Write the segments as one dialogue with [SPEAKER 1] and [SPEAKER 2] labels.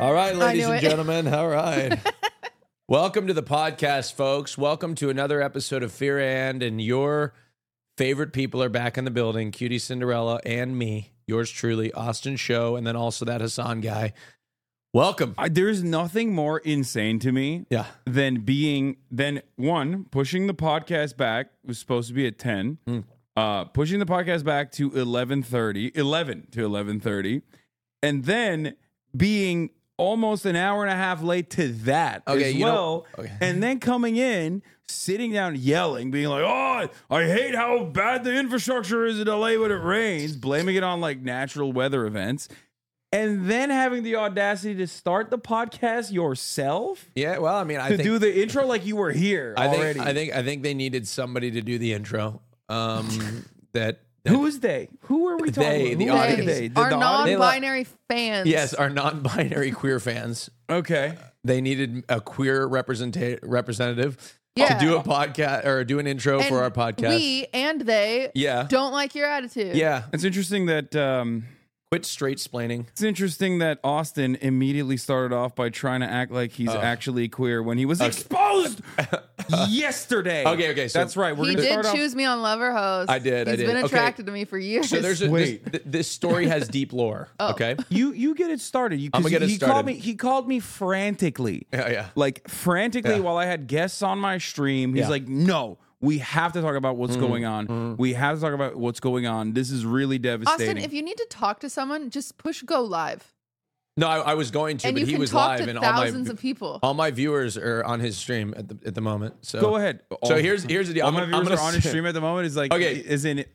[SPEAKER 1] All right, ladies
[SPEAKER 2] knew
[SPEAKER 1] and
[SPEAKER 2] it.
[SPEAKER 1] gentlemen. All right. Welcome to the podcast, folks. Welcome to another episode of Fear and and your favorite people are back in the building. Cutie Cinderella and me, yours truly, Austin Show, and then also that Hassan guy. Welcome.
[SPEAKER 3] I, there's nothing more insane to me
[SPEAKER 1] Yeah.
[SPEAKER 3] than being than one pushing the podcast back it was supposed to be at 10
[SPEAKER 1] Hmm.
[SPEAKER 3] uh pushing the podcast back to 11:30 11 to 11:30 and then being almost an hour and a half late to that
[SPEAKER 1] Okay,
[SPEAKER 3] as
[SPEAKER 1] you
[SPEAKER 3] well
[SPEAKER 1] know- okay.
[SPEAKER 3] and then coming in sitting down yelling being like oh i hate how bad the infrastructure is in la when it rains blaming it on like natural weather events and then having the audacity to start the podcast yourself
[SPEAKER 1] Yeah. Well, I mean, I
[SPEAKER 3] to
[SPEAKER 1] think
[SPEAKER 3] do the intro like you were here
[SPEAKER 1] I
[SPEAKER 3] already.
[SPEAKER 1] think I think I think they needed somebody to do the intro. Um that
[SPEAKER 3] Who is they? Who are we talking
[SPEAKER 1] They,
[SPEAKER 3] about?
[SPEAKER 1] the
[SPEAKER 3] Who are
[SPEAKER 1] audience.
[SPEAKER 3] They? The-
[SPEAKER 2] Our
[SPEAKER 3] the audience?
[SPEAKER 2] non-binary fans.
[SPEAKER 1] yes, our non-binary queer fans.
[SPEAKER 3] Okay.
[SPEAKER 1] They needed a queer representa- representative
[SPEAKER 2] Yeah.
[SPEAKER 1] to do a podcast or do an intro
[SPEAKER 2] And
[SPEAKER 1] for our podcast.
[SPEAKER 2] We and they
[SPEAKER 1] yeah.
[SPEAKER 2] don't like your attitude.
[SPEAKER 1] Yeah.
[SPEAKER 3] It's interesting that um
[SPEAKER 1] Quit straight splaining.
[SPEAKER 3] it's interesting that Austin immediately started off by trying to act like
[SPEAKER 1] Oh.
[SPEAKER 3] he's actually queer when he was exposed yesterday.
[SPEAKER 1] Okay, okay, so-
[SPEAKER 3] that's right. We're
[SPEAKER 2] he
[SPEAKER 3] gonna
[SPEAKER 2] did
[SPEAKER 3] start off-
[SPEAKER 2] choose me on Lover Hose.
[SPEAKER 1] I did, I
[SPEAKER 2] He's
[SPEAKER 1] did.
[SPEAKER 2] been
[SPEAKER 1] Okay.
[SPEAKER 2] attracted to me for years.
[SPEAKER 1] So there's a, this,
[SPEAKER 3] Wait.
[SPEAKER 1] th- this story has deep lore.
[SPEAKER 2] Oh.
[SPEAKER 1] Okay.
[SPEAKER 3] You you get it started. You, 'cause
[SPEAKER 1] I'ma get it
[SPEAKER 3] he
[SPEAKER 1] started.
[SPEAKER 3] called me. He called me frantically.
[SPEAKER 1] Yeah, yeah.
[SPEAKER 3] Like frantically
[SPEAKER 1] Yeah.
[SPEAKER 3] while I had guests on my stream. He's
[SPEAKER 1] Yeah. Mm-hmm.
[SPEAKER 3] like, no. We have to talk about what's going on. We have to talk about what's going on. This is really devastating.
[SPEAKER 2] Austin, if you need to talk to someone, just push go live,
[SPEAKER 1] No, I, I was going to,
[SPEAKER 2] and
[SPEAKER 1] but
[SPEAKER 2] you
[SPEAKER 1] he
[SPEAKER 2] can
[SPEAKER 1] was
[SPEAKER 2] talk
[SPEAKER 1] live,
[SPEAKER 2] to
[SPEAKER 1] and all my
[SPEAKER 2] thousands of people.
[SPEAKER 1] all my viewers are on his stream at the at the moment. So
[SPEAKER 3] Go ahead.
[SPEAKER 1] So
[SPEAKER 3] All-
[SPEAKER 1] here's here's the deal.
[SPEAKER 3] all
[SPEAKER 1] I'm
[SPEAKER 3] my
[SPEAKER 1] gonna-
[SPEAKER 3] viewers
[SPEAKER 1] I'm gonna
[SPEAKER 3] are on his
[SPEAKER 1] say-
[SPEAKER 3] stream at the moment. Is like
[SPEAKER 1] Okay.
[SPEAKER 3] is in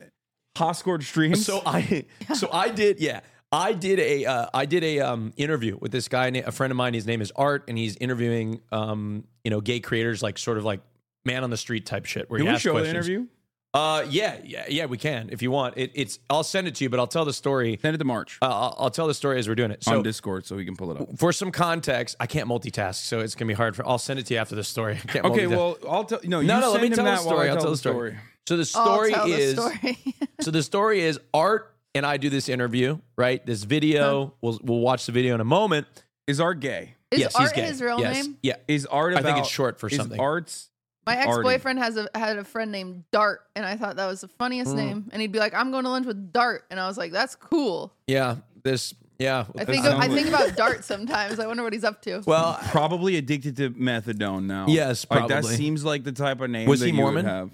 [SPEAKER 3] hot scored streams.
[SPEAKER 1] So I so I did yeah I did a uh, I did a um, interview with this guy na- a friend of mine his name is Art and he's interviewing um you know gay creators like sort of like man on the street type shit where
[SPEAKER 3] can
[SPEAKER 1] he
[SPEAKER 3] we
[SPEAKER 1] asks
[SPEAKER 3] show the
[SPEAKER 1] questions.
[SPEAKER 3] interview?
[SPEAKER 1] Uh yeah yeah yeah we can if you want it, it's I'll send it to you but I'll tell the story
[SPEAKER 3] Send it to March
[SPEAKER 1] uh, I'll, I'll tell the story as we're doing it so
[SPEAKER 3] on Discord so we can pull it up.
[SPEAKER 1] for some context I can't multitask so it's gonna be hard for I'll send it to you after the story I can't
[SPEAKER 3] Okay,
[SPEAKER 1] multitask.
[SPEAKER 3] well I'll tell no. You
[SPEAKER 1] no no
[SPEAKER 3] send
[SPEAKER 1] let me
[SPEAKER 3] him
[SPEAKER 1] tell the
[SPEAKER 3] that while I
[SPEAKER 1] story I'll tell the story so the
[SPEAKER 3] Oh,
[SPEAKER 2] I'll
[SPEAKER 1] story
[SPEAKER 2] tell the
[SPEAKER 1] is
[SPEAKER 2] story.
[SPEAKER 1] so the story is art and i do this interview right this video we'll, we'll watch the video in a moment
[SPEAKER 3] Is art gay?
[SPEAKER 2] is
[SPEAKER 1] yes
[SPEAKER 2] Art
[SPEAKER 1] he's gay
[SPEAKER 2] his real
[SPEAKER 1] Yes.
[SPEAKER 2] name?
[SPEAKER 1] yeah
[SPEAKER 3] Is art?
[SPEAKER 1] I
[SPEAKER 3] About,
[SPEAKER 1] think it's short for
[SPEAKER 3] is
[SPEAKER 1] something.
[SPEAKER 3] Arts.
[SPEAKER 2] My
[SPEAKER 3] Artie.
[SPEAKER 2] ex boyfriend has a had a friend named Dart, and I thought that was the
[SPEAKER 1] Mm.
[SPEAKER 2] funniest name. And he'd be like, "I'm going to lunch with Dart," and I was like, "That's cool."
[SPEAKER 1] yeah this yeah Uh,
[SPEAKER 2] I think
[SPEAKER 3] sounds
[SPEAKER 2] I think
[SPEAKER 3] like-
[SPEAKER 2] about Dart sometimes. I wonder what he's up to.
[SPEAKER 1] well
[SPEAKER 3] Probably addicted to methadone now.
[SPEAKER 1] Yes,
[SPEAKER 3] Like, that
[SPEAKER 1] probably.
[SPEAKER 3] seems like the type of name.
[SPEAKER 1] Was
[SPEAKER 3] that
[SPEAKER 1] he
[SPEAKER 3] you would
[SPEAKER 1] Mormon?
[SPEAKER 3] have.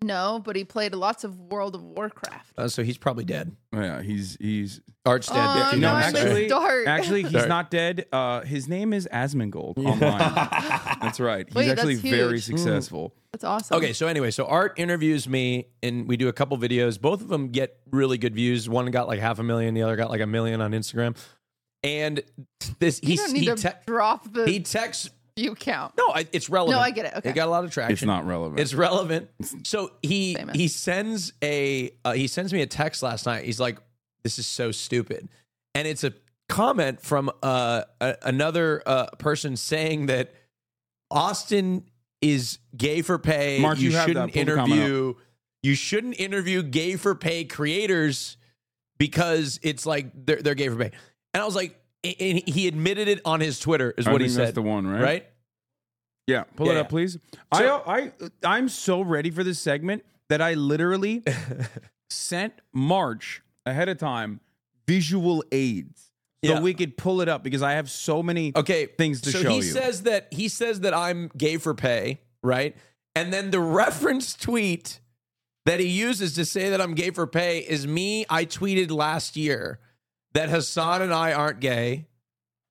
[SPEAKER 2] No, but he played lots of World of Warcraft.
[SPEAKER 1] uh, so he's probably dead
[SPEAKER 3] Oh, yeah, he's he's
[SPEAKER 1] art's dead
[SPEAKER 2] Oh,
[SPEAKER 1] if you
[SPEAKER 2] no,
[SPEAKER 1] know
[SPEAKER 2] I
[SPEAKER 1] his
[SPEAKER 2] missed
[SPEAKER 1] story.
[SPEAKER 3] actually,
[SPEAKER 2] Dart.
[SPEAKER 3] actually, he's
[SPEAKER 1] Dart.
[SPEAKER 3] not dead. Uh, his name is Asmongold online. that's right. He's
[SPEAKER 2] Wait, that's
[SPEAKER 3] actually very
[SPEAKER 2] huge.
[SPEAKER 3] successful.
[SPEAKER 1] Hmm.
[SPEAKER 2] That's awesome.
[SPEAKER 1] Okay, so anyway, so Art interviews me, and we do a couple videos. Both of them get really good views. One got like half a million, the other got like a million on Instagram. And this, he
[SPEAKER 2] you don't need
[SPEAKER 1] he,
[SPEAKER 2] to
[SPEAKER 1] te-
[SPEAKER 2] drop the
[SPEAKER 1] he texts.
[SPEAKER 2] view count.
[SPEAKER 1] No, I- it's relevant.
[SPEAKER 2] No, I get it. Okay.
[SPEAKER 1] it got a lot of traction.
[SPEAKER 3] It's not relevant.
[SPEAKER 1] It's relevant. So he
[SPEAKER 2] Famous.
[SPEAKER 1] he sends a uh, he sends me a text last night. He's like, "This is so stupid," and it's a comment from uh, a, another uh, person saying that Austin is gay for pay.
[SPEAKER 3] Mark, you have that.
[SPEAKER 1] shouldn't
[SPEAKER 3] Pull the comment
[SPEAKER 1] interview. You shouldn't interview gay for pay creators because it's like they're they're gay for pay. And I was like, and he admitted it on his Twitter is
[SPEAKER 3] I
[SPEAKER 1] what he
[SPEAKER 3] think
[SPEAKER 1] said,
[SPEAKER 3] That's the one, right?
[SPEAKER 1] right?
[SPEAKER 3] Yeah, pull
[SPEAKER 1] Yeah,
[SPEAKER 3] it
[SPEAKER 1] yeah.
[SPEAKER 3] up, please.
[SPEAKER 1] So-
[SPEAKER 3] I, I, I'm so ready for this segment that I literally sent March ahead of time visual aids so
[SPEAKER 1] Yeah.
[SPEAKER 3] we could pull it up because I have so many.
[SPEAKER 1] okay
[SPEAKER 3] things to
[SPEAKER 1] so
[SPEAKER 3] show
[SPEAKER 1] he
[SPEAKER 3] you.
[SPEAKER 1] says that he says that i'm gay for pay right and then the reference tweet that he uses to say that i'm gay for pay is me i tweeted last year that hassan and i aren't gay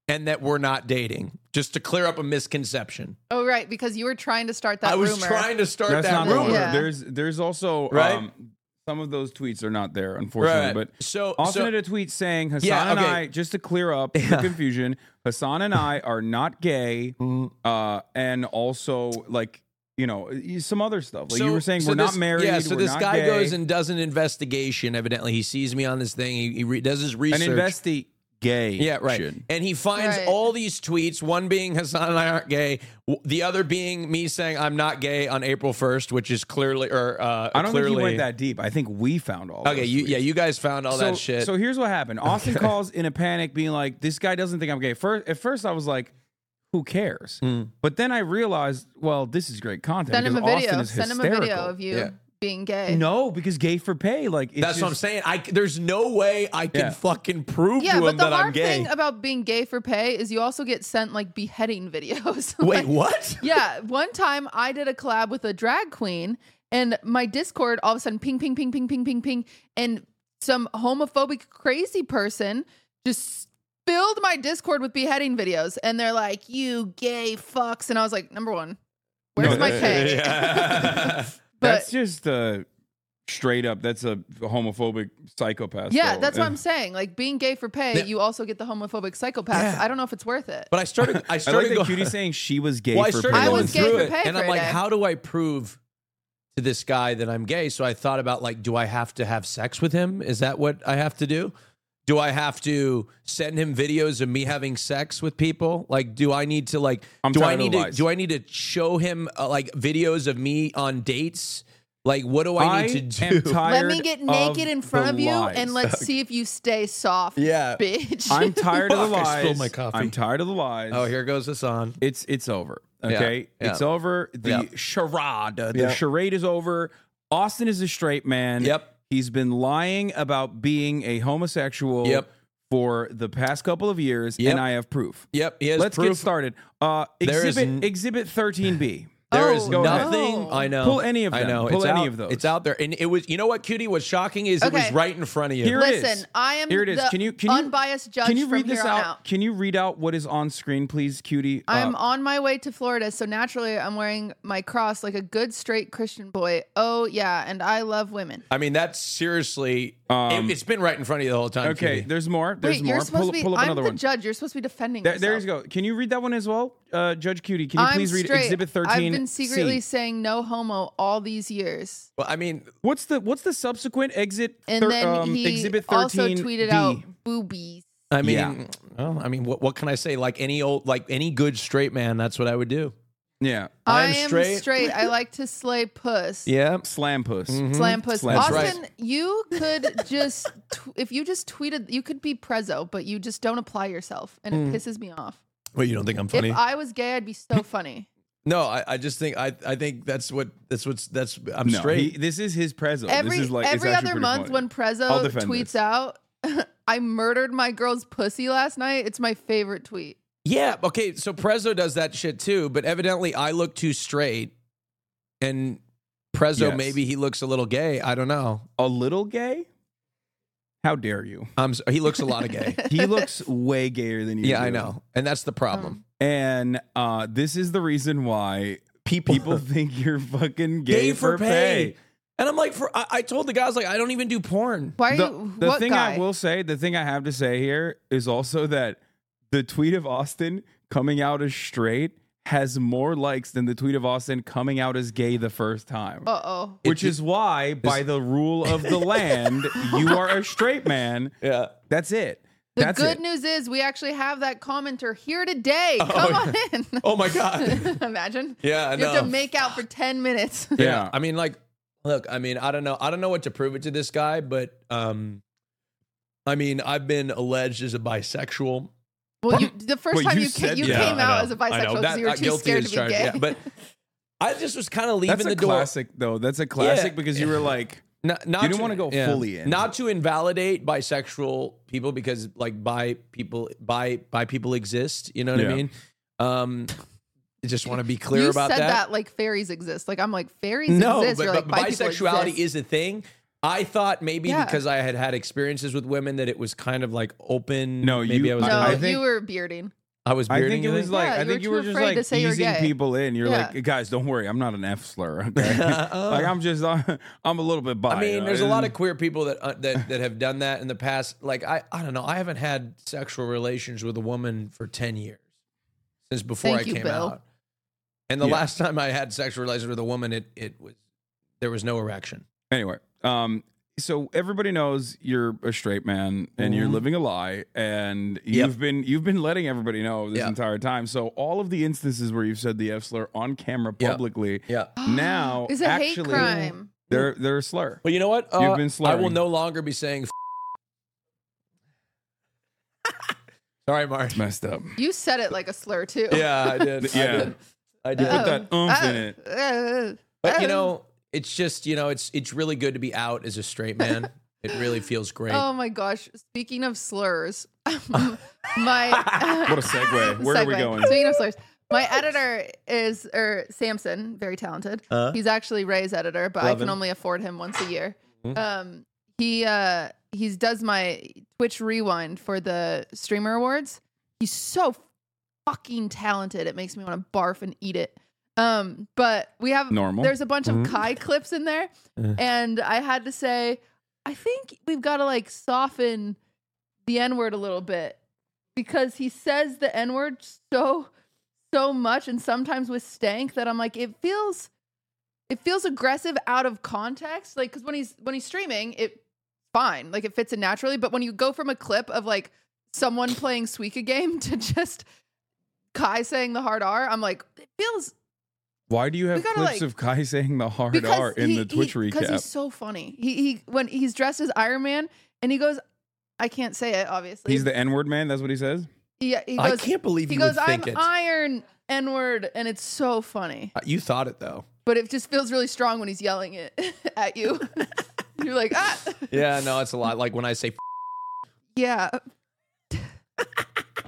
[SPEAKER 1] and that we're not dating just to clear up a misconception
[SPEAKER 2] Oh right, because you were trying to start that
[SPEAKER 1] i was
[SPEAKER 2] rumor.
[SPEAKER 1] trying to start
[SPEAKER 3] That's
[SPEAKER 1] that
[SPEAKER 3] not
[SPEAKER 1] rumor
[SPEAKER 3] rumor.
[SPEAKER 2] Yeah.
[SPEAKER 3] There's, there's also
[SPEAKER 1] Right?
[SPEAKER 3] um, some of those tweets are not there,
[SPEAKER 1] right
[SPEAKER 3] unfortunately. But
[SPEAKER 1] so
[SPEAKER 3] Austin
[SPEAKER 1] so-
[SPEAKER 3] had a tweet saying Hassan
[SPEAKER 1] Yeah,
[SPEAKER 3] and
[SPEAKER 1] okay.
[SPEAKER 3] I, just to clear up the confusion, Hassan and I are not gay,
[SPEAKER 1] Mm-hmm.
[SPEAKER 3] uh, and also like you know some other stuff. Like you were saying,
[SPEAKER 1] so
[SPEAKER 3] we're
[SPEAKER 1] this-
[SPEAKER 3] not married.
[SPEAKER 1] Yeah, so
[SPEAKER 3] we're
[SPEAKER 1] this
[SPEAKER 3] not
[SPEAKER 1] guy
[SPEAKER 3] gay.
[SPEAKER 1] goes and does an investigation. Evidently, he sees me on this thing. He, he re- does his research.
[SPEAKER 3] an investi gay.
[SPEAKER 1] Yeah, right.
[SPEAKER 3] shit.
[SPEAKER 1] And he finds
[SPEAKER 2] Right.
[SPEAKER 1] all these tweets, one being Hassan and I aren't gay, w- the other being me saying I'm not gay on April 1st, which is clearly or uh
[SPEAKER 3] I don't
[SPEAKER 1] clearly
[SPEAKER 3] think he went that deep. I think we found all.
[SPEAKER 1] Okay,
[SPEAKER 3] those
[SPEAKER 1] you,
[SPEAKER 3] tweets.
[SPEAKER 1] yeah, you guys found all
[SPEAKER 3] so,
[SPEAKER 1] that shit.
[SPEAKER 3] So here's what happened. Austin calls in a panic, being like, "This guy doesn't think I'm gay." First, at first, I was like, "Who cares?"
[SPEAKER 1] Mm.
[SPEAKER 3] But then I realized, well, this is great content.
[SPEAKER 2] Send him a
[SPEAKER 3] because
[SPEAKER 2] video.
[SPEAKER 3] Austin is
[SPEAKER 2] Send him a
[SPEAKER 3] hysterical.
[SPEAKER 2] video of you
[SPEAKER 1] Yeah.
[SPEAKER 2] being gay.
[SPEAKER 3] No, because gay for pay. Like it's
[SPEAKER 1] That's what I'm
[SPEAKER 3] just-
[SPEAKER 1] saying. I c- there's no way I can
[SPEAKER 3] Yeah.
[SPEAKER 1] fucking prove
[SPEAKER 2] Yeah,
[SPEAKER 1] to him
[SPEAKER 2] but the
[SPEAKER 1] that I'm
[SPEAKER 2] hard
[SPEAKER 1] gay.
[SPEAKER 2] thing about being gay for pay is you also get sent like beheading videos.
[SPEAKER 1] Wait,
[SPEAKER 2] Like,
[SPEAKER 1] what?
[SPEAKER 2] yeah, one time I did a collab with a drag queen, and my Discord all of a sudden ping, ping, ping, ping, ping, ping, ping, and some homophobic crazy person just filled my Discord with beheading videos, and they're like, "You gay fucks," and I was like, "Number one, where's
[SPEAKER 3] No,
[SPEAKER 2] my
[SPEAKER 3] that-
[SPEAKER 2] pay?"
[SPEAKER 1] Yeah.
[SPEAKER 2] But-
[SPEAKER 3] That's just uh, straight up. That's a homophobic psychopath.
[SPEAKER 2] Yeah,
[SPEAKER 3] though.
[SPEAKER 2] that's what I'm
[SPEAKER 3] And
[SPEAKER 2] saying. Like being gay for pay,
[SPEAKER 1] Yeah.
[SPEAKER 2] you also get the homophobic psychopath. I don't know if it's worth it.
[SPEAKER 1] But I started. I
[SPEAKER 3] I like
[SPEAKER 1] started
[SPEAKER 3] that
[SPEAKER 1] going.
[SPEAKER 3] cutie saying she was gay
[SPEAKER 1] Well, I
[SPEAKER 3] for
[SPEAKER 1] started
[SPEAKER 3] pay.
[SPEAKER 2] I
[SPEAKER 1] going
[SPEAKER 2] was gay
[SPEAKER 1] through
[SPEAKER 2] for
[SPEAKER 1] it,
[SPEAKER 2] pay
[SPEAKER 1] and
[SPEAKER 2] for
[SPEAKER 1] I'm
[SPEAKER 2] a
[SPEAKER 1] like,
[SPEAKER 2] day.
[SPEAKER 1] how do I prove to this guy that I'm gay? So I thought about like, do I have to have sex with him? Is that what I have to do? Do I have to send him videos of me having sex with people? Like, do I need to like?
[SPEAKER 3] I'm
[SPEAKER 1] do I
[SPEAKER 3] tired of
[SPEAKER 1] need
[SPEAKER 3] the
[SPEAKER 1] to?
[SPEAKER 3] lies.
[SPEAKER 1] Do I need to show him uh, like videos of me on dates? Like, what do I, need to do?
[SPEAKER 3] am tired
[SPEAKER 2] Let me get
[SPEAKER 3] of
[SPEAKER 2] naked in
[SPEAKER 3] the
[SPEAKER 2] front of you
[SPEAKER 3] lies.
[SPEAKER 2] and let's see if you stay soft,
[SPEAKER 1] Yeah.
[SPEAKER 2] bitch.
[SPEAKER 3] I'm tired of the
[SPEAKER 1] Fuck,
[SPEAKER 3] lies.
[SPEAKER 1] I spilled my coffee.
[SPEAKER 3] I'm tired of the lies.
[SPEAKER 1] oh, here goes Hassan.
[SPEAKER 3] it's it's over.
[SPEAKER 1] Yeah,
[SPEAKER 3] Okay,
[SPEAKER 1] yeah.
[SPEAKER 3] it's over. The
[SPEAKER 1] Yeah.
[SPEAKER 3] charade, the
[SPEAKER 1] Yeah.
[SPEAKER 3] charade is over. Austin is a straight man.
[SPEAKER 1] Yep.
[SPEAKER 3] he's been lying about being a homosexual.
[SPEAKER 1] Yep.
[SPEAKER 3] for the past couple of years,
[SPEAKER 1] Yep.
[SPEAKER 3] and I have proof.
[SPEAKER 1] Yep, he has
[SPEAKER 3] Let's get
[SPEAKER 1] proof.
[SPEAKER 3] started. Uh,
[SPEAKER 1] There is
[SPEAKER 3] exhibit
[SPEAKER 1] n-
[SPEAKER 3] Exhibit Thirteen B.
[SPEAKER 1] There is
[SPEAKER 2] Oh,
[SPEAKER 3] Go ahead.
[SPEAKER 1] nothing.
[SPEAKER 2] no.
[SPEAKER 1] I know.
[SPEAKER 3] Pull any of
[SPEAKER 1] I
[SPEAKER 3] them.
[SPEAKER 1] know.
[SPEAKER 3] Pull
[SPEAKER 1] it's
[SPEAKER 3] any
[SPEAKER 1] out-
[SPEAKER 3] of those.
[SPEAKER 1] It's out there, and it was. You know what, cutie? What's shocking is it was
[SPEAKER 2] Okay.
[SPEAKER 1] right in front of you.
[SPEAKER 3] Here it is.
[SPEAKER 2] Listen, I am
[SPEAKER 3] Here it is.
[SPEAKER 2] the
[SPEAKER 3] Can you- can you-
[SPEAKER 2] unbiased judge
[SPEAKER 3] Can you
[SPEAKER 2] from
[SPEAKER 3] read this
[SPEAKER 2] here on
[SPEAKER 3] out?
[SPEAKER 2] out.
[SPEAKER 3] Can you read out what is on screen, please, cutie?
[SPEAKER 2] I'm
[SPEAKER 3] Uh,
[SPEAKER 2] on my way to Florida, so naturally I'm wearing my cross like a good straight Christian boy. Oh yeah, and I love women.
[SPEAKER 1] I mean, that's seriously.
[SPEAKER 3] Um,
[SPEAKER 1] it, has been right in front of you the whole time.
[SPEAKER 3] Uh, okay.
[SPEAKER 1] Katie.
[SPEAKER 3] There's more. There's
[SPEAKER 2] Wait,
[SPEAKER 3] more.
[SPEAKER 2] you're supposed
[SPEAKER 3] pull,
[SPEAKER 2] to be
[SPEAKER 3] pull up
[SPEAKER 2] I'm
[SPEAKER 3] another
[SPEAKER 2] the
[SPEAKER 3] one.
[SPEAKER 2] judge. You're supposed to be defending
[SPEAKER 3] There,
[SPEAKER 2] yourself.
[SPEAKER 3] there you go. Can you read that one as well, uh, Judge Cutie? Can you
[SPEAKER 2] I'm
[SPEAKER 3] please read
[SPEAKER 2] straight.
[SPEAKER 3] Exhibit 13
[SPEAKER 2] I've been secretly saying no homo all these years.
[SPEAKER 1] Well, I mean,
[SPEAKER 3] What's the what's the subsequent exit?
[SPEAKER 2] And
[SPEAKER 3] thir-
[SPEAKER 2] then
[SPEAKER 3] um,
[SPEAKER 2] he
[SPEAKER 3] Exhibit 13
[SPEAKER 2] also tweeted
[SPEAKER 3] B.
[SPEAKER 2] out boobies.
[SPEAKER 1] I mean,
[SPEAKER 3] Yeah.
[SPEAKER 1] well, I mean, what, what can I say? Like any old, like any good straight man, that's what I would do.
[SPEAKER 3] Yeah,
[SPEAKER 1] I
[SPEAKER 2] I
[SPEAKER 1] am
[SPEAKER 2] am
[SPEAKER 1] straight.
[SPEAKER 2] straight. I like to slay puss.
[SPEAKER 1] Yeah. Mm-hmm.
[SPEAKER 3] slam puss.
[SPEAKER 2] Slam puss.
[SPEAKER 3] Slam
[SPEAKER 1] puss.
[SPEAKER 2] Austin, you could just, tw- if you just tweeted, you could be prezzo, but you just don't apply yourself. And
[SPEAKER 3] Mm.
[SPEAKER 2] it pisses me off.
[SPEAKER 1] Well, you don't think I'm funny?
[SPEAKER 2] If I was gay, I'd be so funny.
[SPEAKER 1] no, I, I just think I, I think that's what that's what's that's I'm
[SPEAKER 3] No,
[SPEAKER 1] straight.
[SPEAKER 3] he- this is his prezzo.
[SPEAKER 2] every
[SPEAKER 3] this is like it's
[SPEAKER 2] every
[SPEAKER 3] actually
[SPEAKER 2] other
[SPEAKER 3] pretty
[SPEAKER 2] month
[SPEAKER 3] funny.
[SPEAKER 2] when
[SPEAKER 3] I'll
[SPEAKER 2] prezzo
[SPEAKER 3] defend
[SPEAKER 2] tweets
[SPEAKER 3] this.
[SPEAKER 2] out, I murdered my girl's pussy last night, it's my favorite tweet.
[SPEAKER 1] yeah. Okay. So Prezzo does that shit too, but evidently I look too straight, and Prezzo
[SPEAKER 3] Yes.
[SPEAKER 1] maybe he looks a little gay. I don't know.
[SPEAKER 3] a little gay. How dare you?
[SPEAKER 1] I'm. s- He looks a lot of gay.
[SPEAKER 3] He looks way gayer than you.
[SPEAKER 1] yeah, I
[SPEAKER 3] do.
[SPEAKER 1] know, and that's the problem.
[SPEAKER 2] Um,
[SPEAKER 3] And uh, this is the reason why
[SPEAKER 1] people,
[SPEAKER 3] people think you're fucking gay,
[SPEAKER 1] Gay for pay. and I'm like, for I, I told the guys like I don't even do porn.
[SPEAKER 2] Why are
[SPEAKER 3] the,
[SPEAKER 2] you,
[SPEAKER 3] the
[SPEAKER 2] what
[SPEAKER 3] thing
[SPEAKER 2] guy?
[SPEAKER 3] I will say, the thing I have to say here is also that the tweet of Austin coming out as straight has more likes than the tweet of Austin coming out as gay the first time.
[SPEAKER 2] uh oh.
[SPEAKER 3] Which is why, by the rule of the land, you are a straight man.
[SPEAKER 1] Yeah.
[SPEAKER 3] That's it.
[SPEAKER 2] The
[SPEAKER 3] That's
[SPEAKER 2] good
[SPEAKER 3] it.
[SPEAKER 2] news is we actually have that commenter here today. Come on in.
[SPEAKER 1] Oh my god.
[SPEAKER 2] Imagine.
[SPEAKER 1] Yeah, I
[SPEAKER 2] You have to
[SPEAKER 1] know.
[SPEAKER 2] make out for 10 minutes.
[SPEAKER 1] Yeah.
[SPEAKER 3] Yeah.
[SPEAKER 1] I mean, like, look, I mean, I don't know. I don't know what to prove it to this guy, but um I mean, I've been alleged as a bisexual.
[SPEAKER 2] Well, you, the first
[SPEAKER 3] Wait,
[SPEAKER 2] time
[SPEAKER 3] you
[SPEAKER 2] you, ca-
[SPEAKER 3] said
[SPEAKER 2] you
[SPEAKER 3] that.
[SPEAKER 2] came
[SPEAKER 1] I
[SPEAKER 2] out
[SPEAKER 1] know,
[SPEAKER 2] as a
[SPEAKER 1] I know.
[SPEAKER 2] bisexual because
[SPEAKER 1] That-
[SPEAKER 2] you were
[SPEAKER 1] uh,
[SPEAKER 2] too
[SPEAKER 1] guilty
[SPEAKER 2] scared
[SPEAKER 1] as
[SPEAKER 2] to be
[SPEAKER 1] charged,
[SPEAKER 2] gay.
[SPEAKER 1] yeah, but I just was kind of leaving
[SPEAKER 3] That's a
[SPEAKER 1] the door.
[SPEAKER 3] classic, though. That's a classic
[SPEAKER 1] Yeah.
[SPEAKER 3] because you were like,
[SPEAKER 1] Not, not
[SPEAKER 3] You didn't wanna go fully in.
[SPEAKER 1] Not to invalidate bisexual people because like bi people bi bi people exist. You know what I
[SPEAKER 3] Yeah.
[SPEAKER 1] mean? Um I just want to be clear
[SPEAKER 2] you
[SPEAKER 1] about
[SPEAKER 2] said that.
[SPEAKER 1] that.
[SPEAKER 2] like fairies exist. Like I'm like fairies
[SPEAKER 1] no,
[SPEAKER 2] exist.
[SPEAKER 1] but,
[SPEAKER 2] You're
[SPEAKER 1] but
[SPEAKER 2] like, bi- people
[SPEAKER 1] bisexuality is
[SPEAKER 2] exist.
[SPEAKER 1] a thing. I thought maybe
[SPEAKER 2] Yeah.
[SPEAKER 1] because I had had experiences with women that it was kind of like open.
[SPEAKER 3] No,
[SPEAKER 1] maybe
[SPEAKER 3] you-
[SPEAKER 1] I was.
[SPEAKER 2] No,
[SPEAKER 3] I
[SPEAKER 1] bearding-
[SPEAKER 3] think-
[SPEAKER 2] you were bearding.
[SPEAKER 1] I was
[SPEAKER 3] I
[SPEAKER 1] bearding.
[SPEAKER 3] think it
[SPEAKER 1] you
[SPEAKER 3] was like,
[SPEAKER 2] Yeah,
[SPEAKER 3] I
[SPEAKER 2] you
[SPEAKER 3] think
[SPEAKER 2] were
[SPEAKER 3] you were
[SPEAKER 2] too
[SPEAKER 3] just
[SPEAKER 2] afraid
[SPEAKER 3] like
[SPEAKER 2] to say you're
[SPEAKER 3] easing
[SPEAKER 2] gay.
[SPEAKER 3] people in. You're
[SPEAKER 2] Yeah.
[SPEAKER 3] like, guys, don't worry, I'm not an F slur. Okay,
[SPEAKER 1] Oh.
[SPEAKER 3] like I'm just, I'm a little bit bi.
[SPEAKER 1] I mean,
[SPEAKER 3] you know?
[SPEAKER 1] there's a lot of queer people that uh, that that have done that in the past. Like I, I don't know. I haven't had sexual relations with a woman for ten years since before
[SPEAKER 2] Thank
[SPEAKER 1] I
[SPEAKER 2] you,
[SPEAKER 1] came
[SPEAKER 2] Bill.
[SPEAKER 1] out. And the
[SPEAKER 3] Yeah.
[SPEAKER 1] last time I had sexual relations with a woman, it it was there was no erection.
[SPEAKER 3] Anyway, um, so everybody knows you're a straight man and you're
[SPEAKER 2] Mm-hmm.
[SPEAKER 1] Mhm.
[SPEAKER 3] living a lie and you've
[SPEAKER 1] Yep.
[SPEAKER 3] been you've been letting everybody know this
[SPEAKER 1] Yeah.
[SPEAKER 3] entire time. So all of the instances where you've said the F slur on camera
[SPEAKER 1] Yeah.
[SPEAKER 3] publicly
[SPEAKER 1] Yeah.
[SPEAKER 3] now
[SPEAKER 2] is a
[SPEAKER 3] actually
[SPEAKER 2] hate crime.
[SPEAKER 3] they're they're a slur.
[SPEAKER 1] Well, you know what? Uh,
[SPEAKER 3] You've been
[SPEAKER 1] I
[SPEAKER 3] slurring.
[SPEAKER 1] will no longer be saying. F- Sorry, Mark.
[SPEAKER 3] It's messed up.
[SPEAKER 2] You said it like a slur too. Um, uh,
[SPEAKER 1] Yeah, I did. I
[SPEAKER 3] Yeah.
[SPEAKER 1] did. I
[SPEAKER 3] You
[SPEAKER 1] did.
[SPEAKER 3] put
[SPEAKER 2] Oh,
[SPEAKER 3] that oomph in it.
[SPEAKER 2] it.
[SPEAKER 1] But you know, it's just you know, it's it's really good to be out as a straight man. it really feels great.
[SPEAKER 2] Oh my gosh! Speaking of slurs, my
[SPEAKER 3] What a segue. Where are we
[SPEAKER 2] Segue.
[SPEAKER 3] going?
[SPEAKER 2] Speaking of slurs, my editor is or Samson, very talented.
[SPEAKER 1] Uh,
[SPEAKER 2] He's actually Ray's editor, but
[SPEAKER 1] Love
[SPEAKER 2] I can
[SPEAKER 1] him.
[SPEAKER 2] only afford him once a year.
[SPEAKER 1] Mhm.
[SPEAKER 2] Um, he uh, he's does my Twitch rewind for the streamer awards. He's so fucking talented. It makes me want to barf and eat it. Um, but we have
[SPEAKER 3] Normal.
[SPEAKER 2] there's a bunch of
[SPEAKER 1] Mhm.
[SPEAKER 2] Kai clips in there,
[SPEAKER 1] Uh.
[SPEAKER 2] and I had to say, I think we've got to like soften the N word a little bit because he says the N word so so much and sometimes with stank that I'm like it feels it feels aggressive out of context like cuz when he's when he's streaming it fine like it fits in naturally but when you go from a clip of like someone playing Suika game to just Kai saying the hard R I'm like it feels
[SPEAKER 3] Why do you have
[SPEAKER 2] gotta,
[SPEAKER 3] clips
[SPEAKER 2] like-
[SPEAKER 3] of Kai saying the hard
[SPEAKER 2] because
[SPEAKER 3] R in
[SPEAKER 2] he-
[SPEAKER 3] the Twitch
[SPEAKER 2] he, Because he's
[SPEAKER 3] recap?
[SPEAKER 2] so funny. He he when he's dressed as Iron Man and he goes, I can't say it obviously.
[SPEAKER 3] He's the N word man. That's what he says.
[SPEAKER 2] yeah. He
[SPEAKER 1] I
[SPEAKER 2] goes.
[SPEAKER 1] can't believe
[SPEAKER 2] He
[SPEAKER 1] you
[SPEAKER 2] goes.
[SPEAKER 1] would
[SPEAKER 2] I'm
[SPEAKER 1] think it.
[SPEAKER 2] Iron N word, and it's so funny.
[SPEAKER 1] Uh, you thought it though.
[SPEAKER 2] But it just feels really strong when he's yelling it at you. You're like ah
[SPEAKER 1] Yeah, no, it's a lot. Like when I say, f-
[SPEAKER 2] yeah.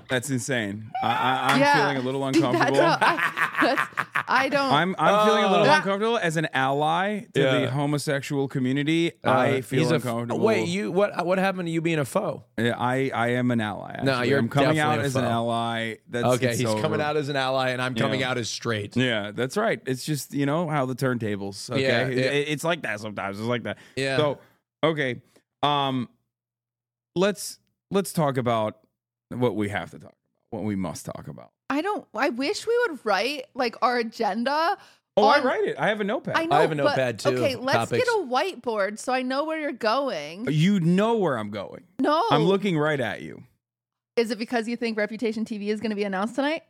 [SPEAKER 3] That's insane. I, I, I'm
[SPEAKER 2] Yeah.
[SPEAKER 3] feeling a little
[SPEAKER 2] That's
[SPEAKER 3] uncomfortable.
[SPEAKER 2] how I, that's- I don't.
[SPEAKER 3] I'm I'm feeling a little
[SPEAKER 1] Oh.
[SPEAKER 3] uncomfortable as an ally to
[SPEAKER 1] Yeah.
[SPEAKER 3] the homosexual community. I
[SPEAKER 1] uh,
[SPEAKER 3] feel
[SPEAKER 1] he's a f-
[SPEAKER 3] uncomfortable.
[SPEAKER 1] Wait, you what? What happened to you being a foe?
[SPEAKER 3] Yeah, I I am an ally. Actually.
[SPEAKER 1] No, you're
[SPEAKER 3] I'm coming out
[SPEAKER 1] definitely a
[SPEAKER 3] as an
[SPEAKER 1] foe.
[SPEAKER 3] ally. That's
[SPEAKER 1] okay,
[SPEAKER 3] it's
[SPEAKER 1] he's
[SPEAKER 3] over.
[SPEAKER 1] coming out as an ally, and I'm coming
[SPEAKER 3] Yeah.
[SPEAKER 1] out as straight.
[SPEAKER 3] Yeah, that's right. It's just you know how the turntables. Okay,
[SPEAKER 1] Yeah, yeah.
[SPEAKER 3] It- it's like that sometimes. It's like that.
[SPEAKER 1] Yeah.
[SPEAKER 3] So okay, um, let's let's talk about what we have to talk about, what we must talk about.
[SPEAKER 2] I don't. I wish we would write like our agenda.
[SPEAKER 3] Oh, I
[SPEAKER 2] on-
[SPEAKER 3] write it. I have a notepad.
[SPEAKER 2] I know.
[SPEAKER 1] have a
[SPEAKER 2] but-
[SPEAKER 1] notepad, too,
[SPEAKER 2] Okay,
[SPEAKER 1] of
[SPEAKER 2] let's
[SPEAKER 1] topics.
[SPEAKER 2] get a whiteboard so I know where you're going.
[SPEAKER 3] you know where I'm going.
[SPEAKER 2] no,
[SPEAKER 1] Oh.
[SPEAKER 3] I'm looking right at you.
[SPEAKER 2] Is it because you think Reputation TV is going to be announced tonight?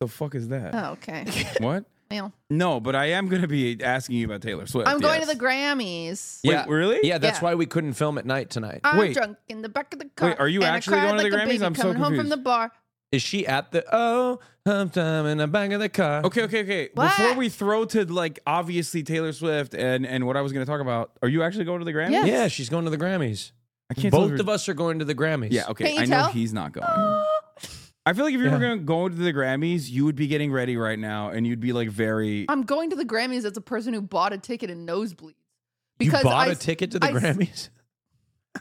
[SPEAKER 3] The fuck is that?
[SPEAKER 2] Oh, okay.
[SPEAKER 3] What?
[SPEAKER 2] Well,
[SPEAKER 3] No, but I am going to be asking you about Taylor Swift.
[SPEAKER 2] I'm going to
[SPEAKER 3] yes.
[SPEAKER 2] the Grammys.
[SPEAKER 3] Wait,
[SPEAKER 1] Yeah.
[SPEAKER 3] really?
[SPEAKER 1] Yeah, that's
[SPEAKER 2] Yeah. Uh,
[SPEAKER 1] why we couldn't film at night tonight.
[SPEAKER 2] I'm
[SPEAKER 3] Wait.
[SPEAKER 2] drunk in the back of the car.
[SPEAKER 3] Wait, are you
[SPEAKER 2] and I
[SPEAKER 3] actually
[SPEAKER 2] cried
[SPEAKER 3] going to the
[SPEAKER 2] like a
[SPEAKER 3] Grammys?
[SPEAKER 2] baby
[SPEAKER 3] I'm so
[SPEAKER 2] coming home from
[SPEAKER 3] confused.
[SPEAKER 2] the bar.
[SPEAKER 1] Is she at the oh sometime in the back of the car?
[SPEAKER 3] Okay, okay, okay.
[SPEAKER 2] What?
[SPEAKER 3] Before we throw to like obviously Taylor Swift and and what I was going to talk about, are you actually going to the Grammys?
[SPEAKER 2] Yeah.
[SPEAKER 1] Yeah, she's going to the Grammys.
[SPEAKER 3] I can't tell if
[SPEAKER 1] Both
[SPEAKER 3] you're-
[SPEAKER 1] of us are going to the Grammys.
[SPEAKER 3] Yeah, okay.
[SPEAKER 2] Can't you
[SPEAKER 3] I know
[SPEAKER 2] tell?
[SPEAKER 3] he's not going. I feel like if you were going to go to the Grammys, you would be getting ready right now and you'd be like very
[SPEAKER 2] I'm going to the Grammys as a person who bought a ticket in nosebleeds. Because
[SPEAKER 1] you bought
[SPEAKER 2] I-
[SPEAKER 1] a ticket to the
[SPEAKER 2] I-
[SPEAKER 1] Grammys.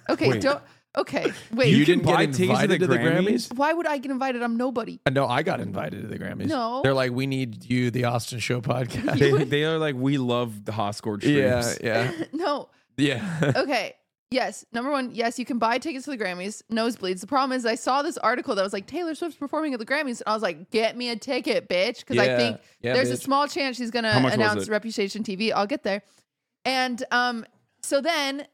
[SPEAKER 2] Okay,
[SPEAKER 3] Wait.
[SPEAKER 2] don't. Okay, wait.
[SPEAKER 3] You
[SPEAKER 1] You
[SPEAKER 3] can
[SPEAKER 1] didn't get
[SPEAKER 3] buy tickets to
[SPEAKER 1] invited to
[SPEAKER 3] the
[SPEAKER 1] the
[SPEAKER 3] Grammys?
[SPEAKER 1] Grammys?
[SPEAKER 2] Why would I get invited? I'm nobody.
[SPEAKER 1] Uh, No, I got invited to the Grammys.
[SPEAKER 2] No.
[SPEAKER 1] they're like, we need you, the Austin Show podcast.
[SPEAKER 3] they, they are like we love the Hoscord
[SPEAKER 1] yeah,
[SPEAKER 3] streams.
[SPEAKER 1] yeah,
[SPEAKER 2] No.
[SPEAKER 1] yeah.
[SPEAKER 2] Okay. Yes. Number one, yes, you can buy tickets to the Grammys. Nosebleeds. The problem is, I saw this article that was like Taylor Swift's performing at the Grammys, and I was like, "Get me a ticket, bitch," because I
[SPEAKER 1] Yeah.
[SPEAKER 2] think
[SPEAKER 1] Yeah,
[SPEAKER 2] there's a
[SPEAKER 1] bitch.
[SPEAKER 2] small chance she's gonna
[SPEAKER 3] How much was
[SPEAKER 2] announce
[SPEAKER 3] it?
[SPEAKER 2] Reputation TV. I'll get there. And um, so then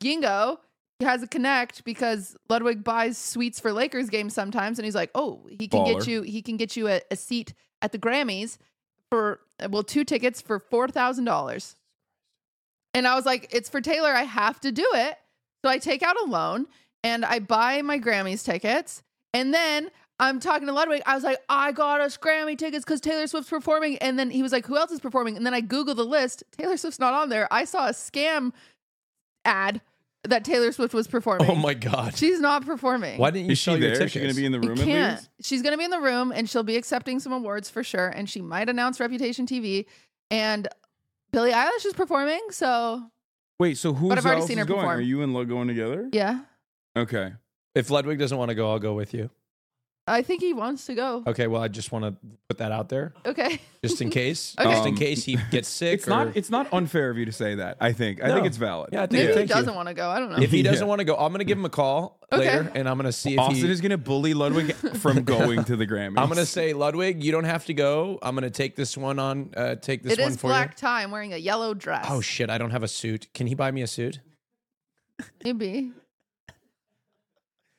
[SPEAKER 2] Gingo has a connect because Ludwig buys sweets for Lakers games sometimes, and he's like, "Oh, he can
[SPEAKER 3] Baller.
[SPEAKER 2] get you. He can get you a, a seat at the Grammys for well, two tickets for four thousand dollars." And I was like, "It's for Taylor. I have to do it." So I take out a loan and I buy my Grammys tickets, and then. I'm talking to Ludwig. I was like, I got us Grammy tickets because Taylor Swift's performing. And then he was like, Who else is performing? And then I Googled the list. Taylor Swift's not on there. I saw a scam ad that Taylor Swift was performing.
[SPEAKER 1] Oh my god,
[SPEAKER 2] She's not performing.
[SPEAKER 1] why didn't you
[SPEAKER 3] Is
[SPEAKER 1] sell
[SPEAKER 3] she
[SPEAKER 1] your
[SPEAKER 3] there? Is
[SPEAKER 1] tickets?
[SPEAKER 3] she going to be in the
[SPEAKER 2] I
[SPEAKER 3] room at
[SPEAKER 2] can't.
[SPEAKER 3] least?
[SPEAKER 2] She's gonna be in the room and she'll be accepting some awards for sure. And she might announce Reputation TV. And Billie Eilish is performing, so
[SPEAKER 3] Wait, so who's
[SPEAKER 2] But I've already
[SPEAKER 3] else
[SPEAKER 2] seen
[SPEAKER 3] is
[SPEAKER 2] her
[SPEAKER 3] going?
[SPEAKER 2] perform.
[SPEAKER 3] Are you and Lo going together?
[SPEAKER 2] yeah.
[SPEAKER 3] Okay.
[SPEAKER 1] if Ludwig doesn't want to go, I'll go with you.
[SPEAKER 2] I think he wants to go.
[SPEAKER 1] Okay, well, I just want to put that out there,
[SPEAKER 2] Okay.
[SPEAKER 1] just in case,
[SPEAKER 2] Okay.
[SPEAKER 1] just in
[SPEAKER 3] Um,
[SPEAKER 1] case he gets sick.
[SPEAKER 3] It's not
[SPEAKER 1] or-
[SPEAKER 3] it's not unfair of you to say that. I think. I
[SPEAKER 1] No.
[SPEAKER 3] think it's valid.
[SPEAKER 1] Yeah, I think
[SPEAKER 2] Maybe
[SPEAKER 1] Yeah.
[SPEAKER 2] he
[SPEAKER 1] Thank you.
[SPEAKER 2] doesn't want to go. I don't know.
[SPEAKER 1] if he doesn't
[SPEAKER 3] Yeah.
[SPEAKER 1] want to go, I'm going to give him a call
[SPEAKER 2] Okay.
[SPEAKER 1] later, and I'm going to see if
[SPEAKER 3] Austin
[SPEAKER 1] he.
[SPEAKER 3] is going to bully Ludwig from going to the Grammys.
[SPEAKER 1] I'm going to say, Ludwig, you don't have to go. I'm going to take this one on. Uh, take this
[SPEAKER 2] It
[SPEAKER 1] one
[SPEAKER 2] is
[SPEAKER 1] for Oh,
[SPEAKER 2] black tie. I'm wearing a yellow dress.
[SPEAKER 1] you. Oh shit! I don't have a suit. Can he buy me a suit?
[SPEAKER 2] Maybe.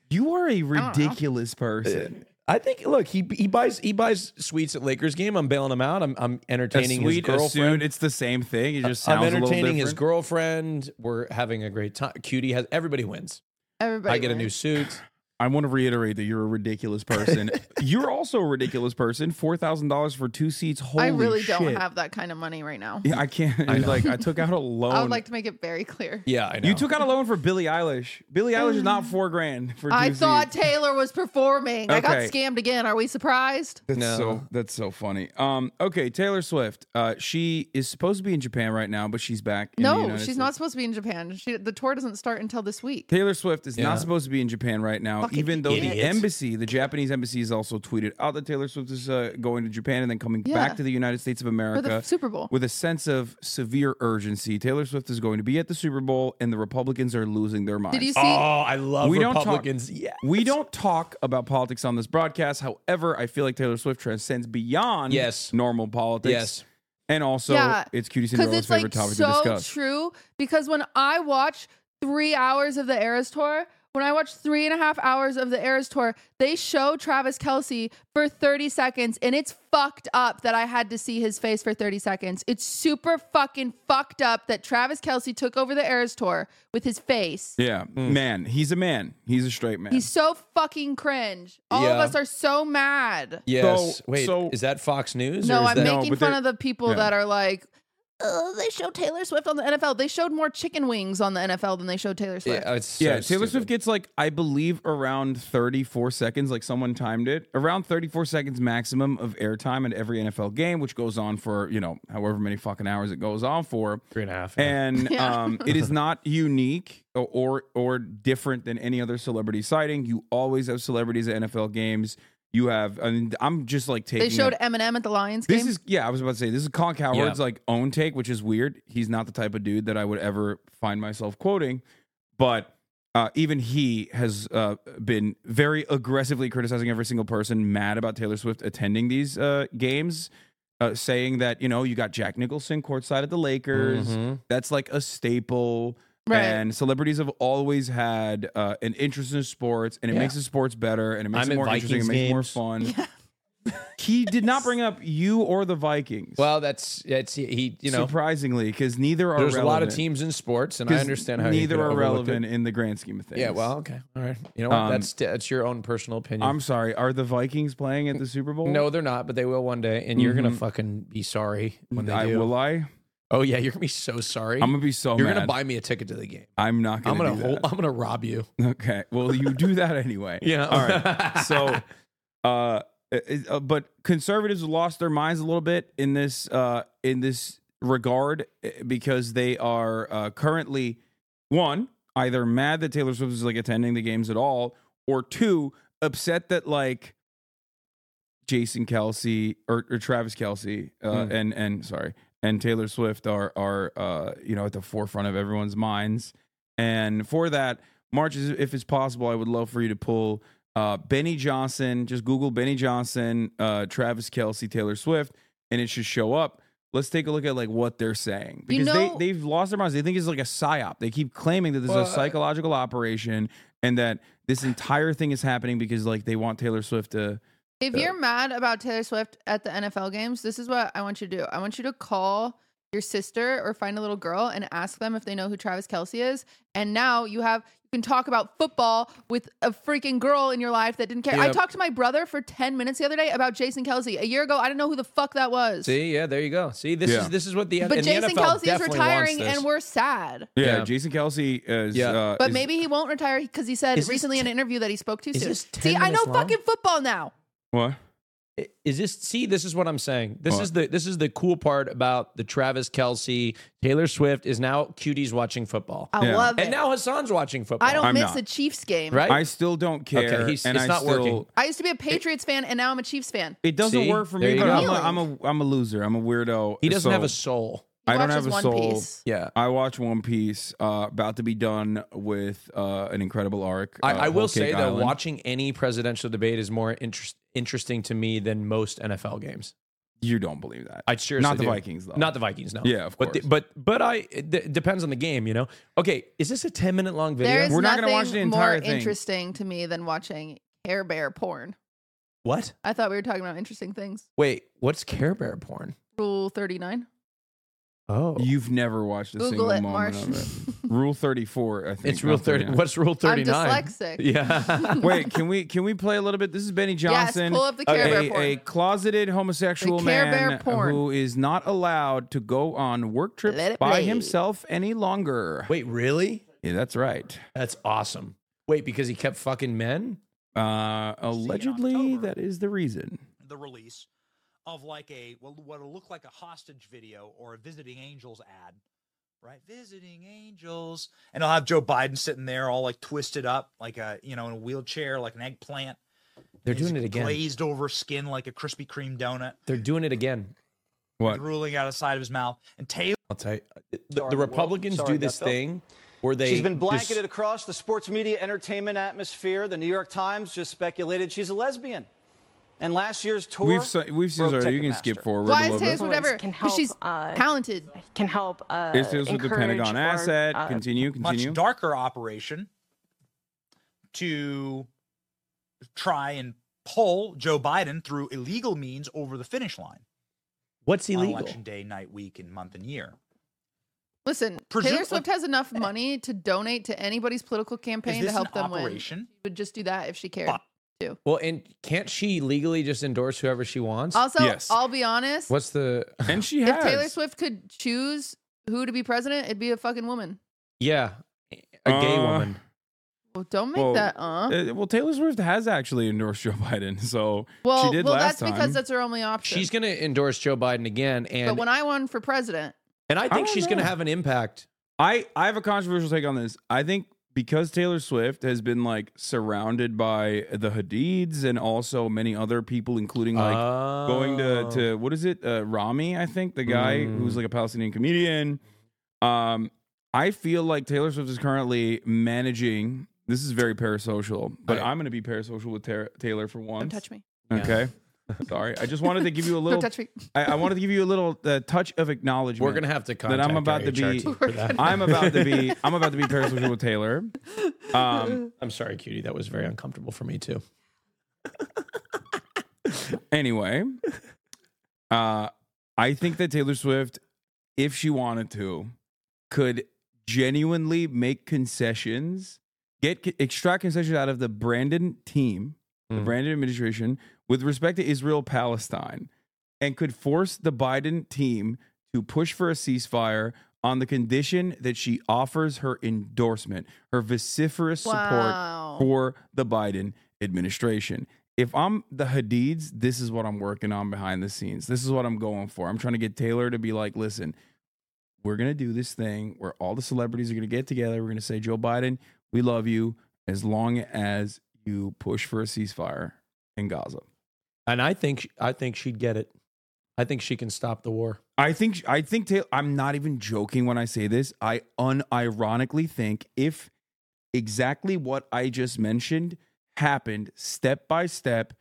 [SPEAKER 3] You are a
[SPEAKER 2] know.
[SPEAKER 3] ridiculous person.
[SPEAKER 1] I think. Look, he he buys he buys sweets at Lakers game. I'm bailing him out. I'm I'm entertaining
[SPEAKER 3] a
[SPEAKER 1] his
[SPEAKER 3] sweet, a suit,
[SPEAKER 1] girlfriend.
[SPEAKER 3] it's the same thing. It just
[SPEAKER 1] I'm
[SPEAKER 3] sounds a little
[SPEAKER 1] entertaining his
[SPEAKER 3] different.
[SPEAKER 1] girlfriend. We're having a great time. Cutie has everybody wins.
[SPEAKER 2] Everybody.
[SPEAKER 1] I get a new
[SPEAKER 2] wins.
[SPEAKER 1] suit.
[SPEAKER 3] I want to reiterate that you're a ridiculous person. you're also a ridiculous person. Four thousand dollars for two seats. Holy
[SPEAKER 2] I really don't
[SPEAKER 3] shit.
[SPEAKER 2] have that kind of money right now.
[SPEAKER 3] Yeah, I can't.
[SPEAKER 1] I know.
[SPEAKER 3] like I took out a loan.
[SPEAKER 2] I would like to make it very clear.
[SPEAKER 1] Yeah, I know.
[SPEAKER 3] you took out a loan for Billie Eilish. Billie Eilish is not four grand for. Two
[SPEAKER 2] Um, I thought
[SPEAKER 3] seats.
[SPEAKER 2] Taylor was performing. I got
[SPEAKER 3] Okay.
[SPEAKER 2] scammed again. Are we surprised?
[SPEAKER 3] That's
[SPEAKER 1] No.
[SPEAKER 3] so that's so funny. Um, okay, Taylor Swift. Uh, she is supposed to be in Japan right now, but she's back. in the
[SPEAKER 2] no,
[SPEAKER 3] United
[SPEAKER 2] she's
[SPEAKER 3] States.
[SPEAKER 2] not supposed to be in Japan. She, the tour doesn't start until this week.
[SPEAKER 3] Taylor Swift is
[SPEAKER 1] Yeah.
[SPEAKER 3] not supposed to be in Japan right now,
[SPEAKER 2] Fucking
[SPEAKER 3] even though the
[SPEAKER 1] idiot.
[SPEAKER 3] embassy, the Japanese embassy, has also tweeted out that Taylor Swift is uh, going to Japan and then coming
[SPEAKER 2] Yeah.
[SPEAKER 3] back to the United States of
[SPEAKER 2] For
[SPEAKER 3] America
[SPEAKER 2] the Super Bowl.
[SPEAKER 3] with a sense of severe urgency. Taylor Swift is going to be at the Super Bowl, and the Republicans are losing their minds.
[SPEAKER 2] Did you see?
[SPEAKER 1] Oh, I love
[SPEAKER 3] We don't talk-
[SPEAKER 1] Republicans. yeah,
[SPEAKER 3] we don't talk about politics on this broadcast. However, I feel like Taylor Swift transcends beyond
[SPEAKER 1] Yes.
[SPEAKER 3] normal politics.
[SPEAKER 1] yes.
[SPEAKER 3] And also,
[SPEAKER 2] Yeah.
[SPEAKER 3] it's Cutie
[SPEAKER 2] Because
[SPEAKER 3] Cinderella's
[SPEAKER 2] it's
[SPEAKER 3] favorite
[SPEAKER 2] like
[SPEAKER 3] topic to
[SPEAKER 2] so
[SPEAKER 3] discuss.
[SPEAKER 2] true. Because when I watch three hours of the Eras Tour, when I watch three and a half hours of the Eras Tour, they show Travis Kelsey for 30 seconds, and it's fucked up that I had to see his face for 30 seconds. It's super fucking fucked up that Travis Kelsey took over the Eras Tour with his face.
[SPEAKER 3] yeah,
[SPEAKER 1] Hmm.
[SPEAKER 3] man. He's a man. He's a straight man.
[SPEAKER 2] He's so fucking cringe. All of
[SPEAKER 1] Yeah.
[SPEAKER 2] us are so mad.
[SPEAKER 1] Yes.
[SPEAKER 3] So-
[SPEAKER 1] Wait,
[SPEAKER 3] so-
[SPEAKER 1] is that Fox News?
[SPEAKER 2] No,
[SPEAKER 1] or is
[SPEAKER 2] I'm
[SPEAKER 1] that,
[SPEAKER 3] No,
[SPEAKER 2] making
[SPEAKER 3] but
[SPEAKER 2] fun
[SPEAKER 3] they're-
[SPEAKER 2] of the people
[SPEAKER 3] yeah.
[SPEAKER 2] that are like, oh, they showed Taylor Swift on the NFL. They showed more chicken wings on the NFL than they showed Taylor Swift.
[SPEAKER 1] Yeah, it's so
[SPEAKER 3] yeah, Taylor
[SPEAKER 1] stupid.
[SPEAKER 3] Swift gets like I believe around 34 seconds, like someone timed it, around 34 seconds maximum of airtime at every NFL game, which goes on for you know however many fucking hours it goes on for,
[SPEAKER 1] three and a half.
[SPEAKER 3] and
[SPEAKER 2] Yeah.
[SPEAKER 3] um, it is not unique or, or or different than any other celebrity sighting. You always have celebrities at NFL games. You have, I mean, I'm just like taking.
[SPEAKER 2] They showed
[SPEAKER 3] up-
[SPEAKER 2] Eminem at the Lions
[SPEAKER 3] this
[SPEAKER 2] game.
[SPEAKER 3] is yeah. I was about to say this is Conk Howard's like own take, which is weird. He's not the type of dude that I would ever find myself quoting, but uh, even he has uh, been very aggressively criticizing every single person mad about Taylor Swift attending these uh, games, uh, saying that you know you got Jack Nicholson courtside at the Lakers.
[SPEAKER 1] Mhm.
[SPEAKER 3] That's like a staple.
[SPEAKER 2] Right.
[SPEAKER 3] And celebrities have always had uh, an interest in sports, and it
[SPEAKER 1] Yeah.
[SPEAKER 3] makes the sports better, and it makes
[SPEAKER 1] I'm
[SPEAKER 3] it
[SPEAKER 1] at
[SPEAKER 3] more interesting,
[SPEAKER 1] Vikings
[SPEAKER 3] it makes it more fun.
[SPEAKER 1] games.
[SPEAKER 3] He did not bring up you or the Vikings.
[SPEAKER 1] Well, that's that's he. You know,
[SPEAKER 3] surprisingly, because neither are
[SPEAKER 1] there's
[SPEAKER 3] relevant.
[SPEAKER 1] a lot of teams in sports, and I
[SPEAKER 3] 'Cause
[SPEAKER 1] understand how you
[SPEAKER 3] neither
[SPEAKER 1] could
[SPEAKER 3] are
[SPEAKER 1] overlook
[SPEAKER 3] relevant
[SPEAKER 1] it.
[SPEAKER 3] in the grand scheme of things.
[SPEAKER 1] Yeah. Well, okay. All right. You know what?
[SPEAKER 3] Um,
[SPEAKER 1] that's that's your own personal opinion.
[SPEAKER 3] I'm sorry. Are the Vikings playing at the Super Bowl?
[SPEAKER 1] no, they're not, but they will one day, and you're gonna fucking be sorry when they
[SPEAKER 3] Mm-hmm. I
[SPEAKER 1] do.
[SPEAKER 3] will I.
[SPEAKER 1] Oh yeah, you're gonna be so sorry.
[SPEAKER 3] I'm gonna be so
[SPEAKER 1] you're
[SPEAKER 3] mad.
[SPEAKER 1] gonna buy me a ticket to the game.
[SPEAKER 3] I'm not gonna.
[SPEAKER 1] Oh, I'm gonna
[SPEAKER 3] do
[SPEAKER 1] hold,
[SPEAKER 3] that.
[SPEAKER 1] I'm gonna rob you.
[SPEAKER 3] Okay. Well, you do that anyway.
[SPEAKER 1] Yeah.
[SPEAKER 3] All right. So, uh, it- uh, but conservatives lost their minds a little bit in this uh, in this regard eh, because they are uh, currently one either mad that Taylor Swift is like attending the games at all, or two upset that like Jason Kelsey or, or Travis Kelsey uh,
[SPEAKER 1] Hmm.
[SPEAKER 3] and and sorry and Taylor Swift are are uh, you know at the forefront of everyone's minds. And for that, March, is- if it's possible, I would love for you to pull uh, Benny Johnson. Just Google Benny Johnson, uh, Travis Kelsey, Taylor Swift, and it should show up. Let's take a look at like what they're saying
[SPEAKER 2] You
[SPEAKER 3] because
[SPEAKER 2] know-
[SPEAKER 3] they they've lost their minds. They think it's like a psyop. They keep claiming that this
[SPEAKER 1] Well, uh,
[SPEAKER 3] is a psychological operation and that this entire thing is happening because like they want Taylor Swift to.
[SPEAKER 2] if
[SPEAKER 3] uh,
[SPEAKER 2] you're mad about Taylor Swift at the NFL games, this is what I want you to do. I want you to call your sister or find a little girl and ask them if they know who Travis Kelsey is. And now you have you can talk about football with a freaking girl in your life that didn't care. I
[SPEAKER 1] Yep.
[SPEAKER 2] talked to my brother for 10 minutes the other day about Jason Kelsey. A year ago, I didn't know who the fuck that was.
[SPEAKER 1] See, yeah, there you go. See, this
[SPEAKER 3] Yeah.
[SPEAKER 1] is this is what the
[SPEAKER 2] but
[SPEAKER 1] and the
[SPEAKER 2] Jason
[SPEAKER 1] NFL
[SPEAKER 2] Kelsey is
[SPEAKER 1] definitely wants
[SPEAKER 2] retiring
[SPEAKER 1] this.
[SPEAKER 2] and we're sad.
[SPEAKER 3] Yeah,
[SPEAKER 1] Yeah.
[SPEAKER 3] Jason Kelsey is.
[SPEAKER 1] Yeah.
[SPEAKER 3] Uh,
[SPEAKER 2] But
[SPEAKER 3] is-
[SPEAKER 2] maybe he won't retire because he said
[SPEAKER 1] Is this
[SPEAKER 2] recently in
[SPEAKER 1] te-
[SPEAKER 2] an interview that he spoke too
[SPEAKER 1] is
[SPEAKER 2] soon.
[SPEAKER 1] this 10
[SPEAKER 2] See, I know
[SPEAKER 1] minutes long?
[SPEAKER 2] fucking football now.
[SPEAKER 3] what?
[SPEAKER 1] I- is this see this is what i'm saying this
[SPEAKER 3] What?
[SPEAKER 1] is the this is the cool part about the travis kelsey taylor swift is now cuties watching football
[SPEAKER 2] I
[SPEAKER 3] Yeah.
[SPEAKER 2] love it.
[SPEAKER 1] and now hassan's watching football
[SPEAKER 2] I don't
[SPEAKER 3] I'm
[SPEAKER 2] miss
[SPEAKER 3] not.
[SPEAKER 2] a Chiefs game.
[SPEAKER 1] right
[SPEAKER 3] I still don't care.
[SPEAKER 1] Okay, he's-
[SPEAKER 3] and
[SPEAKER 1] it's
[SPEAKER 3] I
[SPEAKER 1] not
[SPEAKER 3] still,
[SPEAKER 1] working.
[SPEAKER 2] I used to be a Patriots fan and now I'm a Chiefs fan.
[SPEAKER 3] It doesn't
[SPEAKER 1] See?
[SPEAKER 3] work for
[SPEAKER 1] There
[SPEAKER 3] me,
[SPEAKER 1] you
[SPEAKER 3] but
[SPEAKER 1] go.
[SPEAKER 3] I'm a, I'm a I'm a loser. I'm a weirdo.
[SPEAKER 1] he doesn't
[SPEAKER 3] So
[SPEAKER 1] have a soul
[SPEAKER 2] He
[SPEAKER 3] I don't
[SPEAKER 2] watches
[SPEAKER 3] have a
[SPEAKER 2] One
[SPEAKER 3] soul.
[SPEAKER 2] Piece.
[SPEAKER 1] yeah
[SPEAKER 3] I watch One Piece. Uh, about to be done with uh, an incredible arc.
[SPEAKER 1] I,
[SPEAKER 3] uh,
[SPEAKER 1] I will
[SPEAKER 3] Whole
[SPEAKER 1] say
[SPEAKER 3] Cake
[SPEAKER 1] that
[SPEAKER 3] Island.
[SPEAKER 1] watching any presidential debate is more interest, interesting to me than most NFL games.
[SPEAKER 3] You don't believe that.
[SPEAKER 1] I sure
[SPEAKER 3] Not the
[SPEAKER 1] do.
[SPEAKER 3] Vikings, though.
[SPEAKER 1] Not the Vikings. No.
[SPEAKER 3] Yeah, of
[SPEAKER 1] but the-
[SPEAKER 3] course.
[SPEAKER 1] but but I it d- depends on the game. You know. Okay, is this a ten minute long video?
[SPEAKER 2] There is
[SPEAKER 3] We're not
[SPEAKER 2] nothing
[SPEAKER 3] gonna watch the
[SPEAKER 2] more
[SPEAKER 3] entire thing.
[SPEAKER 2] interesting to me than watching Care Bear porn.
[SPEAKER 1] what?
[SPEAKER 2] I thought we were talking about interesting things.
[SPEAKER 1] Wait, what's Care Bear porn?
[SPEAKER 2] Rule 39.
[SPEAKER 1] Oh,
[SPEAKER 3] You've never watched a
[SPEAKER 2] Google
[SPEAKER 3] single
[SPEAKER 2] it,
[SPEAKER 3] moment
[SPEAKER 2] Marsh.
[SPEAKER 3] of it. Rule thirty four. I think
[SPEAKER 1] it's rule
[SPEAKER 3] not
[SPEAKER 1] thirty.
[SPEAKER 3] 39.
[SPEAKER 1] What's rule
[SPEAKER 2] I'm
[SPEAKER 1] thirty nine?
[SPEAKER 2] dyslexic.
[SPEAKER 1] Yeah.
[SPEAKER 3] Wait, can we can we play a little bit? This is Benny
[SPEAKER 2] Yes,
[SPEAKER 3] Johnson.
[SPEAKER 2] pull up the
[SPEAKER 3] a,
[SPEAKER 2] Care Bear
[SPEAKER 3] a-
[SPEAKER 2] porn.
[SPEAKER 3] a closeted homosexual
[SPEAKER 2] The Care Bear
[SPEAKER 3] man
[SPEAKER 2] porn.
[SPEAKER 3] who is not allowed to go on work trips
[SPEAKER 2] Let it
[SPEAKER 3] by
[SPEAKER 2] play.
[SPEAKER 3] himself any longer.
[SPEAKER 1] Wait, really?
[SPEAKER 3] Yeah, that's right.
[SPEAKER 1] That's awesome. Wait, because he kept fucking men?
[SPEAKER 3] Uh, allegedly,
[SPEAKER 4] October.
[SPEAKER 3] that is the reason.
[SPEAKER 4] the release of like a well, what'll look like a hostage video or a visiting angels ad, right? Visiting angels, and I'll have Joe Biden sitting there all like twisted up, like a you know in a wheelchair, like an eggplant.
[SPEAKER 1] They're
[SPEAKER 4] His
[SPEAKER 1] doing it again.
[SPEAKER 4] Glazed over skin like a Krispy Kreme donut,
[SPEAKER 1] They're doing it again.
[SPEAKER 3] What?
[SPEAKER 4] drooling out of the side of his mouth. And Taylor,
[SPEAKER 1] I'll tell you. uh, The, the
[SPEAKER 5] Sorry, world.
[SPEAKER 1] Republicans
[SPEAKER 5] Sorry
[SPEAKER 1] do
[SPEAKER 5] about
[SPEAKER 1] this
[SPEAKER 5] that.
[SPEAKER 1] thing where they
[SPEAKER 5] She's been blanketed
[SPEAKER 1] dis-
[SPEAKER 5] across the sports media entertainment atmosphere. The New York Times just speculated she's a lesbian. And last year's tour.
[SPEAKER 3] We've se- we've seen.
[SPEAKER 5] broke
[SPEAKER 3] Sorry, you
[SPEAKER 5] Ticketmaster.
[SPEAKER 3] can skip forward
[SPEAKER 2] Why is
[SPEAKER 3] a little bit.
[SPEAKER 2] his whatever?
[SPEAKER 6] Can
[SPEAKER 2] Because
[SPEAKER 6] help,
[SPEAKER 2] she's
[SPEAKER 6] uh,
[SPEAKER 2] talented.
[SPEAKER 6] can help. Uh,
[SPEAKER 3] This deals with the
[SPEAKER 6] encourage
[SPEAKER 3] Pentagon
[SPEAKER 6] or,
[SPEAKER 3] asset.
[SPEAKER 6] uh,
[SPEAKER 3] continue,
[SPEAKER 4] much
[SPEAKER 3] continue.
[SPEAKER 4] darker operation to try and pull Joe Biden through illegal means over the finish line
[SPEAKER 1] What's
[SPEAKER 4] on
[SPEAKER 1] illegal?
[SPEAKER 4] election day, night, week, and month and year.
[SPEAKER 2] Listen,
[SPEAKER 4] Presume-
[SPEAKER 2] Taylor Swift has enough
[SPEAKER 3] eh.
[SPEAKER 2] money to donate to anybody's political campaign
[SPEAKER 4] Is
[SPEAKER 2] to
[SPEAKER 4] this
[SPEAKER 2] help
[SPEAKER 4] an
[SPEAKER 2] them
[SPEAKER 4] operation?
[SPEAKER 2] win. She would just do that if she cared.
[SPEAKER 4] Fuck.
[SPEAKER 1] Well, and can't she legally just endorse whoever she wants?
[SPEAKER 2] Also,
[SPEAKER 3] Yes.
[SPEAKER 2] I'll be honest.
[SPEAKER 1] What's the
[SPEAKER 3] and she
[SPEAKER 2] if
[SPEAKER 3] has.
[SPEAKER 2] Taylor Swift could choose who to be president, it'd be a fucking woman.
[SPEAKER 1] yeah? A gay
[SPEAKER 3] Uh,
[SPEAKER 1] woman.
[SPEAKER 2] Well, don't make
[SPEAKER 3] Well,
[SPEAKER 2] that. Uh.
[SPEAKER 3] Uh, well, Taylor Swift has actually endorsed Joe Biden, so
[SPEAKER 2] well,
[SPEAKER 3] she did
[SPEAKER 2] well,
[SPEAKER 3] last
[SPEAKER 2] that's because
[SPEAKER 3] time.
[SPEAKER 2] that's her only option.
[SPEAKER 1] She's gonna endorse Joe Biden again,
[SPEAKER 2] but
[SPEAKER 1] and
[SPEAKER 2] when I won for president,
[SPEAKER 1] and I think
[SPEAKER 3] don't
[SPEAKER 1] she's gonna
[SPEAKER 3] know.
[SPEAKER 1] have an impact.
[SPEAKER 3] I I have a controversial take on this. I think because Taylor Swift has been like surrounded by the Hadids and also many other people, including like going to to what is it uh, Rami? I think the guy
[SPEAKER 1] Oh. Mm.
[SPEAKER 3] who's like a Palestinian comedian. Um, I feel like Taylor Swift is currently managing. This is very parasocial, but
[SPEAKER 1] I-
[SPEAKER 3] I'm going to be parasocial with Tar- Taylor for once.
[SPEAKER 2] don't touch me.
[SPEAKER 3] Okay. Sorry, I just wanted to give you a
[SPEAKER 2] Don't
[SPEAKER 3] little.
[SPEAKER 2] touch me.
[SPEAKER 3] I, I wanted to give you a little uh, touch of acknowledgement.
[SPEAKER 1] We're gonna have to
[SPEAKER 3] I'm
[SPEAKER 1] contact
[SPEAKER 3] about
[SPEAKER 1] our
[SPEAKER 3] to be-
[SPEAKER 1] HR team for that.
[SPEAKER 3] I'm about to be. I'm about to be parasocial with Taylor. Um.
[SPEAKER 1] I'm sorry, cutie. That was very uncomfortable for me too.
[SPEAKER 3] Anyway, uh, I think that Taylor Swift, if she wanted to, could genuinely make concessions, get extract concessions out of the Brandon team, the
[SPEAKER 1] Mm.
[SPEAKER 3] Brandon administration, with respect to Israel Palestine, and could force the Biden team to push for a ceasefire on the condition that she offers her endorsement, her vociferous support
[SPEAKER 2] Wow.
[SPEAKER 3] for the Biden administration. If I'm the Hadids, this is what I'm working on behind the scenes. This is what I'm going for. I'm trying to get Taylor to be like, listen, we're going to do this thing where all the celebrities are going to get together. We're going to say, Joe Biden, we love you as long as you push for a ceasefire in Gaza.
[SPEAKER 1] And I think I think she'd get it. I think she can stop the war.
[SPEAKER 3] I think I think Taylor, I'm not even joking when I say this. I unironically think if exactly what I just mentioned happened step by step,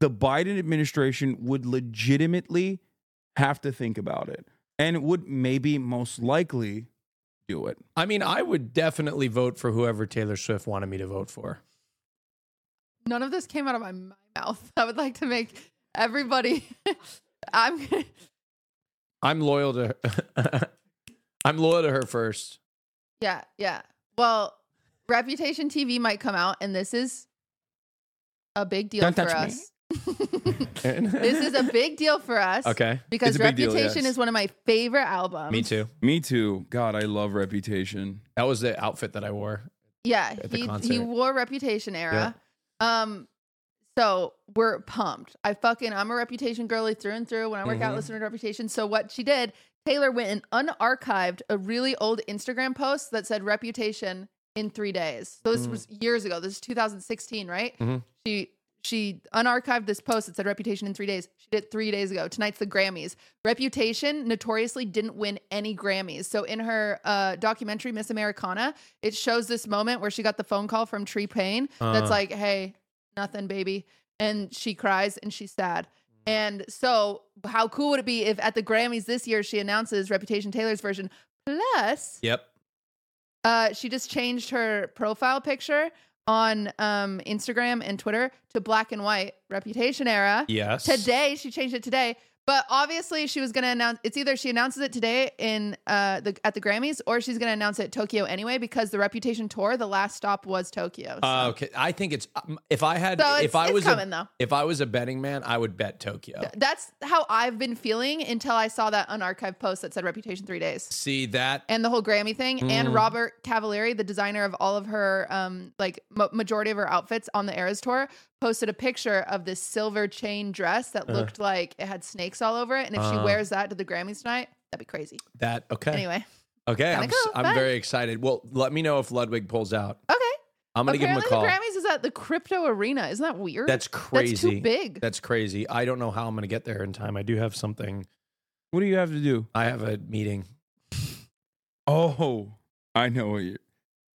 [SPEAKER 3] the Biden administration would legitimately have to think about it and would maybe most likely do it.
[SPEAKER 1] I mean, I would definitely vote for whoever Taylor Swift wanted me to vote for.
[SPEAKER 2] None of this came out of my m- mouth. I would like to make everybody. I'm. gonna-
[SPEAKER 1] I'm loyal to her. I'm loyal to her first.
[SPEAKER 2] Yeah, yeah. Well, Reputation TV might come out, and this is a big deal
[SPEAKER 3] Don't
[SPEAKER 2] for
[SPEAKER 3] touch me.
[SPEAKER 2] us. This is a big deal for us.
[SPEAKER 1] okay.
[SPEAKER 2] Because
[SPEAKER 3] It's a big deal,
[SPEAKER 2] Reputation
[SPEAKER 3] yes.
[SPEAKER 2] is one of my favorite albums.
[SPEAKER 1] Me too.
[SPEAKER 3] Me too. God, I love reputation.
[SPEAKER 1] That was the outfit that I wore.
[SPEAKER 2] Yeah,
[SPEAKER 1] At the
[SPEAKER 2] he he
[SPEAKER 1] concert.
[SPEAKER 2] wore Reputation era. Um, so we're pumped. I fucking I'm a Reputation girly through and through. When I work out,
[SPEAKER 1] Mhm.
[SPEAKER 2] listen to Reputation. So what she did, Taylor went and unarchived a really old Instagram post that said Reputation in three days. So this
[SPEAKER 1] Mm.
[SPEAKER 2] was years ago. This is 2016, right?
[SPEAKER 1] Mhm.
[SPEAKER 2] She she unarchived this post that said Reputation in three days. She did it three days ago. Tonight's the Grammys. Reputation notoriously didn't win any Grammys. So in her uh, documentary Miss Americana, it shows this moment where she got the phone call from Tree Payne
[SPEAKER 1] Uh.
[SPEAKER 2] that's like, "Hey, nothing, baby," and she cries and she's sad. And so, how cool would it be if at the Grammys this year she announces Reputation Taylor's version? Plus,
[SPEAKER 1] Yep.
[SPEAKER 2] uh, she just changed her profile picture on um, Instagram and Twitter to black and white Reputation era.
[SPEAKER 1] Yes.
[SPEAKER 2] Today, she changed it today. But obviously, she was going to announce. It's either she announces it today in uh, the at the Grammys, or she's going to announce it at Tokyo anyway, because the Reputation tour, the last stop was Tokyo. So,
[SPEAKER 1] Uh, okay. I think it's um, if I had
[SPEAKER 2] So it's-
[SPEAKER 1] if I
[SPEAKER 2] it's
[SPEAKER 1] was
[SPEAKER 2] coming,
[SPEAKER 1] a,
[SPEAKER 2] though.
[SPEAKER 1] if I was a betting man, I would bet Tokyo.
[SPEAKER 2] that's how I've been feeling until I saw that unarchived post that said Reputation three days.
[SPEAKER 1] See that
[SPEAKER 2] and the whole Grammy thing,
[SPEAKER 1] Mm.
[SPEAKER 2] and Robert Cavalieri, the designer of all of her, um, like ma- majority of her outfits on the Eras tour, posted a picture of this silver chain dress that
[SPEAKER 1] Uh.
[SPEAKER 2] looked like it had snakes all over it. And if she
[SPEAKER 1] Uh.
[SPEAKER 2] wears that to the Grammys tonight, that'd be crazy.
[SPEAKER 1] that okay.
[SPEAKER 2] Anyway,
[SPEAKER 1] okay, I'm
[SPEAKER 2] kinda
[SPEAKER 1] s-
[SPEAKER 2] cool,
[SPEAKER 1] I'm
[SPEAKER 2] bye.
[SPEAKER 1] very excited. Well, let me know if Ludwig pulls out.
[SPEAKER 2] okay.
[SPEAKER 1] I'm gonna
[SPEAKER 2] Apparently,
[SPEAKER 1] give him a call.
[SPEAKER 2] the Grammys is at the crypto arena. Isn't that weird?
[SPEAKER 1] That's crazy.
[SPEAKER 2] That's too big.
[SPEAKER 1] That's crazy. I don't know how I'm gonna get there in time. I do have something.
[SPEAKER 3] What do you have to do?
[SPEAKER 1] I have a meeting.
[SPEAKER 3] Oh, I know what you.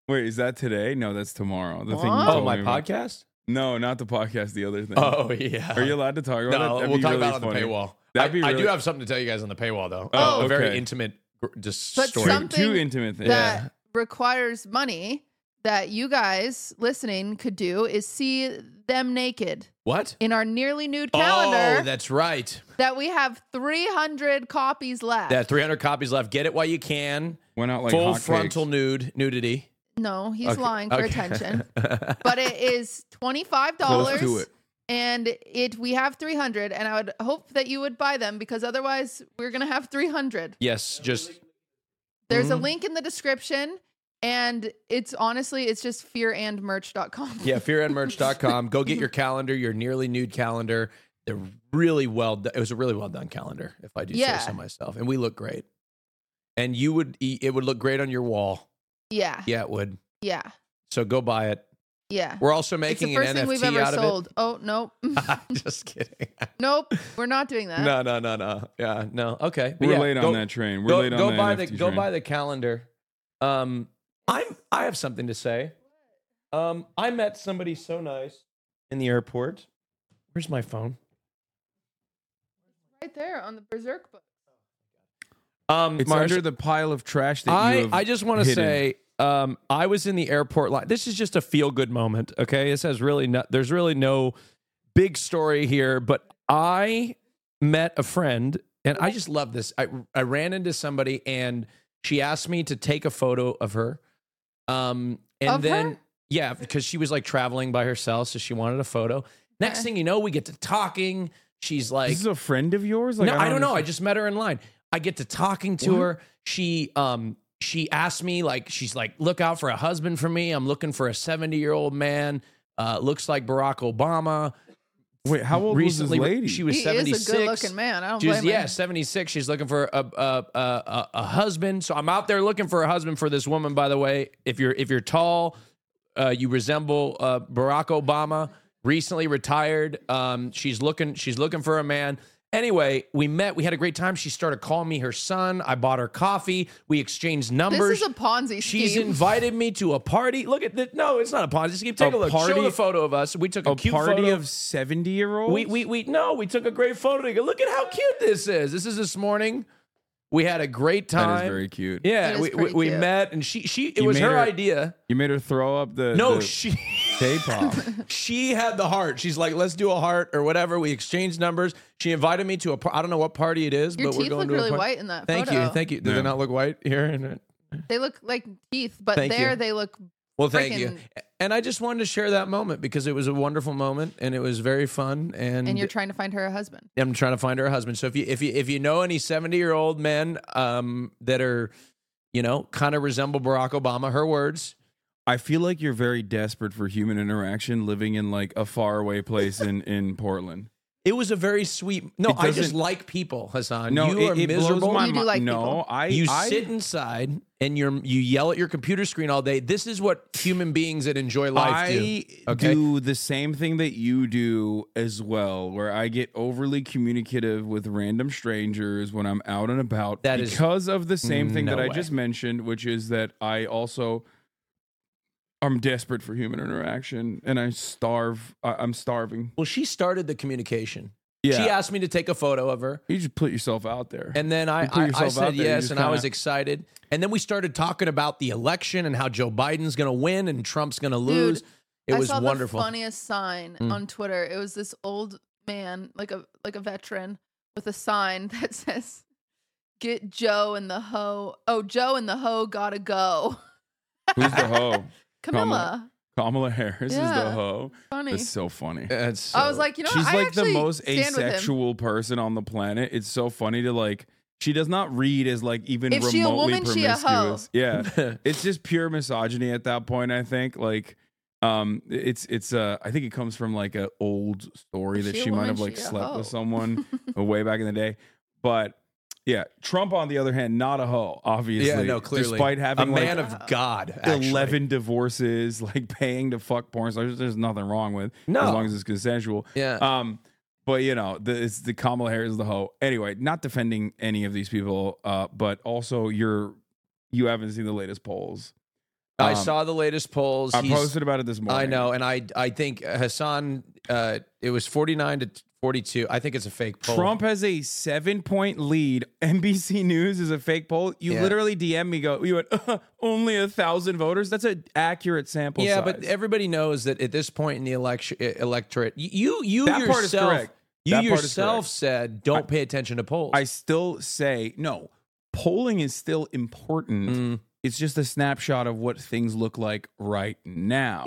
[SPEAKER 3] Wait, is that today? No, that's tomorrow. The thing. you
[SPEAKER 2] What?
[SPEAKER 3] told
[SPEAKER 1] Oh, my
[SPEAKER 3] me about.
[SPEAKER 1] podcast.
[SPEAKER 3] No, no, not the podcast. The other thing.
[SPEAKER 1] Oh yeah.
[SPEAKER 3] Are you allowed to talk about it?
[SPEAKER 1] No,
[SPEAKER 3] That'd
[SPEAKER 1] we'll
[SPEAKER 3] be
[SPEAKER 1] talk
[SPEAKER 3] really
[SPEAKER 1] about it on the
[SPEAKER 3] funny.
[SPEAKER 1] paywall.
[SPEAKER 3] That'd
[SPEAKER 1] I,
[SPEAKER 3] be
[SPEAKER 1] I do
[SPEAKER 3] really-
[SPEAKER 1] have something to tell you guys on the paywall though.
[SPEAKER 2] Oh,
[SPEAKER 1] a very
[SPEAKER 3] okay.
[SPEAKER 1] intimate, gr- just
[SPEAKER 2] But
[SPEAKER 1] story.
[SPEAKER 2] some-
[SPEAKER 3] Two
[SPEAKER 2] Something
[SPEAKER 3] intimate things.
[SPEAKER 2] that requires money that you guys listening could do is see them naked
[SPEAKER 1] what?
[SPEAKER 2] in our nearly nude calendar
[SPEAKER 1] Oh, that's right.
[SPEAKER 2] that we have 300 copies left.
[SPEAKER 1] That 300 copies left. Get it while you can.
[SPEAKER 3] Went out like
[SPEAKER 1] Full
[SPEAKER 3] hotcakes.
[SPEAKER 1] frontal nude nudity.
[SPEAKER 2] No, he's
[SPEAKER 1] Okay,
[SPEAKER 2] lying for
[SPEAKER 1] okay.
[SPEAKER 2] attention. But it is twenty five
[SPEAKER 3] Close
[SPEAKER 2] dollars,
[SPEAKER 3] to it.
[SPEAKER 2] and it we have three hundred, and I would hope that you would buy them because otherwise we're gonna have three hundred.
[SPEAKER 1] yes, just
[SPEAKER 2] There's a
[SPEAKER 1] Mhm.
[SPEAKER 2] link in the description, and it's honestly it's just fearandmerch.com.
[SPEAKER 1] yeah, fearandmerch.com. Go get your calendar, your nearly nude calendar. They're really well done. It was a really well done calendar, if I do
[SPEAKER 2] Yeah.
[SPEAKER 1] say so myself. And we look great. And you would e, it would look great on your wall.
[SPEAKER 2] yeah,
[SPEAKER 1] Yeah, it would.
[SPEAKER 2] yeah,
[SPEAKER 1] So go buy it.
[SPEAKER 2] yeah.
[SPEAKER 1] We're also
[SPEAKER 2] It's the
[SPEAKER 1] making
[SPEAKER 2] first
[SPEAKER 1] an
[SPEAKER 2] thing
[SPEAKER 1] NFT
[SPEAKER 2] we've ever
[SPEAKER 1] out of
[SPEAKER 2] sold. Oh nope,
[SPEAKER 1] it. just kidding.
[SPEAKER 2] nope, we're not doing that.
[SPEAKER 1] No, no, no, no. Yeah, no. Okay. But
[SPEAKER 3] We're
[SPEAKER 1] yeah,
[SPEAKER 3] late
[SPEAKER 1] go-
[SPEAKER 3] on that train. We're
[SPEAKER 1] go,
[SPEAKER 3] late on
[SPEAKER 1] go
[SPEAKER 3] that
[SPEAKER 1] buy
[SPEAKER 3] NFT
[SPEAKER 1] the go
[SPEAKER 3] train.
[SPEAKER 1] buy the calendar. Um, I'm I have something to say. Um, I met somebody so nice in the airport. Where's my phone?
[SPEAKER 2] Right there on the Berserk book.
[SPEAKER 1] Um,
[SPEAKER 3] It's
[SPEAKER 1] Marsh,
[SPEAKER 3] under the pile of trash that you
[SPEAKER 1] I
[SPEAKER 3] have
[SPEAKER 1] I just want to
[SPEAKER 3] hidden.
[SPEAKER 1] say. Um, I was in the airport line. This is just a feel good moment. Okay, this has really no, there's really no big story here, but I met a friend and I just love this. I I ran into somebody and she asked me to take a photo of her. Um and
[SPEAKER 2] Of her?
[SPEAKER 1] then yeah, because she was like traveling by herself, so she wanted a photo. Next
[SPEAKER 2] Okay.
[SPEAKER 1] thing you know, we get to talking. She's like
[SPEAKER 3] this is a friend of yours. Like
[SPEAKER 1] no, I don't know. I
[SPEAKER 3] understand.
[SPEAKER 1] just met her in line. I get to talking to
[SPEAKER 3] What?
[SPEAKER 1] her. She um she asked me like she's like look out for a husband for me. I'm looking for a 70 year old man. Uh, looks like Barack Obama.
[SPEAKER 3] Wait, how old
[SPEAKER 1] Recently,
[SPEAKER 3] was this lady?
[SPEAKER 1] she was
[SPEAKER 2] he
[SPEAKER 1] 76.
[SPEAKER 2] is a good looking man. I don't
[SPEAKER 1] She was-
[SPEAKER 2] blame
[SPEAKER 1] yeah,
[SPEAKER 2] him.
[SPEAKER 1] 76. She's looking for a, a a a a husband. So I'm out there looking for a husband for this woman. By the way, if you're if you're tall, uh, you resemble uh, Barack Obama, recently retired. Um, she's looking she's looking for a man. Anyway, we met. We had a great time. She started calling me her son. I bought her coffee. We exchanged numbers.
[SPEAKER 2] This is a Ponzi scheme.
[SPEAKER 1] She's invited me to a party. Look at the no, it's not a Ponzi scheme. Take
[SPEAKER 3] A
[SPEAKER 1] a, look.
[SPEAKER 3] party-
[SPEAKER 1] Show the photo of us. We took a,
[SPEAKER 3] a
[SPEAKER 1] cute
[SPEAKER 3] party
[SPEAKER 1] photo.
[SPEAKER 3] of seventy-year-olds.
[SPEAKER 1] We we we no, we took a great photo together. Look at how cute this is. This is this morning. We had a great time.
[SPEAKER 3] that is very cute.
[SPEAKER 2] It
[SPEAKER 1] yeah,
[SPEAKER 2] is
[SPEAKER 1] we, we,
[SPEAKER 2] pretty
[SPEAKER 1] we
[SPEAKER 2] cute.
[SPEAKER 1] met and she she it
[SPEAKER 3] You
[SPEAKER 1] was
[SPEAKER 3] made
[SPEAKER 1] her,
[SPEAKER 3] her-
[SPEAKER 1] idea.
[SPEAKER 3] You made her throw up the
[SPEAKER 1] No,
[SPEAKER 3] the
[SPEAKER 1] she
[SPEAKER 3] K-pop.
[SPEAKER 1] she had the heart. She's like, let's do a heart or whatever. We exchanged numbers. She invited me to a par- I don't know what party it is,
[SPEAKER 2] Your
[SPEAKER 1] but we're
[SPEAKER 2] teeth
[SPEAKER 1] going
[SPEAKER 2] look
[SPEAKER 1] to
[SPEAKER 2] really
[SPEAKER 1] a party.
[SPEAKER 2] white in that
[SPEAKER 1] Thank
[SPEAKER 2] photo.
[SPEAKER 1] you, thank you. Do
[SPEAKER 3] Yeah.
[SPEAKER 1] they not look white here?
[SPEAKER 2] They look like teeth, but
[SPEAKER 1] Thank
[SPEAKER 2] there
[SPEAKER 1] you.
[SPEAKER 2] they look.
[SPEAKER 1] Well, thank you.
[SPEAKER 2] Freaking-
[SPEAKER 1] And I just wanted to share that moment because it was a wonderful moment and it was very fun. And,
[SPEAKER 2] And you're trying to find her a husband.
[SPEAKER 1] I'm trying to find her a husband. So if you if you if you know any 70 year old men um that are you know kind of resemble Barack Obama, her words.
[SPEAKER 3] I feel like you're very desperate for human interaction, living in like a faraway place in in Portland.
[SPEAKER 1] It was a very sweet. No,
[SPEAKER 3] It
[SPEAKER 1] I just
[SPEAKER 3] doesn't-
[SPEAKER 1] like people, Hassan.
[SPEAKER 3] No,
[SPEAKER 1] you
[SPEAKER 3] it,
[SPEAKER 1] are
[SPEAKER 3] it blows
[SPEAKER 1] miserable.
[SPEAKER 3] my
[SPEAKER 2] You do
[SPEAKER 3] mi-
[SPEAKER 2] like
[SPEAKER 3] no,
[SPEAKER 2] people.
[SPEAKER 3] I
[SPEAKER 1] you
[SPEAKER 3] I,
[SPEAKER 1] sit inside and you're you yell at your computer screen all day. This is what human beings that enjoy life
[SPEAKER 3] I
[SPEAKER 1] do. Okay?
[SPEAKER 3] do the same thing that you do as well, where I get overly communicative with random strangers when I'm out and about.
[SPEAKER 1] That is-
[SPEAKER 3] because of the same thing
[SPEAKER 1] no
[SPEAKER 3] that I
[SPEAKER 1] way.
[SPEAKER 3] just mentioned, which is that I also I'm desperate for human interaction, and I starve. I, I'm starving.
[SPEAKER 1] Well, she started the communication.
[SPEAKER 3] Yeah.
[SPEAKER 1] She asked me to take a photo of her.
[SPEAKER 3] You just put yourself out there.
[SPEAKER 1] And then I,
[SPEAKER 3] You put
[SPEAKER 1] I, I
[SPEAKER 3] yourself out
[SPEAKER 1] said
[SPEAKER 3] there, you
[SPEAKER 1] yes,
[SPEAKER 3] just
[SPEAKER 1] and I was
[SPEAKER 3] kinda-
[SPEAKER 1] excited. And then we started talking about the election and how Joe Biden's going to win and Trump's going to lose. it
[SPEAKER 2] I
[SPEAKER 1] was
[SPEAKER 2] saw
[SPEAKER 1] wonderful. Mm.
[SPEAKER 2] The funniest sign on Twitter. It was this old man, like a like a veteran, with a sign that says, "Get Joe and the hoe." Oh, Joe and the hoe gotta go.
[SPEAKER 3] Who's the hoe?
[SPEAKER 2] Camilla,
[SPEAKER 3] Kamala Harris is the
[SPEAKER 2] Yeah.
[SPEAKER 3] hoe.
[SPEAKER 2] funny.
[SPEAKER 3] It's so funny.
[SPEAKER 1] That's
[SPEAKER 2] I
[SPEAKER 1] so-
[SPEAKER 2] was like, you know,
[SPEAKER 3] She's
[SPEAKER 2] what? I
[SPEAKER 3] like the
[SPEAKER 2] actually
[SPEAKER 3] most
[SPEAKER 2] stand with him.
[SPEAKER 3] asexual person on the planet. It's so funny to like. She does not read as like even
[SPEAKER 2] If
[SPEAKER 3] remotely
[SPEAKER 2] she a woman, she a
[SPEAKER 3] promiscuous.
[SPEAKER 2] hoe.
[SPEAKER 3] Yeah, it's just pure misogyny at that point. I think like, um, it's it's uh, I think it comes from like a old story
[SPEAKER 2] If
[SPEAKER 3] that
[SPEAKER 2] she
[SPEAKER 3] she,
[SPEAKER 2] a
[SPEAKER 3] might
[SPEAKER 2] woman,
[SPEAKER 3] have like
[SPEAKER 2] she a
[SPEAKER 3] slept with
[SPEAKER 2] hoe.
[SPEAKER 3] someone way back in the day, but yeah, Trump on the other hand, not a hoe, obviously.
[SPEAKER 1] yeah, no, clearly,
[SPEAKER 3] despite having
[SPEAKER 1] a
[SPEAKER 3] like,
[SPEAKER 1] man of God, actually.
[SPEAKER 3] 11 divorces, like paying to fuck porn stars. There's nothing wrong with
[SPEAKER 1] No.
[SPEAKER 3] as long as it's consensual.
[SPEAKER 1] Yeah.
[SPEAKER 3] Um, but you know, the, it's the Kamala Harris the hoe. Anyway, not defending any of these people, uh, but also you're you haven't seen the latest polls.
[SPEAKER 1] I
[SPEAKER 3] um,
[SPEAKER 1] saw the latest polls.
[SPEAKER 3] I
[SPEAKER 1] He's-
[SPEAKER 3] posted about it this morning.
[SPEAKER 1] I know, and I I think Hassan, uh, it was forty nine to forty two. I think it's a fake poll.
[SPEAKER 3] Trump has a seven point lead. NBC News is a fake poll. You
[SPEAKER 1] Yeah.
[SPEAKER 3] literally DM me, go, you went, only a thousand voters. That's an accurate sample
[SPEAKER 1] yeah,
[SPEAKER 3] size.
[SPEAKER 1] but everybody knows that at this point in the election e- electorate, y- you you
[SPEAKER 3] That
[SPEAKER 1] yourself
[SPEAKER 3] part is correct.
[SPEAKER 1] you
[SPEAKER 3] That part is
[SPEAKER 1] yourself
[SPEAKER 3] correct.
[SPEAKER 1] said don't pay attention to polls.
[SPEAKER 3] I still say no. Polling is still important.
[SPEAKER 1] Mm.
[SPEAKER 3] It's just a snapshot of what things look like right now.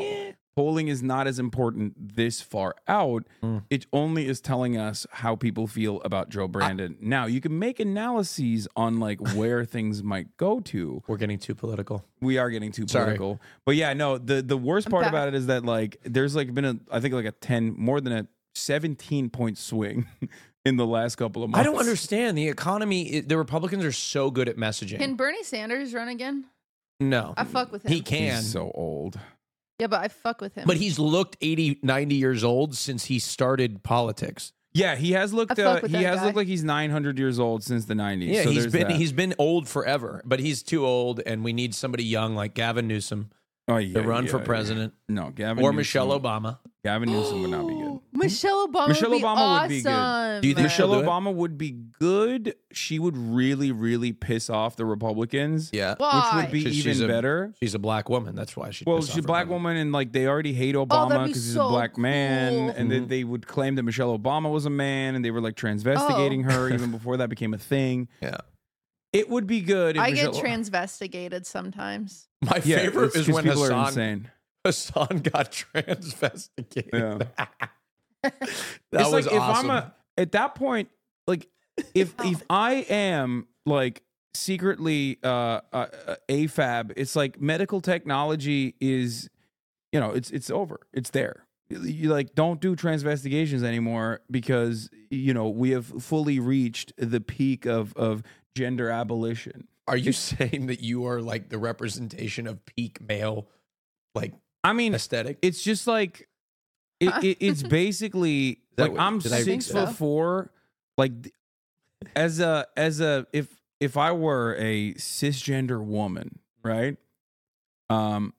[SPEAKER 3] Polling is not as important this far out.
[SPEAKER 1] Hmm.
[SPEAKER 3] It only is telling us how people feel about Joe Brandon. now, you can make analyses on like where things might go to.
[SPEAKER 1] We're getting too political.
[SPEAKER 3] We are getting too
[SPEAKER 1] Sorry.
[SPEAKER 3] political. But yeah, no, the the worst part
[SPEAKER 2] back.
[SPEAKER 3] about it is that like there's like been a I think like a 10 more than a 17 point swing in the last couple of months.
[SPEAKER 1] I don't understand the economy. i- The Republicans are so good at messaging.
[SPEAKER 2] Can Bernie Sanders run again?
[SPEAKER 1] no,
[SPEAKER 2] I fuck with him.
[SPEAKER 1] he can.
[SPEAKER 3] He's so old.
[SPEAKER 2] Yeah, but I fuck with him.
[SPEAKER 1] but he's looked 80, 90 years old since he started politics.
[SPEAKER 3] Yeah, he has
[SPEAKER 2] I
[SPEAKER 3] looked.
[SPEAKER 2] fuck
[SPEAKER 3] Uh,
[SPEAKER 2] with
[SPEAKER 3] he
[SPEAKER 2] that
[SPEAKER 3] has
[SPEAKER 2] guy.
[SPEAKER 3] looked like he's 900 years old since the 90s.
[SPEAKER 1] Yeah,
[SPEAKER 3] so
[SPEAKER 1] he's
[SPEAKER 3] there's
[SPEAKER 1] been
[SPEAKER 3] that.
[SPEAKER 1] he's been old forever, but he's too old, and we need somebody young like Gavin Newsom
[SPEAKER 3] oh, yeah,
[SPEAKER 1] to run
[SPEAKER 3] yeah,
[SPEAKER 1] for
[SPEAKER 3] yeah.
[SPEAKER 1] president
[SPEAKER 3] No, Gavin
[SPEAKER 1] or
[SPEAKER 3] Newsom-
[SPEAKER 1] Michelle Obama.
[SPEAKER 3] Gavin Newsom would not be good.
[SPEAKER 2] Michelle
[SPEAKER 1] Hmm?
[SPEAKER 2] Obama.
[SPEAKER 3] Michelle
[SPEAKER 2] would be
[SPEAKER 3] Obama
[SPEAKER 2] awesome.
[SPEAKER 3] would be good.
[SPEAKER 1] Do you think
[SPEAKER 3] Michelle
[SPEAKER 1] she'll do it?
[SPEAKER 3] Obama would be good. She would really, really piss off the Republicans,
[SPEAKER 1] Yeah,
[SPEAKER 3] which
[SPEAKER 2] Why?
[SPEAKER 3] would be
[SPEAKER 1] She's-
[SPEAKER 3] even
[SPEAKER 1] she's a-
[SPEAKER 3] better.
[SPEAKER 1] she's a black woman. That's why she.
[SPEAKER 3] Well, she's a black woman, and like they already hate
[SPEAKER 2] Oh, that'd
[SPEAKER 3] Obama
[SPEAKER 2] be
[SPEAKER 3] because he's a
[SPEAKER 2] so
[SPEAKER 3] black man,
[SPEAKER 2] cool.
[SPEAKER 3] and
[SPEAKER 1] Mm-hmm.
[SPEAKER 3] then they would claim that Michelle Obama was a man, and they were like transvestigating her
[SPEAKER 2] Oh.
[SPEAKER 3] even before that became a thing.
[SPEAKER 1] Yeah.
[SPEAKER 3] It would be good. If
[SPEAKER 2] I get
[SPEAKER 3] Michelle-
[SPEAKER 2] transvestigated sometimes.
[SPEAKER 1] My
[SPEAKER 3] Yeah,
[SPEAKER 1] favorite
[SPEAKER 3] it's
[SPEAKER 1] is
[SPEAKER 3] just
[SPEAKER 1] when
[SPEAKER 3] people are
[SPEAKER 1] Hassan
[SPEAKER 3] insane.
[SPEAKER 1] Hassan got transvestigated.
[SPEAKER 3] Yeah.
[SPEAKER 1] That
[SPEAKER 3] it's
[SPEAKER 1] was
[SPEAKER 3] like
[SPEAKER 1] awesome.
[SPEAKER 3] if I'm a, at that point, like if if I am like secretly uh, uh, uh AFAB, it's like medical technology is, you know, it's it's over. It's there. You like don't do transvestigations anymore because you know we have fully reached the peak of of gender abolition.
[SPEAKER 1] are you saying that you are like the representation of peak male, like
[SPEAKER 3] I mean,
[SPEAKER 1] aesthetic?
[SPEAKER 3] it's just like it, it, it's basically
[SPEAKER 1] that
[SPEAKER 3] like
[SPEAKER 1] what-
[SPEAKER 3] I'm
[SPEAKER 1] did I
[SPEAKER 3] six
[SPEAKER 2] read that?
[SPEAKER 3] foot four. Like th- as a as a if if I were a cisgender woman, right? Um,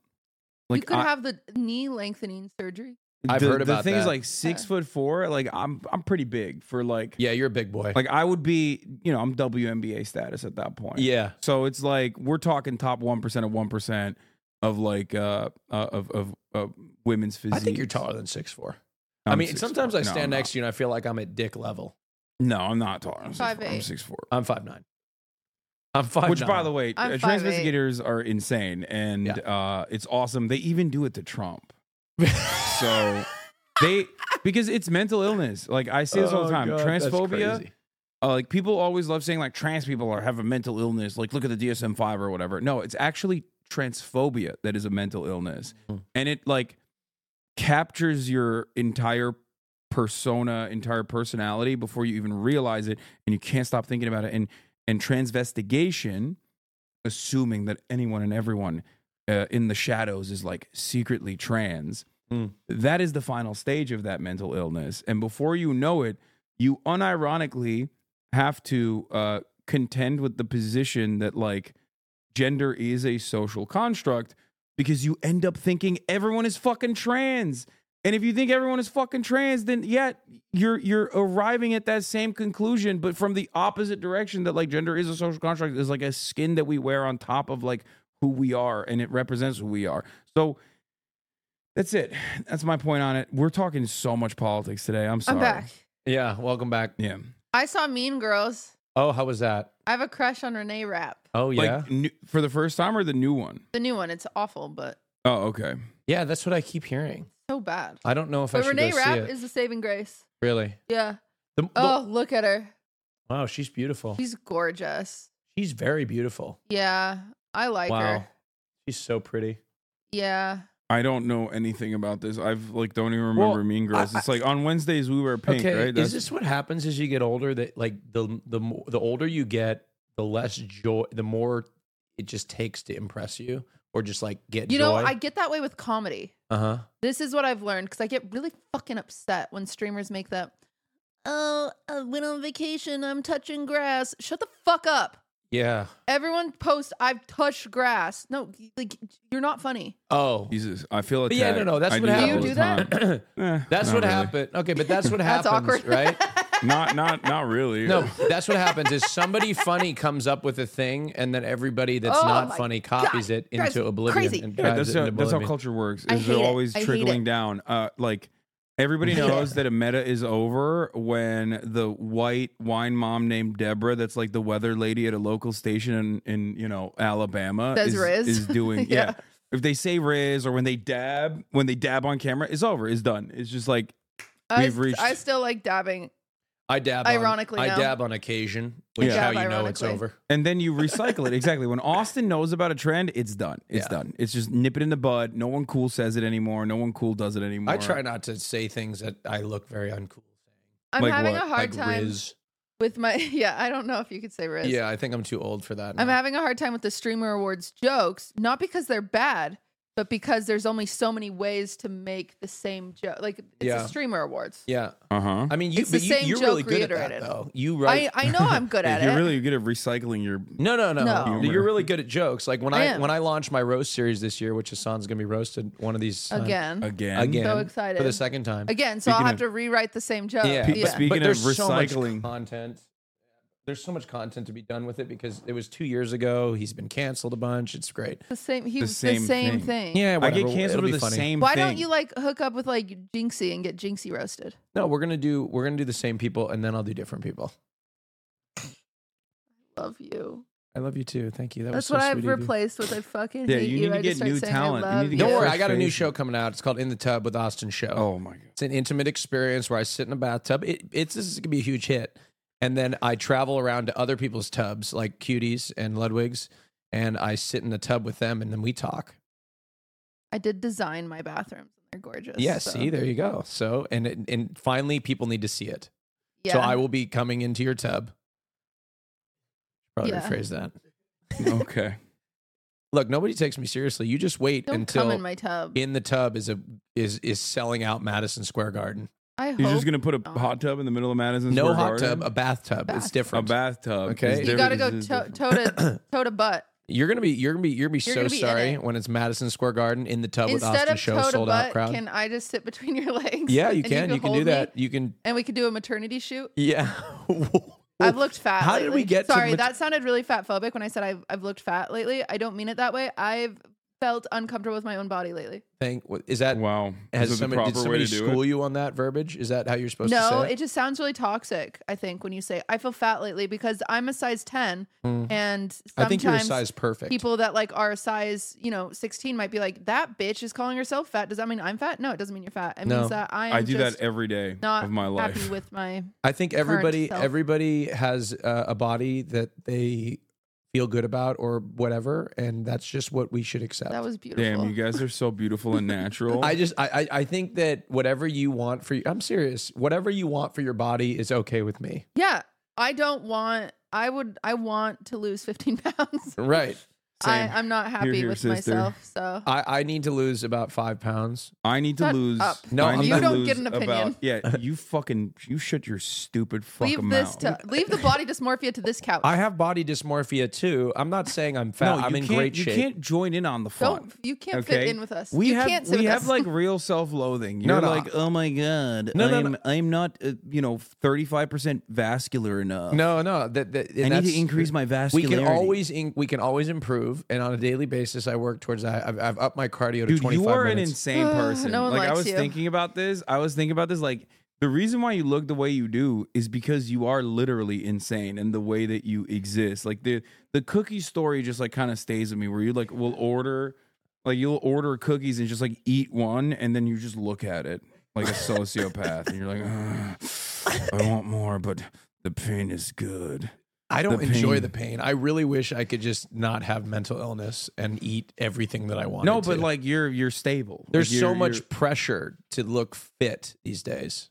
[SPEAKER 2] you
[SPEAKER 3] like
[SPEAKER 2] could
[SPEAKER 3] I,
[SPEAKER 2] have the knee lengthening surgery.
[SPEAKER 1] I've
[SPEAKER 3] the,
[SPEAKER 1] heard
[SPEAKER 3] the
[SPEAKER 1] about
[SPEAKER 3] thing is
[SPEAKER 1] that.
[SPEAKER 3] like six foot four. Like I'm I'm pretty big for like
[SPEAKER 1] yeah, you're a big boy.
[SPEAKER 3] like I would be you know I'm WNBA status at that point.
[SPEAKER 1] yeah,
[SPEAKER 3] So it's like we're talking top one percent of one percent of like uh, uh of of uh, women's physique.
[SPEAKER 1] I think you're taller than six four. I mean, sometimes I stand next to you and I feel like I'm at dick level.
[SPEAKER 3] No, I'm not taller. I'm
[SPEAKER 2] Five
[SPEAKER 3] 6'4". I'm
[SPEAKER 2] eight.
[SPEAKER 3] 6'4".
[SPEAKER 1] I'm five nine. I'm five.
[SPEAKER 3] Which, by the way,
[SPEAKER 2] I'm
[SPEAKER 3] uh,
[SPEAKER 2] five eight.
[SPEAKER 3] transvestigators are insane, and
[SPEAKER 1] Yeah.
[SPEAKER 3] uh, it's awesome. They even do it to Trump. so they because it's mental illness. Like I say this all
[SPEAKER 1] Oh,
[SPEAKER 3] the time, transphobia. Uh, like people always love saying like trans people are have a mental illness. Like look at the DSM five or whatever. No, it's actually transphobia that is a mental illness, and it like captures your entire persona, entire personality before you even realize it, and you can't stop thinking about it. And and transvestigation, assuming that anyone and everyone uh, in the shadows is like secretly trans,
[SPEAKER 1] Mm.
[SPEAKER 3] that is the final stage of that mental illness. And before you know it, you unironically have to uh, contend with the position that like gender is a social construct because you end up thinking everyone is fucking trans. And if you think everyone is fucking trans, then yeah, you're you're arriving at that same conclusion, but from the opposite direction that like gender is a social construct is like a skin that we wear on top of like who we are and it represents who we are. So that's it. That's my point on it. We're talking so much politics today. I'm sorry.
[SPEAKER 2] I'm back.
[SPEAKER 1] Yeah, welcome back.
[SPEAKER 3] Yeah.
[SPEAKER 2] I saw Mean Girls.
[SPEAKER 1] Oh, how was that?
[SPEAKER 2] I have a crush on Renee Rapp,
[SPEAKER 1] Oh yeah,
[SPEAKER 3] Like new, for the first time or the new one?
[SPEAKER 2] the new one. It's awful, but
[SPEAKER 3] Oh, okay.
[SPEAKER 1] yeah. That's what I keep hearing.
[SPEAKER 2] so bad.
[SPEAKER 1] I don't know if I
[SPEAKER 2] But
[SPEAKER 1] should
[SPEAKER 2] Renee
[SPEAKER 1] go
[SPEAKER 2] Rapp
[SPEAKER 1] see it.
[SPEAKER 2] is the saving grace.
[SPEAKER 1] really.
[SPEAKER 2] Yeah.
[SPEAKER 1] The- the-
[SPEAKER 2] Oh, look at her.
[SPEAKER 1] wow, she's beautiful.
[SPEAKER 2] She's gorgeous.
[SPEAKER 1] She's very beautiful.
[SPEAKER 2] Yeah, I like
[SPEAKER 1] wow,
[SPEAKER 2] her.
[SPEAKER 1] she's so pretty.
[SPEAKER 2] Yeah.
[SPEAKER 3] I don't know anything about this. I've like don't even remember
[SPEAKER 1] Well,
[SPEAKER 3] Mean Girls.
[SPEAKER 1] I-
[SPEAKER 3] It's like on Wednesdays we wear pink,
[SPEAKER 1] okay,
[SPEAKER 3] right?
[SPEAKER 1] is
[SPEAKER 3] That's-
[SPEAKER 1] this what happens as you get older? That like the the mo- the older you get, the less joy, the more it just takes to impress you, or just like get
[SPEAKER 2] You
[SPEAKER 1] joy.
[SPEAKER 2] know, I get that way with comedy.
[SPEAKER 1] uh huh.
[SPEAKER 2] This is what I've learned because I get really fucking upset when streamers make that. Oh, I went on vacation. I'm touching grass. Shut the fuck up.
[SPEAKER 1] Yeah.
[SPEAKER 2] Everyone post I've touched grass. No, like you're not funny.
[SPEAKER 1] Oh,
[SPEAKER 3] Jesus, I feel
[SPEAKER 1] But
[SPEAKER 3] attacked.
[SPEAKER 1] yeah, no, no, that's
[SPEAKER 3] I
[SPEAKER 1] what
[SPEAKER 3] do
[SPEAKER 1] happens.
[SPEAKER 3] all
[SPEAKER 2] You
[SPEAKER 3] the
[SPEAKER 2] do that?
[SPEAKER 3] time. Eh,
[SPEAKER 1] that's
[SPEAKER 3] not
[SPEAKER 1] what
[SPEAKER 3] really.
[SPEAKER 1] happened. Okay, but that's what
[SPEAKER 2] That's
[SPEAKER 1] happens,
[SPEAKER 2] awkward.
[SPEAKER 1] right?
[SPEAKER 3] Not, not, not really.
[SPEAKER 1] No, that's what happens is somebody funny comes up with a thing, and then everybody that's
[SPEAKER 2] Oh
[SPEAKER 1] not
[SPEAKER 2] my
[SPEAKER 1] funny copies
[SPEAKER 2] God.
[SPEAKER 1] it into
[SPEAKER 2] Guys,
[SPEAKER 1] oblivion.
[SPEAKER 2] crazy.
[SPEAKER 1] And
[SPEAKER 3] Yeah,
[SPEAKER 1] drives
[SPEAKER 3] that's
[SPEAKER 1] it
[SPEAKER 3] how,
[SPEAKER 1] into
[SPEAKER 3] that's how
[SPEAKER 1] oblivion.
[SPEAKER 3] culture works.
[SPEAKER 2] I
[SPEAKER 3] Is they're
[SPEAKER 2] hate it.
[SPEAKER 3] always
[SPEAKER 2] I hate
[SPEAKER 3] trickling
[SPEAKER 2] it.
[SPEAKER 3] down. Uh, like everybody
[SPEAKER 2] hate
[SPEAKER 3] knows
[SPEAKER 2] it.
[SPEAKER 3] that a meta is over when the white wine mom named Deborah, that's like the weather lady at a local station in, in you know Alabama,
[SPEAKER 2] Says
[SPEAKER 3] is,
[SPEAKER 2] Riz.
[SPEAKER 3] is doing yeah.
[SPEAKER 2] Yeah.
[SPEAKER 3] If they say Riz or when they dab, when they dab on camera, it's over. It's done. It's just like
[SPEAKER 2] I,
[SPEAKER 3] We've reached-
[SPEAKER 2] I still like dabbing.
[SPEAKER 1] I dab. on-
[SPEAKER 2] Ironically,
[SPEAKER 1] I
[SPEAKER 2] no.
[SPEAKER 1] dab on occasion, which
[SPEAKER 3] Yeah.
[SPEAKER 1] how
[SPEAKER 2] Dab
[SPEAKER 1] you know it's
[SPEAKER 2] ironically.
[SPEAKER 1] over.
[SPEAKER 3] And then you recycle it. Exactly. When Austin knows about a trend, it's done. It's
[SPEAKER 1] Yeah.
[SPEAKER 3] done. It's just nip it in the bud. No one cool says it anymore. No one cool does it anymore.
[SPEAKER 1] I try not to say things that I look very uncool.
[SPEAKER 2] I'm
[SPEAKER 3] Like
[SPEAKER 2] having
[SPEAKER 3] what?
[SPEAKER 2] a hard
[SPEAKER 1] like
[SPEAKER 2] time
[SPEAKER 1] Riz.
[SPEAKER 2] with my yeah, I don't know if you could say Riz.
[SPEAKER 1] Yeah, I think I'm too old for that.
[SPEAKER 2] I'm
[SPEAKER 1] now.
[SPEAKER 2] having a hard time with the streamer awards jokes, not because they're bad, but because there's only so many ways to make the same joke. Like it's
[SPEAKER 1] Yeah.
[SPEAKER 2] the streamer awards.
[SPEAKER 1] Yeah,
[SPEAKER 3] Uh huh.
[SPEAKER 1] I mean, you,
[SPEAKER 2] It's
[SPEAKER 1] but
[SPEAKER 2] the
[SPEAKER 1] you,
[SPEAKER 2] same
[SPEAKER 1] you're really
[SPEAKER 2] joke
[SPEAKER 1] good at
[SPEAKER 2] reiterated.
[SPEAKER 1] that, though. You right?
[SPEAKER 2] I, I know I'm good at
[SPEAKER 3] You're
[SPEAKER 2] it.
[SPEAKER 3] really good at recycling your.
[SPEAKER 1] No, no, no.
[SPEAKER 2] No.
[SPEAKER 1] You're- You're really good at jokes. Like when
[SPEAKER 2] I
[SPEAKER 1] I,
[SPEAKER 2] am.
[SPEAKER 1] when I launch my roast series this year, which Hassan's gonna be roasted one of these times-
[SPEAKER 2] again.
[SPEAKER 3] Again.
[SPEAKER 1] again,
[SPEAKER 2] So
[SPEAKER 1] for the
[SPEAKER 2] excited.
[SPEAKER 1] second time.
[SPEAKER 2] Again, so I'll
[SPEAKER 3] Speaking
[SPEAKER 2] have
[SPEAKER 3] of-
[SPEAKER 2] to rewrite the same joke.
[SPEAKER 1] Yeah.
[SPEAKER 3] Pe-
[SPEAKER 2] yeah.
[SPEAKER 3] speak- Speaking
[SPEAKER 1] but there's
[SPEAKER 3] of
[SPEAKER 1] so much
[SPEAKER 3] recycling-
[SPEAKER 1] content. There's so much content to be done with it because it was two years ago. He's been canceled a bunch. It's great.
[SPEAKER 2] The same he
[SPEAKER 3] The
[SPEAKER 2] was
[SPEAKER 3] same
[SPEAKER 2] the same
[SPEAKER 3] thing.
[SPEAKER 2] thing.
[SPEAKER 1] Yeah,
[SPEAKER 3] I
[SPEAKER 1] whatever.
[SPEAKER 3] get canceled
[SPEAKER 1] It'll
[SPEAKER 3] for
[SPEAKER 1] be
[SPEAKER 3] the
[SPEAKER 1] funny.
[SPEAKER 3] same.
[SPEAKER 2] Why
[SPEAKER 3] thing.
[SPEAKER 2] don't you like hook up with like Jinxie and get Jinxie roasted?
[SPEAKER 1] No, we're gonna do we're gonna do the same people, and then I'll do different people.
[SPEAKER 2] Love you.
[SPEAKER 1] I love you too. Thank you. That
[SPEAKER 2] That's
[SPEAKER 1] was so
[SPEAKER 2] what I've
[SPEAKER 1] sweet of you.
[SPEAKER 2] replaced with I fucking
[SPEAKER 3] Yeah,
[SPEAKER 2] hate
[SPEAKER 3] you
[SPEAKER 2] you.
[SPEAKER 3] need to
[SPEAKER 2] I
[SPEAKER 3] get
[SPEAKER 2] just start
[SPEAKER 3] new
[SPEAKER 2] saying
[SPEAKER 3] talent. You
[SPEAKER 2] I love
[SPEAKER 3] need to
[SPEAKER 2] you.
[SPEAKER 3] get
[SPEAKER 1] Don't worry,
[SPEAKER 3] fresh
[SPEAKER 1] I got a new
[SPEAKER 3] face.
[SPEAKER 1] show coming out. It's called In the Tub with Austin Show.
[SPEAKER 3] Oh my god.
[SPEAKER 1] It's an intimate experience where I sit in a bathtub. It, it's this is gonna be a huge hit, and then I travel around to other people's tubs, like Cuties and Ludwig's, and I sit in the tub with them, and then we talk.
[SPEAKER 2] I did design my bathrooms and they're gorgeous.
[SPEAKER 1] Yes,
[SPEAKER 2] so-
[SPEAKER 1] see, there you go. So, and it- and finally, people need to see it.
[SPEAKER 2] Yeah.
[SPEAKER 1] So I will be coming into your tub. Probably
[SPEAKER 2] Yeah.
[SPEAKER 1] rephrase that.
[SPEAKER 3] Okay.
[SPEAKER 1] Look, nobody takes me seriously. You just wait
[SPEAKER 2] Don't
[SPEAKER 1] until
[SPEAKER 2] come in my tub.
[SPEAKER 1] in the tub is a is is selling out Madison Square Garden.
[SPEAKER 2] I
[SPEAKER 3] You're
[SPEAKER 2] hope
[SPEAKER 3] just gonna put a
[SPEAKER 2] not.
[SPEAKER 3] hot tub in the middle of Madison.
[SPEAKER 1] No
[SPEAKER 3] Square
[SPEAKER 1] hot
[SPEAKER 3] Garden?
[SPEAKER 1] tub, a bathtub. It's
[SPEAKER 2] Bath.
[SPEAKER 1] different.
[SPEAKER 3] A bathtub. is
[SPEAKER 1] Okay. You
[SPEAKER 2] you
[SPEAKER 3] different-
[SPEAKER 2] gotta go
[SPEAKER 3] is
[SPEAKER 2] toe
[SPEAKER 3] different.
[SPEAKER 2] toe to toe to butt.
[SPEAKER 1] You're gonna be you're gonna be you're gonna be
[SPEAKER 2] You're
[SPEAKER 1] so
[SPEAKER 2] gonna be in
[SPEAKER 1] sorry
[SPEAKER 2] it.
[SPEAKER 1] when it's Madison Square Garden in the tub
[SPEAKER 2] Instead
[SPEAKER 1] with Austin
[SPEAKER 2] of
[SPEAKER 1] Show
[SPEAKER 2] toe to
[SPEAKER 1] sold out
[SPEAKER 2] butt,
[SPEAKER 1] crowd.
[SPEAKER 2] can I just sit between your legs?
[SPEAKER 1] yeah, you
[SPEAKER 2] And
[SPEAKER 1] can. You can,
[SPEAKER 2] hold
[SPEAKER 1] do
[SPEAKER 2] me?
[SPEAKER 1] that. You can.
[SPEAKER 2] And we could do a maternity shoot.
[SPEAKER 1] Yeah.
[SPEAKER 2] I've looked fat.
[SPEAKER 1] How did we
[SPEAKER 2] lately.
[SPEAKER 1] get to
[SPEAKER 2] Sorry,
[SPEAKER 1] mat-
[SPEAKER 2] that sounded really fat phobic when I said I've I've looked fat lately. I don't mean it that way. I've felt uncomfortable with my own body lately.
[SPEAKER 1] Think what- is that
[SPEAKER 3] Wow.
[SPEAKER 1] has
[SPEAKER 3] Is that the
[SPEAKER 1] somebody did
[SPEAKER 3] proper way
[SPEAKER 1] somebody
[SPEAKER 3] to do
[SPEAKER 1] school
[SPEAKER 3] it?
[SPEAKER 1] you on that verbiage? Is that how you're supposed to
[SPEAKER 2] No,
[SPEAKER 1] say
[SPEAKER 2] it just sounds really toxic. I think when you say I feel fat lately because I'm a size ten, and sometimes
[SPEAKER 1] Mm. I think you're a size perfect.
[SPEAKER 2] people that like are a size you know 16 might be like that bitch is calling herself fat does that mean i'm fat no it doesn't mean you're fat it
[SPEAKER 1] No.
[SPEAKER 2] means that i'm
[SPEAKER 3] I do
[SPEAKER 2] just
[SPEAKER 3] that every day
[SPEAKER 2] not
[SPEAKER 3] of my
[SPEAKER 2] happy
[SPEAKER 3] life.
[SPEAKER 2] with my
[SPEAKER 1] I think everybody
[SPEAKER 2] self.
[SPEAKER 1] everybody has uh, a body that they feel good about or whatever, and that's just what we should accept.
[SPEAKER 2] that was beautiful
[SPEAKER 3] Damn, you guys are so beautiful and natural.
[SPEAKER 1] I just I, I I think that whatever you want for you, I'm serious. Whatever you want for your body is okay with me.
[SPEAKER 2] yeah i don't want i would i want to lose 15 pounds
[SPEAKER 1] Right.
[SPEAKER 2] I,
[SPEAKER 3] Same.
[SPEAKER 2] I'm not happy
[SPEAKER 3] here,
[SPEAKER 2] with
[SPEAKER 3] sister.
[SPEAKER 2] myself. So
[SPEAKER 1] I, I need to lose about five pounds.
[SPEAKER 3] I need to
[SPEAKER 2] Shut
[SPEAKER 3] lose.
[SPEAKER 2] up.
[SPEAKER 1] No,
[SPEAKER 3] I
[SPEAKER 1] I'm
[SPEAKER 3] need
[SPEAKER 1] not-
[SPEAKER 3] to
[SPEAKER 1] You
[SPEAKER 2] don't get
[SPEAKER 3] lose
[SPEAKER 2] an opinion.
[SPEAKER 3] About, yeah, you fucking you shut your stupid fucking
[SPEAKER 2] leave this
[SPEAKER 3] mouth.
[SPEAKER 2] to leave the body dysmorphia to this couch.
[SPEAKER 1] I have body dysmorphia too. I'm not saying I'm
[SPEAKER 3] no,
[SPEAKER 1] fat.
[SPEAKER 3] you
[SPEAKER 1] I'm in
[SPEAKER 3] can't,
[SPEAKER 1] great
[SPEAKER 3] you
[SPEAKER 1] shape.
[SPEAKER 3] can't join in on the fun.
[SPEAKER 2] Don't you can't fit in with us.
[SPEAKER 3] We
[SPEAKER 2] You
[SPEAKER 3] have
[SPEAKER 2] can't sit
[SPEAKER 3] we
[SPEAKER 2] with
[SPEAKER 3] have
[SPEAKER 2] us.
[SPEAKER 3] like real self loathing.
[SPEAKER 1] No,
[SPEAKER 3] You're
[SPEAKER 1] no,
[SPEAKER 3] like, oh my god,
[SPEAKER 1] No, no,
[SPEAKER 3] I'm
[SPEAKER 1] no.
[SPEAKER 3] I'm not uh, you know 35 percent vascular enough.
[SPEAKER 1] No, no. That, that,
[SPEAKER 3] I need to increase my
[SPEAKER 1] We can
[SPEAKER 3] vascularity.
[SPEAKER 1] always in, we can always improve, and on a daily basis, I work towards that. I've, I've upped my cardio to
[SPEAKER 3] Dude,
[SPEAKER 1] 25
[SPEAKER 3] you are an
[SPEAKER 1] minutes.
[SPEAKER 3] insane person.
[SPEAKER 2] No one
[SPEAKER 3] like I
[SPEAKER 2] likes
[SPEAKER 3] was
[SPEAKER 2] you.
[SPEAKER 3] thinking about this. I was thinking about this. Like the reason why you look the way you do is because you are literally insane and in the way that you exist. Like the the cookie story just like kind of stays with me where you like will order like you'll order cookies and just like eat one and then you just look at it like a sociopath and you're like "Ugh, I want more but the pain is good.
[SPEAKER 1] I don't
[SPEAKER 3] the
[SPEAKER 1] enjoy
[SPEAKER 3] pain.
[SPEAKER 1] the pain. I really wish I could just not have mental illness and eat everything that I want.
[SPEAKER 3] No, but like you're you're stable. Like,
[SPEAKER 1] there's so
[SPEAKER 3] you're-
[SPEAKER 1] much
[SPEAKER 3] you're-
[SPEAKER 1] pressure to look fit these days.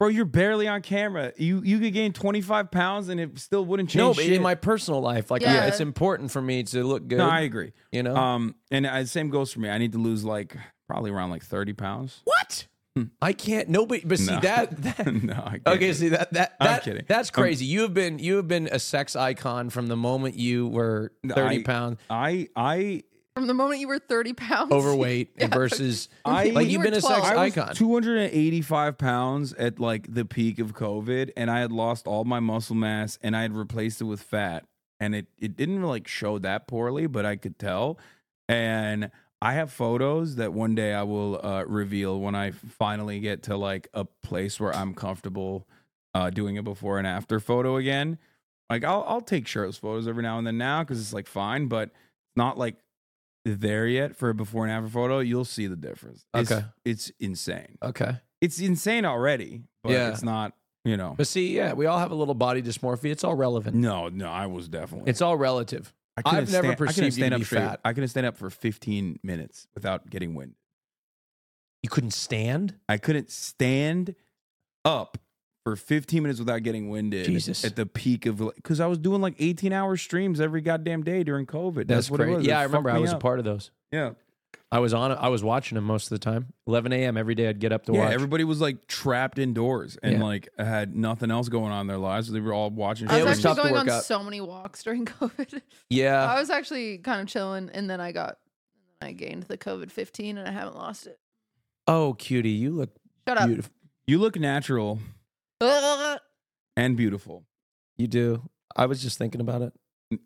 [SPEAKER 3] Bro, you're barely on camera. You you could gain 25 pounds and it still wouldn't change.
[SPEAKER 1] No, but
[SPEAKER 3] shit.
[SPEAKER 1] in my personal life, like
[SPEAKER 2] Yeah.
[SPEAKER 1] I- it's important for me to look good. Uh-huh.
[SPEAKER 3] no, I agree.
[SPEAKER 1] you know
[SPEAKER 3] Um, and uh, same goes for me. I need to lose like probably around like 30 pounds.
[SPEAKER 1] what? Hmm. I can't. Nobody. But see
[SPEAKER 3] No.
[SPEAKER 1] that. that
[SPEAKER 3] no, I can't.
[SPEAKER 1] Okay, see that that,
[SPEAKER 3] I'm
[SPEAKER 1] that
[SPEAKER 3] kidding.
[SPEAKER 1] that's
[SPEAKER 3] I'm-
[SPEAKER 1] crazy. you have been you have been a sex icon from the moment you were thirty
[SPEAKER 3] I-
[SPEAKER 1] pounds
[SPEAKER 3] I I
[SPEAKER 2] from the moment you were 30 pounds
[SPEAKER 1] overweight versus
[SPEAKER 3] I-
[SPEAKER 1] like
[SPEAKER 3] When
[SPEAKER 1] you've
[SPEAKER 2] you
[SPEAKER 1] been
[SPEAKER 2] were
[SPEAKER 1] a
[SPEAKER 2] 12.
[SPEAKER 1] sex
[SPEAKER 3] I was
[SPEAKER 1] icon.
[SPEAKER 3] 285 pounds at like the peak of COVID, and I had lost all my muscle mass and I had replaced it with fat. And it it didn't like show that poorly, but I could tell. And I have photos that one day I will uh, reveal when I finally get to like a place where I'm comfortable uh, doing a before and after photo again. Like I'll I'll take shirtless photos every now and then now because it's like fine, but not like there yet for a before and after photo. You'll see the difference. It's-
[SPEAKER 1] Okay.
[SPEAKER 3] it's insane.
[SPEAKER 1] okay,
[SPEAKER 3] It's insane already, but
[SPEAKER 1] Yeah.
[SPEAKER 3] it's not. You know,
[SPEAKER 1] but see, yeah, we all have a little body dysmorphia. It's all relevant.
[SPEAKER 3] no, no, I was definitely.
[SPEAKER 1] It's all relative.
[SPEAKER 3] I couldn't
[SPEAKER 1] I've never
[SPEAKER 3] stand- I couldn't
[SPEAKER 1] perceived you to
[SPEAKER 3] stand up
[SPEAKER 1] be
[SPEAKER 3] straight.
[SPEAKER 1] fat.
[SPEAKER 3] I couldn't stand up for 15 minutes without getting wind.
[SPEAKER 1] You couldn't stand.
[SPEAKER 3] I couldn't stand up for 15 minutes without getting winded.
[SPEAKER 1] Jesus.
[SPEAKER 3] At the peak of, because I was doing like 18 hour streams every goddamn day during COVID. That's, what it was.
[SPEAKER 1] Yeah,
[SPEAKER 3] It
[SPEAKER 1] I remember.
[SPEAKER 3] fucked
[SPEAKER 1] I
[SPEAKER 3] me
[SPEAKER 1] was a
[SPEAKER 3] up.
[SPEAKER 1] part of those.
[SPEAKER 3] Yeah.
[SPEAKER 1] I was on. I was watching him most of the time. 11 a.m. every day. I'd get up to
[SPEAKER 3] yeah,
[SPEAKER 1] watch.
[SPEAKER 3] everybody was like trapped indoors and
[SPEAKER 1] Yeah.
[SPEAKER 3] like had nothing else going on in their lives. They were all watching.
[SPEAKER 2] I
[SPEAKER 1] It
[SPEAKER 2] was
[SPEAKER 1] was
[SPEAKER 3] streams.
[SPEAKER 1] tough
[SPEAKER 2] actually
[SPEAKER 1] to
[SPEAKER 2] going
[SPEAKER 1] work
[SPEAKER 2] on
[SPEAKER 1] out.
[SPEAKER 2] so many walks during COVID.
[SPEAKER 1] yeah,
[SPEAKER 2] I was actually kind of chilling, and then I got, I gained the COVID 15, and I haven't lost it.
[SPEAKER 1] Oh, cutie, you look
[SPEAKER 2] Shut up.
[SPEAKER 1] beautiful.
[SPEAKER 3] You look natural
[SPEAKER 2] Ugh.
[SPEAKER 3] and beautiful.
[SPEAKER 1] You do. I was just thinking about it.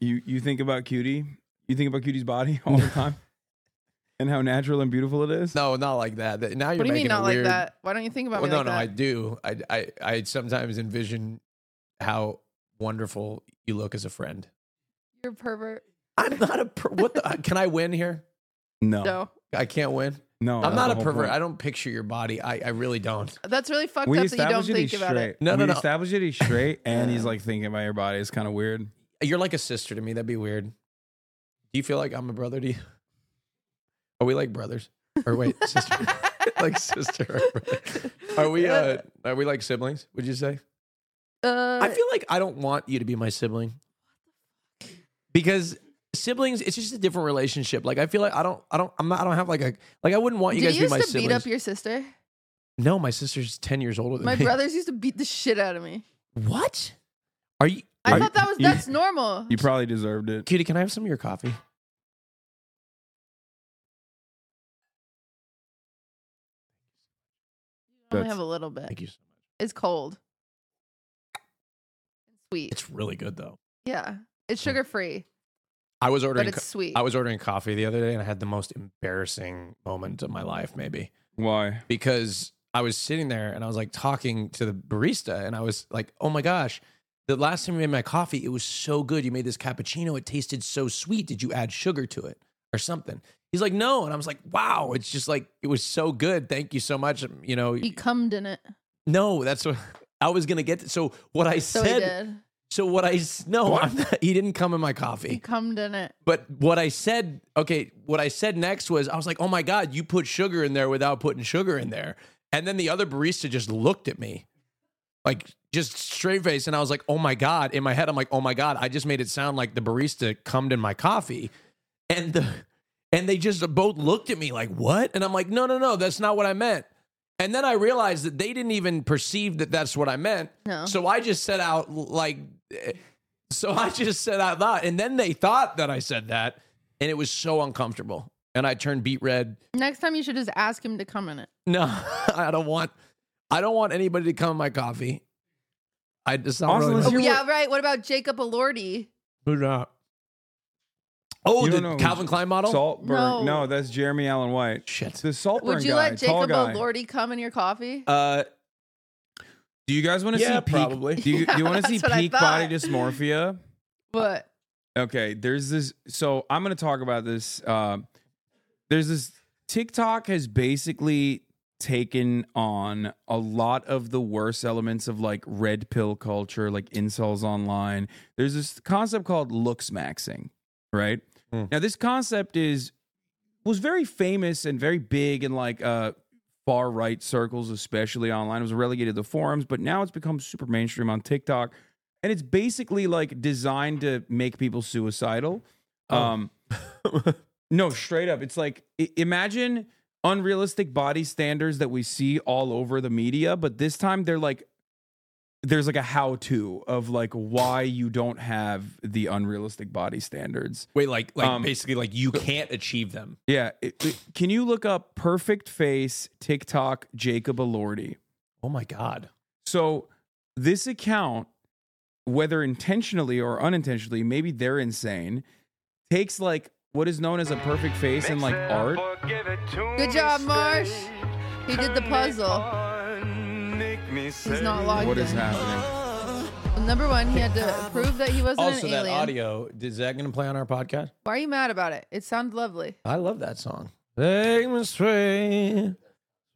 [SPEAKER 3] You you think about cutie. You think about cutie's body all the time, and how natural and beautiful it is.
[SPEAKER 1] No, not like that. That- Now you're
[SPEAKER 2] What do you
[SPEAKER 1] making
[SPEAKER 2] mean
[SPEAKER 1] it
[SPEAKER 2] not like
[SPEAKER 1] weird.
[SPEAKER 2] that? Why don't you think about
[SPEAKER 1] Well,
[SPEAKER 2] me
[SPEAKER 1] no,
[SPEAKER 2] like
[SPEAKER 1] no, I
[SPEAKER 2] that?
[SPEAKER 1] do. I, I, I sometimes envision how wonderful you look as a friend.
[SPEAKER 2] You're a pervert.
[SPEAKER 1] I'm not a per- what? The, uh, can I win here?
[SPEAKER 3] no, no.
[SPEAKER 2] No,
[SPEAKER 1] I can't win. I'm
[SPEAKER 3] that's
[SPEAKER 1] not
[SPEAKER 3] the
[SPEAKER 1] a
[SPEAKER 3] whole
[SPEAKER 1] pervert.
[SPEAKER 3] point.
[SPEAKER 1] I don't picture your body. I, I really don't.
[SPEAKER 2] that's really fucked
[SPEAKER 3] We
[SPEAKER 2] up that you don't
[SPEAKER 3] established that
[SPEAKER 2] think
[SPEAKER 3] he's
[SPEAKER 2] about
[SPEAKER 3] straight.
[SPEAKER 2] it.
[SPEAKER 1] No,
[SPEAKER 3] we
[SPEAKER 1] no, no.
[SPEAKER 3] established that he's straight, and he's like thinking about your body. It's kind of weird.
[SPEAKER 1] You're like a sister to me. That'd be weird. Do you feel like I'm a brother to you? Are we like brothers? Or wait, sister? like sister? Or brother? Are we? Uh, are we like siblings? Would you say?
[SPEAKER 2] Uh,
[SPEAKER 1] I feel like I don't want you to be my sibling because siblings it's just a different relationship like i feel like i don't i don't i'm not i don't have like a like i wouldn't want you
[SPEAKER 2] did
[SPEAKER 1] guys
[SPEAKER 2] you
[SPEAKER 1] to be
[SPEAKER 2] used
[SPEAKER 1] my
[SPEAKER 2] to
[SPEAKER 1] siblings
[SPEAKER 2] beat up your sister?
[SPEAKER 1] no my sister's 10 years older than
[SPEAKER 2] My
[SPEAKER 1] me
[SPEAKER 2] brothers used to beat the shit out of me.
[SPEAKER 1] what are you
[SPEAKER 2] I
[SPEAKER 3] Are
[SPEAKER 2] thought that was
[SPEAKER 3] you-
[SPEAKER 2] that's normal.
[SPEAKER 3] You probably deserved it.
[SPEAKER 1] cutie can i have some of your coffee
[SPEAKER 2] I only
[SPEAKER 3] That's-
[SPEAKER 2] have a little bit.
[SPEAKER 1] thank you so much
[SPEAKER 2] It's cold. It's sweet.
[SPEAKER 1] it's really good though
[SPEAKER 2] yeah. It's sugar free,
[SPEAKER 1] i was
[SPEAKER 2] but
[SPEAKER 1] ordering
[SPEAKER 2] it's
[SPEAKER 1] co-
[SPEAKER 2] sweet.
[SPEAKER 1] i was ordering coffee the other day and i had the most embarrassing moment of my life maybe
[SPEAKER 3] Why?
[SPEAKER 1] because I was sitting there and I was like talking to the barista and I was like, oh my gosh, the last time you made my coffee, it was so good. You made this cappuccino. It tasted so sweet. Did you add sugar to it or something? He's like, no. And I was like, wow, it's just like, it was so good. Thank you so much. Um, You know,
[SPEAKER 2] he cummed in it.
[SPEAKER 1] no, that's what I was going to get. to- So what I
[SPEAKER 2] So he
[SPEAKER 1] said,
[SPEAKER 2] did.
[SPEAKER 1] so what I, s- no, I'm not, he didn't come in my coffee.
[SPEAKER 2] He cummed in it.
[SPEAKER 1] But what I said, okay, what I said next was I was like, "Oh my god, you put sugar in there without putting sugar in there." And then the other barista just looked at me. Like just straight face and I was like, "Oh my god." In my head I'm like, "Oh my god, I just made it sound like the barista cummed in my coffee." and the and they just both looked at me like what and i'm like no no no that's not what i meant and then i realized that they didn't even perceive that that's what i meant
[SPEAKER 2] No.
[SPEAKER 1] so i just said out like eh, so i just said out loud and then they thought that i said that and it was so uncomfortable and i turned beet red
[SPEAKER 2] Next time you should just ask him to come in it.
[SPEAKER 1] no i don't want i don't want anybody to come in my coffee i just not
[SPEAKER 3] Austin,
[SPEAKER 1] really
[SPEAKER 3] let's
[SPEAKER 1] my-
[SPEAKER 2] Oh,
[SPEAKER 3] You
[SPEAKER 2] yeah, right. What about Jacob Elordi?
[SPEAKER 1] Who not? Oh,
[SPEAKER 3] You
[SPEAKER 1] the
[SPEAKER 3] don't know who-
[SPEAKER 1] Calvin Klein model.
[SPEAKER 3] Saltburn.
[SPEAKER 2] No.
[SPEAKER 3] No. that's Jeremy Allen White.
[SPEAKER 1] Shit.
[SPEAKER 3] The Saltburn
[SPEAKER 2] Would you
[SPEAKER 3] guy,
[SPEAKER 2] let
[SPEAKER 3] tall
[SPEAKER 2] Jacob
[SPEAKER 3] guy.
[SPEAKER 2] Elordi come in your coffee?
[SPEAKER 1] Uh,
[SPEAKER 3] Do you guys want to
[SPEAKER 1] Yeah,
[SPEAKER 3] see peak?
[SPEAKER 1] probably.
[SPEAKER 3] Do you, do you want
[SPEAKER 2] Yeah,
[SPEAKER 3] to see
[SPEAKER 2] that's what I
[SPEAKER 3] peak body
[SPEAKER 2] thought.
[SPEAKER 3] dysmorphia?
[SPEAKER 2] but
[SPEAKER 3] Okay, there's this. So I'm going to talk about this. Uh, there's this. TikTok has basically taken on a lot of the worst elements of like red pill culture, like incels online. There's this concept called looks maxing, right?
[SPEAKER 1] Mm.
[SPEAKER 3] Now, this concept is was very famous and very big in like uh, far right circles, especially online. It was relegated to forums, but now it's become super mainstream on TikTok, and it's basically like designed to make people suicidal. Um, no, straight up, it's like i- imagine unrealistic body standards that we see all over the media, but this time they're like there's like a how to of like why you don't have the unrealistic body standards.
[SPEAKER 1] wait, like, like
[SPEAKER 3] Um,
[SPEAKER 1] basically, like you can't achieve them.
[SPEAKER 3] Yeah. it- it- can you look up perfect face TikTok Jacob Elordi?
[SPEAKER 1] Oh my god.
[SPEAKER 3] So this account, whether intentionally or unintentionally, maybe they're insane, takes like what is known as a perfect face and like art.
[SPEAKER 2] good job, Marsh. He did the puzzle. He's not logged
[SPEAKER 3] What
[SPEAKER 2] in.
[SPEAKER 3] is happening?
[SPEAKER 2] Number one, he had to prove that he wasn't
[SPEAKER 1] Also,
[SPEAKER 2] an
[SPEAKER 1] that
[SPEAKER 2] alien.
[SPEAKER 1] audio is that going to play on our podcast?
[SPEAKER 2] Why are you mad about it? It sounded lovely.
[SPEAKER 1] I love that song. Take me straight.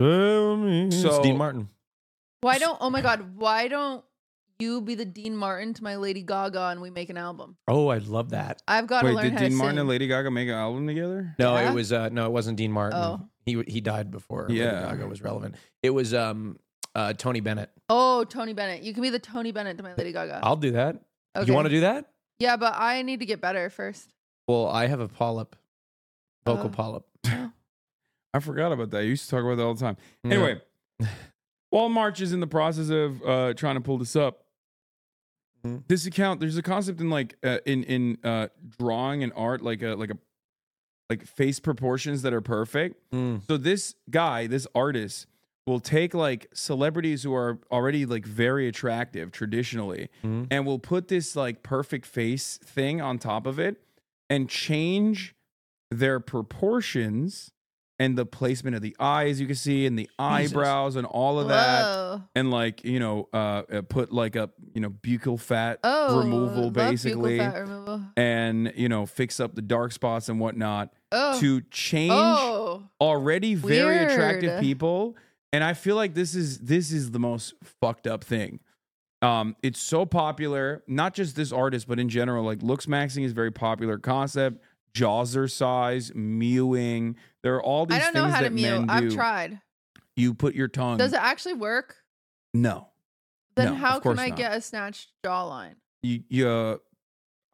[SPEAKER 1] Tell me.
[SPEAKER 3] So-
[SPEAKER 1] It's Dean Martin.
[SPEAKER 2] Why don't? Oh my God! Why don't you be the Dean Martin to my Lady Gaga and we make an album?
[SPEAKER 1] Oh, I love that.
[SPEAKER 2] I've got to
[SPEAKER 3] Wait,
[SPEAKER 2] learn
[SPEAKER 3] did
[SPEAKER 2] how
[SPEAKER 3] Dean
[SPEAKER 2] to
[SPEAKER 3] Martin
[SPEAKER 2] sing.
[SPEAKER 3] and Lady Gaga make an album together?
[SPEAKER 1] No,
[SPEAKER 2] Yeah?
[SPEAKER 1] it was uh no, it wasn't Dean Martin.
[SPEAKER 2] Oh.
[SPEAKER 1] He he died before Lady
[SPEAKER 3] Yeah.
[SPEAKER 1] Gaga was relevant. It was um uh Tony Bennett.
[SPEAKER 2] oh, Tony Bennett. You can be the Tony Bennett to my Lady Gaga.
[SPEAKER 1] I'll do that.
[SPEAKER 2] okay.
[SPEAKER 1] You want to do that?
[SPEAKER 2] Yeah, but I need to get better first.
[SPEAKER 1] Well, I have a polyp, vocal
[SPEAKER 2] Oh.
[SPEAKER 1] polyp.
[SPEAKER 3] I forgot about that. I used to talk about that all the time.
[SPEAKER 1] Yeah.
[SPEAKER 3] Anyway, while March is in the process of uh, trying to pull this up,
[SPEAKER 2] Mm-hmm.
[SPEAKER 1] Mhm.
[SPEAKER 3] this account there's a concept in like uh, in in uh, drawing and art like a like a like face proportions that are perfect.
[SPEAKER 1] Mm.
[SPEAKER 3] So this guy, this artist, will take like celebrities who are already like very attractive traditionally,
[SPEAKER 1] Mhm.
[SPEAKER 3] and will put this like perfect face thing on top of it, and change their proportions and the placement of the eyes you can see and the eyebrows and all of that
[SPEAKER 2] Whoa.
[SPEAKER 3] and like you know uh uh, put like a you know buccal fat
[SPEAKER 2] Oh,
[SPEAKER 3] removal
[SPEAKER 2] love buccal
[SPEAKER 3] basically
[SPEAKER 2] fat removal.
[SPEAKER 3] and you know fix up the dark spots and whatnot
[SPEAKER 2] Oh.
[SPEAKER 3] to change
[SPEAKER 2] oh.
[SPEAKER 3] already very attractive
[SPEAKER 2] Weird.
[SPEAKER 3] people and i feel like this is this is the most fucked up thing um it's so popular not just this artist but in general like looks maxing is a very popular concept jawser size mewing there are all these
[SPEAKER 2] I don't
[SPEAKER 3] things
[SPEAKER 2] know how
[SPEAKER 3] that
[SPEAKER 2] to
[SPEAKER 3] men
[SPEAKER 2] mute.
[SPEAKER 3] do
[SPEAKER 2] I've tried.
[SPEAKER 3] you put your tongue
[SPEAKER 2] Does it actually work?
[SPEAKER 3] no
[SPEAKER 2] Then
[SPEAKER 3] No,
[SPEAKER 2] how
[SPEAKER 3] of
[SPEAKER 2] can
[SPEAKER 3] course
[SPEAKER 2] I
[SPEAKER 3] not.
[SPEAKER 2] get a snatched jawline?
[SPEAKER 3] you, you uh,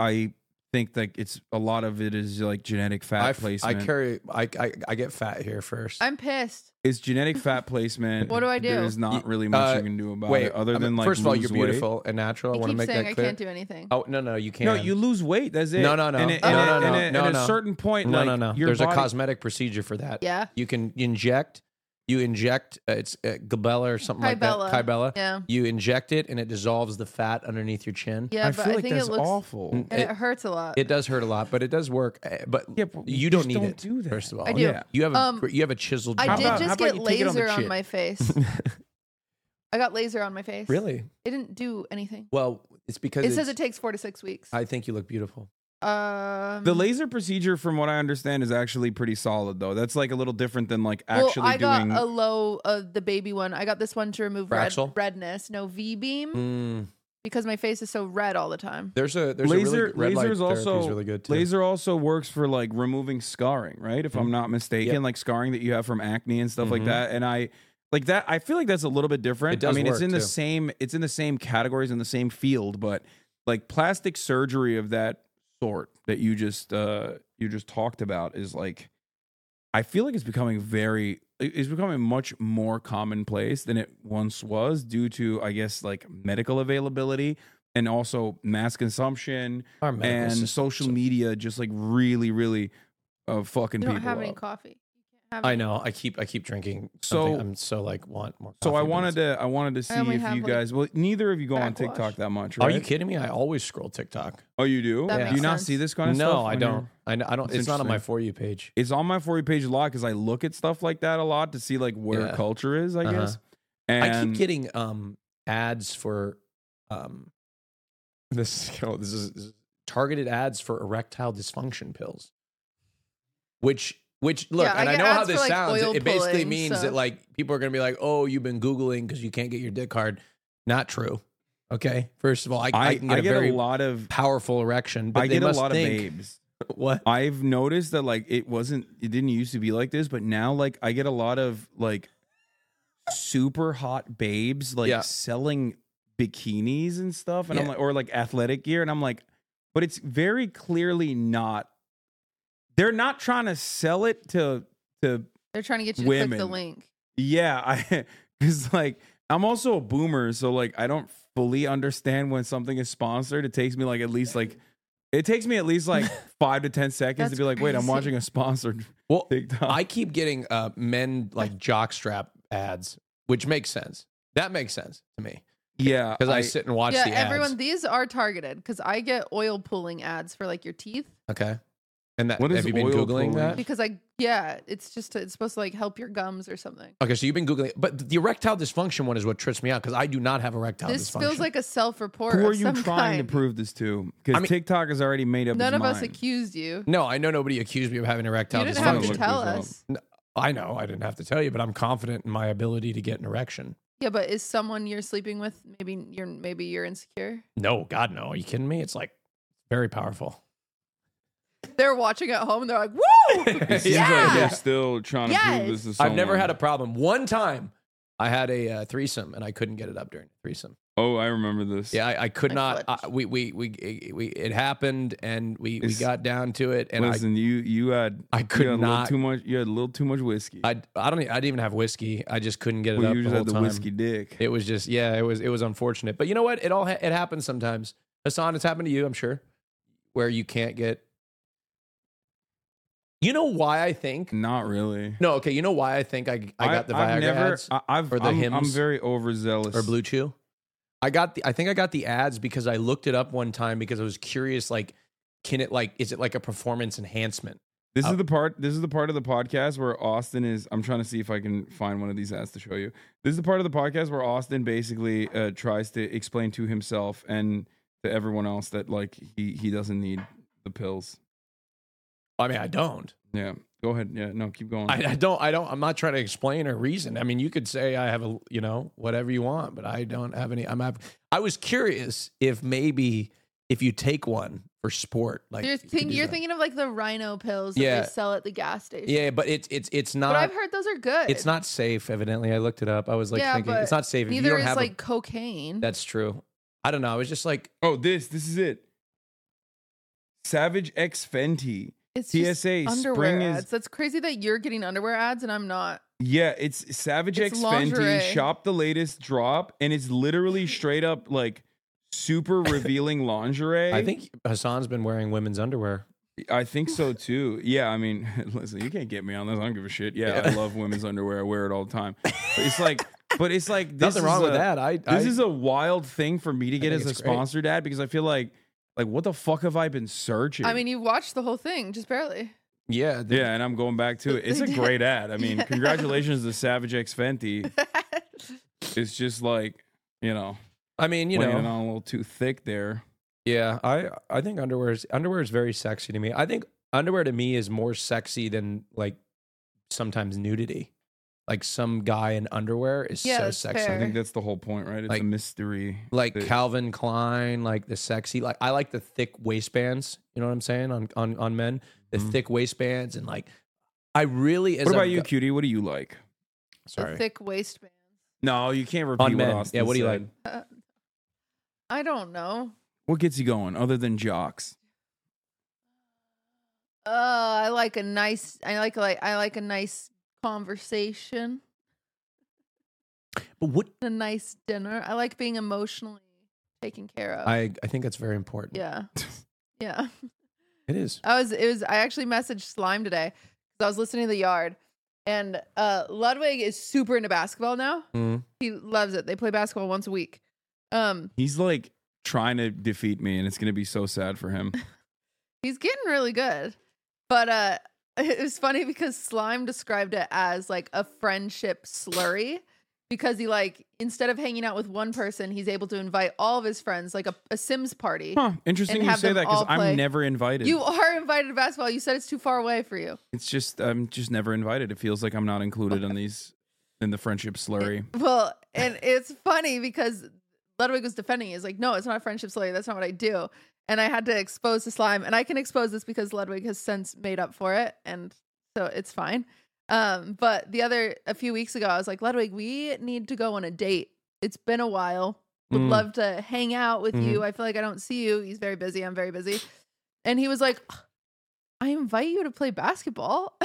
[SPEAKER 3] i think like it's a lot of it is like genetic fat
[SPEAKER 1] I f- I
[SPEAKER 3] placement
[SPEAKER 1] carry. I, I I get fat here first.
[SPEAKER 2] I'm pissed.
[SPEAKER 3] it's genetic fat placement
[SPEAKER 2] What do I do?
[SPEAKER 3] there's not
[SPEAKER 1] Y-
[SPEAKER 3] really much
[SPEAKER 1] uh,
[SPEAKER 3] you can do about
[SPEAKER 1] Wait,
[SPEAKER 3] it other
[SPEAKER 1] I mean,
[SPEAKER 3] than like
[SPEAKER 1] first of all,
[SPEAKER 3] lose
[SPEAKER 1] you're
[SPEAKER 3] weight.
[SPEAKER 1] beautiful and natural. I
[SPEAKER 2] You
[SPEAKER 1] want to
[SPEAKER 2] keep
[SPEAKER 1] make
[SPEAKER 2] saying
[SPEAKER 1] that
[SPEAKER 2] I
[SPEAKER 1] clear.
[SPEAKER 2] can't do anything.
[SPEAKER 1] Oh no, no, you can't.
[SPEAKER 3] No, you lose weight. That's it.
[SPEAKER 1] No, no, no.
[SPEAKER 3] And it-
[SPEAKER 2] No,
[SPEAKER 3] and it-
[SPEAKER 2] no,
[SPEAKER 3] and
[SPEAKER 2] no.
[SPEAKER 3] it-
[SPEAKER 1] No,
[SPEAKER 3] at
[SPEAKER 1] no.
[SPEAKER 3] a certain point,
[SPEAKER 1] no,
[SPEAKER 3] like,
[SPEAKER 1] no, no.
[SPEAKER 3] your
[SPEAKER 1] There's
[SPEAKER 3] body-
[SPEAKER 1] a cosmetic procedure for that.
[SPEAKER 2] Yeah.
[SPEAKER 1] you can inject. You inject. Uh, it's uh, Gabella or something
[SPEAKER 2] Kybella.
[SPEAKER 1] like that. Kybella.
[SPEAKER 2] Yeah.
[SPEAKER 1] You inject it, and it dissolves the fat underneath your chin.
[SPEAKER 2] Yeah,
[SPEAKER 3] I
[SPEAKER 2] but
[SPEAKER 3] feel
[SPEAKER 2] I
[SPEAKER 3] like
[SPEAKER 2] think
[SPEAKER 3] that's
[SPEAKER 2] it looks
[SPEAKER 3] awful.
[SPEAKER 2] and it,
[SPEAKER 1] It-
[SPEAKER 2] hurts a lot.
[SPEAKER 1] It does hurt a lot, but it does work. Uh, But,
[SPEAKER 3] Mm, Yeah, but
[SPEAKER 1] you,
[SPEAKER 3] you
[SPEAKER 1] don't
[SPEAKER 3] just
[SPEAKER 1] need
[SPEAKER 3] don't
[SPEAKER 1] it.
[SPEAKER 3] do that.
[SPEAKER 1] First of all,
[SPEAKER 2] I do.
[SPEAKER 3] Yeah.
[SPEAKER 1] You have a
[SPEAKER 2] Um,
[SPEAKER 1] gr- you have a chiseled.
[SPEAKER 2] I
[SPEAKER 1] jaw.
[SPEAKER 2] did
[SPEAKER 3] about- how
[SPEAKER 2] just
[SPEAKER 3] about
[SPEAKER 2] get
[SPEAKER 3] you take it on the
[SPEAKER 2] laser on,
[SPEAKER 3] chin?
[SPEAKER 2] my face. I got laser on my face.
[SPEAKER 1] really.
[SPEAKER 2] It didn't do anything.
[SPEAKER 1] Well, it's because
[SPEAKER 2] It says it
[SPEAKER 1] it's-
[SPEAKER 2] takes four to six weeks.
[SPEAKER 1] I think you look beautiful.
[SPEAKER 2] um,
[SPEAKER 3] The laser procedure, from what I understand, is actually pretty solid though. That's like a little different than like
[SPEAKER 2] well,
[SPEAKER 3] actually
[SPEAKER 2] I got
[SPEAKER 3] doing.
[SPEAKER 2] a low uh, the baby one. I got this one to remove red,
[SPEAKER 1] Fraxel?
[SPEAKER 2] redness, no V beam,
[SPEAKER 1] Mm.
[SPEAKER 2] because my face is so red all the time.
[SPEAKER 1] There's a there's
[SPEAKER 3] laser
[SPEAKER 1] a really, red light
[SPEAKER 3] laser is
[SPEAKER 1] therapy is
[SPEAKER 3] also
[SPEAKER 1] really good too. Mm-hmm.
[SPEAKER 3] laser also works for like removing scarring, right? If I'm not mistaken,
[SPEAKER 1] Yep.
[SPEAKER 3] like scarring that you have from acne and stuff like
[SPEAKER 1] Mhm.
[SPEAKER 3] that. And I like that. I feel like that's a little bit different.
[SPEAKER 1] It does
[SPEAKER 3] I mean, it's
[SPEAKER 1] work,
[SPEAKER 3] in the
[SPEAKER 1] too.
[SPEAKER 3] same it's in the same categories in the same field, but like plastic surgery of that sort that you just uh you just talked about is like I feel like it's becoming very it- it's becoming much more commonplace than it once was due to I guess like medical availability and also mass consumption
[SPEAKER 1] Our medical
[SPEAKER 3] and
[SPEAKER 1] system.
[SPEAKER 3] social media just like really really uh, fucking
[SPEAKER 2] You don't
[SPEAKER 3] people
[SPEAKER 2] have any
[SPEAKER 3] up.
[SPEAKER 2] coffee. You can't have
[SPEAKER 1] I
[SPEAKER 2] any-
[SPEAKER 1] know. I keep I keep drinking.
[SPEAKER 3] So-
[SPEAKER 1] something. I'm so like want more.
[SPEAKER 3] So I
[SPEAKER 1] coffee, but
[SPEAKER 3] wanted
[SPEAKER 1] it's-
[SPEAKER 3] to I wanted to see
[SPEAKER 2] only
[SPEAKER 3] if
[SPEAKER 2] have,
[SPEAKER 3] you
[SPEAKER 2] like,
[SPEAKER 3] guys well neither of you go on
[SPEAKER 2] backwash.
[SPEAKER 3] TikTok that much,
[SPEAKER 1] Are
[SPEAKER 3] right?
[SPEAKER 1] you kidding me? I always scroll TikTok.
[SPEAKER 3] Oh, you do?
[SPEAKER 2] That
[SPEAKER 1] Yeah.
[SPEAKER 3] Do you
[SPEAKER 2] makes
[SPEAKER 3] not
[SPEAKER 2] sense.
[SPEAKER 3] see this kind
[SPEAKER 1] No,
[SPEAKER 3] of
[SPEAKER 1] I
[SPEAKER 3] stuff? on your-
[SPEAKER 1] don't. I, I don't.
[SPEAKER 3] That's
[SPEAKER 1] It's not on my
[SPEAKER 3] interesting.
[SPEAKER 1] for you page.
[SPEAKER 3] It's on my for you page a lot because I look at stuff like that a lot to see like where
[SPEAKER 1] Yeah.
[SPEAKER 3] culture is, I
[SPEAKER 1] Uh-huh.
[SPEAKER 3] guess. And
[SPEAKER 1] I keep getting um ads for um this you know, this is this is targeted ads for erectile dysfunction pills. Which which look,
[SPEAKER 2] Yeah, I
[SPEAKER 1] and I,
[SPEAKER 2] get
[SPEAKER 1] know how
[SPEAKER 2] ads for,
[SPEAKER 1] this
[SPEAKER 2] like,
[SPEAKER 1] sounds.
[SPEAKER 2] oil
[SPEAKER 1] It, it basically
[SPEAKER 2] pulling,
[SPEAKER 1] means
[SPEAKER 2] so-
[SPEAKER 1] that like people are gonna be like, oh, you've been Googling because you can't get your dick hard. Not true. Okay. First of all, I, I,
[SPEAKER 3] I,
[SPEAKER 1] can get
[SPEAKER 3] I
[SPEAKER 1] a very
[SPEAKER 3] lot of
[SPEAKER 1] powerful erection, but
[SPEAKER 3] I
[SPEAKER 1] they
[SPEAKER 3] get a
[SPEAKER 1] must
[SPEAKER 3] lot
[SPEAKER 1] think
[SPEAKER 3] of babes.
[SPEAKER 1] what
[SPEAKER 3] I've noticed that like it wasn't it didn't used to be like this, but now like I get a lot of like super hot babes like
[SPEAKER 1] Yeah.
[SPEAKER 3] selling bikinis and stuff and I'm
[SPEAKER 1] Yeah.
[SPEAKER 3] like or like athletic gear and I'm like but it's very clearly not they're not trying to sell it to to
[SPEAKER 2] They're trying to get you to click the
[SPEAKER 3] Women.
[SPEAKER 2] link.
[SPEAKER 3] yeah, I cuz like I'm also a boomer, so like I don't fully understand when something is sponsored. It takes me like at least like it takes me at least like 5 to 10 seconds to
[SPEAKER 2] That's
[SPEAKER 3] be like, "Wait, I'm
[SPEAKER 2] crazy.
[SPEAKER 3] watching a sponsored
[SPEAKER 1] well
[SPEAKER 3] TikTok."
[SPEAKER 1] I keep getting uh, men like jockstrap ads, which makes sense. That makes sense to me
[SPEAKER 3] yeah,
[SPEAKER 1] because I, sit and watch
[SPEAKER 2] yeah,
[SPEAKER 1] the ads.
[SPEAKER 2] everyone, these are targeted because I get oil pulling ads for like your teeth
[SPEAKER 1] okay, and that
[SPEAKER 3] What is
[SPEAKER 1] have you been
[SPEAKER 3] oil
[SPEAKER 1] googling
[SPEAKER 3] pulling?
[SPEAKER 1] that?
[SPEAKER 2] because I, yeah, it's just, it's supposed to like help your gums or something.
[SPEAKER 1] Okay, so you've been googling, but the erectile dysfunction one is what trips me out because I do not have erectile
[SPEAKER 2] This
[SPEAKER 1] dysfunction.
[SPEAKER 2] feels like a self report.
[SPEAKER 3] Who are
[SPEAKER 2] of
[SPEAKER 3] you
[SPEAKER 2] some
[SPEAKER 3] trying
[SPEAKER 2] kind.
[SPEAKER 3] to prove this to? Because
[SPEAKER 1] I mean-
[SPEAKER 3] TikTok has already made up.
[SPEAKER 2] None
[SPEAKER 3] its
[SPEAKER 2] of us
[SPEAKER 3] mind.
[SPEAKER 2] accused you.
[SPEAKER 1] no, I know nobody accused me of having erectile
[SPEAKER 2] you didn't
[SPEAKER 1] dysfunction.
[SPEAKER 2] have to
[SPEAKER 3] dysfunction.
[SPEAKER 2] tell
[SPEAKER 3] Look this
[SPEAKER 2] us.
[SPEAKER 1] I know I didn't have to tell you, but I'm confident in my ability to get an erection.
[SPEAKER 2] Yeah, but is someone you're sleeping with maybe you're maybe you're insecure?
[SPEAKER 1] No, God, no. Are you kidding me? It's like very powerful.
[SPEAKER 2] They're watching at home and they're like, "Woo!"
[SPEAKER 3] It seems like
[SPEAKER 2] Yeah.
[SPEAKER 3] they're still trying to prove this
[SPEAKER 2] Yes.
[SPEAKER 3] to someone.
[SPEAKER 1] I've never had a problem. One time, I had a uh, threesome and I couldn't get it up during the threesome.
[SPEAKER 3] Oh, I remember this.
[SPEAKER 1] Yeah, I, I could
[SPEAKER 2] I
[SPEAKER 1] not.
[SPEAKER 2] flipped.
[SPEAKER 1] I, we, we we we it happened, and we we
[SPEAKER 3] It's-
[SPEAKER 1] got down to it, and I
[SPEAKER 3] Listen, you you had
[SPEAKER 1] I
[SPEAKER 3] you had a
[SPEAKER 1] could
[SPEAKER 3] little
[SPEAKER 1] not.
[SPEAKER 3] too much. You had a little too much whiskey.
[SPEAKER 1] I I don't. e- I didn't even have whiskey. I just couldn't get it
[SPEAKER 3] well,
[SPEAKER 1] up
[SPEAKER 3] you
[SPEAKER 1] the
[SPEAKER 3] just
[SPEAKER 1] whole
[SPEAKER 3] had the
[SPEAKER 1] time.
[SPEAKER 3] whiskey dick.
[SPEAKER 1] It was just yeah. It was it was unfortunate, but you know what? It all ha- it happens sometimes. Hassan, it's happened to you, I'm sure, where you can't get. You know why I think
[SPEAKER 3] not really.
[SPEAKER 1] no. Okay, you know why I think I I got the Viagra
[SPEAKER 3] I've never,
[SPEAKER 1] ads
[SPEAKER 3] I, have
[SPEAKER 1] or the
[SPEAKER 3] I'm, I'm
[SPEAKER 1] hymns
[SPEAKER 3] very overzealous.
[SPEAKER 1] or Blue Chew. I got the I think I got the ads because I looked it up one time because I was curious like can it like is it like a performance enhancement?
[SPEAKER 3] This
[SPEAKER 1] Oh.
[SPEAKER 3] is the part. This is the part of the podcast where Austin is. I'm trying to see if I can find one of these ads to show you. This is the part of the podcast where Austin basically uh, tries to explain to himself and to everyone else that like he he doesn't need the pills.
[SPEAKER 1] I mean, I don't.
[SPEAKER 3] Yeah, go ahead. Yeah, no, keep going.
[SPEAKER 1] I, I don't I don't I'm not trying to explain or reason. I mean, you could say I have a you know, whatever you want, but I don't have any I'm have, I was curious if maybe if you take one for sport like
[SPEAKER 2] you're
[SPEAKER 1] you could
[SPEAKER 2] thinking
[SPEAKER 1] do
[SPEAKER 2] you're
[SPEAKER 1] that.
[SPEAKER 2] thinking of like the rhino pills that
[SPEAKER 1] Yeah.
[SPEAKER 2] they sell at the gas station.
[SPEAKER 1] Yeah, but it's it's it's
[SPEAKER 2] but I've
[SPEAKER 1] not
[SPEAKER 2] heard those are good.
[SPEAKER 1] it's not safe evidently. I looked it up. I was like
[SPEAKER 2] Yeah,
[SPEAKER 1] thinking
[SPEAKER 2] but
[SPEAKER 1] it's not safe if you
[SPEAKER 2] Neither
[SPEAKER 1] don't
[SPEAKER 2] is
[SPEAKER 1] have a-
[SPEAKER 2] like cocaine.
[SPEAKER 1] that's true. I don't know. I was just like
[SPEAKER 3] oh, this this is it. Savage X Fenty.
[SPEAKER 2] It's just
[SPEAKER 3] TSA
[SPEAKER 2] underwear
[SPEAKER 3] spring
[SPEAKER 2] ads.
[SPEAKER 3] is
[SPEAKER 2] That's crazy that you're getting underwear ads and I'm not.
[SPEAKER 3] Yeah, it's Savage
[SPEAKER 2] It's
[SPEAKER 3] X
[SPEAKER 2] lingerie.
[SPEAKER 3] Fenty. Shop the latest drop, and it's literally straight up like super revealing lingerie.
[SPEAKER 1] I think Hassan's been wearing women's underwear.
[SPEAKER 3] I think so too. Yeah, I mean, listen, you can't get me on this. I don't give a shit. Yeah, I love women's underwear. I wear it all the time. But it's like, but it's like this
[SPEAKER 1] Nothing
[SPEAKER 3] is
[SPEAKER 1] wrong with
[SPEAKER 3] a-
[SPEAKER 1] that. I
[SPEAKER 3] This
[SPEAKER 1] I-
[SPEAKER 3] is a wild thing for me to get
[SPEAKER 1] think
[SPEAKER 3] as a
[SPEAKER 1] it's great.
[SPEAKER 3] sponsored ad because I feel like, like, what the fuck have I been searching?
[SPEAKER 2] I mean, you watched the whole thing just barely.
[SPEAKER 1] yeah, the-
[SPEAKER 3] yeah, and I'm going back to it. It's a great ad. I mean, congratulations to Savage X Fenty. It's just like, you know,
[SPEAKER 1] I mean, you
[SPEAKER 3] laying
[SPEAKER 1] know,
[SPEAKER 3] it on a little too thick there.
[SPEAKER 1] Yeah, I I think underwear is underwear is very sexy to me. I think underwear to me is more sexy than like sometimes nudity. Like some guy in underwear is
[SPEAKER 2] Yeah,
[SPEAKER 1] so
[SPEAKER 2] that's
[SPEAKER 1] sexy.
[SPEAKER 3] I
[SPEAKER 2] fair.
[SPEAKER 3] think that's the whole point, right? It's
[SPEAKER 1] Like-
[SPEAKER 3] a mystery.
[SPEAKER 1] Like
[SPEAKER 3] The-
[SPEAKER 1] Calvin Klein, like the sexy, like I like the thick waistbands. You know what I'm saying on on on men, the
[SPEAKER 3] Mhm.
[SPEAKER 1] thick waistbands, and like I really. As
[SPEAKER 3] What
[SPEAKER 1] I've
[SPEAKER 3] about you,
[SPEAKER 1] got-
[SPEAKER 3] cutie? What do you like?
[SPEAKER 2] The
[SPEAKER 1] Sorry,
[SPEAKER 2] thick waistband.
[SPEAKER 3] No, you can't repeat
[SPEAKER 1] on
[SPEAKER 3] what
[SPEAKER 1] men.
[SPEAKER 3] Austin
[SPEAKER 1] yeah, what do you
[SPEAKER 3] said.
[SPEAKER 1] like?
[SPEAKER 2] I don't know.
[SPEAKER 3] What gets you going other than jocks?
[SPEAKER 2] Uh, I like a nice. I like like I like a nice conversation.
[SPEAKER 1] But what
[SPEAKER 2] A nice dinner. I like being emotionally taken care of.
[SPEAKER 1] I I think that's very important.
[SPEAKER 2] yeah. yeah.
[SPEAKER 1] It is.
[SPEAKER 2] I was it was I actually messaged Slime today because I was listening to the yard and uh Ludwig is super into basketball now.
[SPEAKER 3] Mm-hmm.
[SPEAKER 1] Mhm.
[SPEAKER 2] He loves it. They play basketball once a week. Um
[SPEAKER 3] He's like trying to defeat me, and it's gonna be so sad for him.
[SPEAKER 2] he's getting really good. But uh it was funny because Slime described it as like a friendship slurry because he like instead of hanging out with one person, he's able to invite all of his friends like a, a Sims party.
[SPEAKER 3] Huh? Interesting
[SPEAKER 2] And
[SPEAKER 3] you
[SPEAKER 2] have
[SPEAKER 3] say
[SPEAKER 2] them
[SPEAKER 3] that because
[SPEAKER 2] all
[SPEAKER 3] I'm
[SPEAKER 2] play.
[SPEAKER 3] never invited.
[SPEAKER 2] You are invited to basketball. You said it's too far away for you.
[SPEAKER 3] It's just I'm just never invited. It feels like I'm not included in these in the friendship slurry.
[SPEAKER 2] Well, and it's funny because Ludwig was defending. it. He's like, no, it's not a friendship slurry. That's not what I do. And I had to expose the slime. And I can expose this because Ludwig has since made up for it. And so it's fine. Um, but the other, a few weeks ago, I was like, Ludwig, we need to go on a date. It's been a while. Would
[SPEAKER 3] Mm.
[SPEAKER 2] love to hang out with
[SPEAKER 3] Mhm.
[SPEAKER 2] you. I feel like I don't see you. He's very busy. I'm very busy. And he was like, I invite you to play basketball.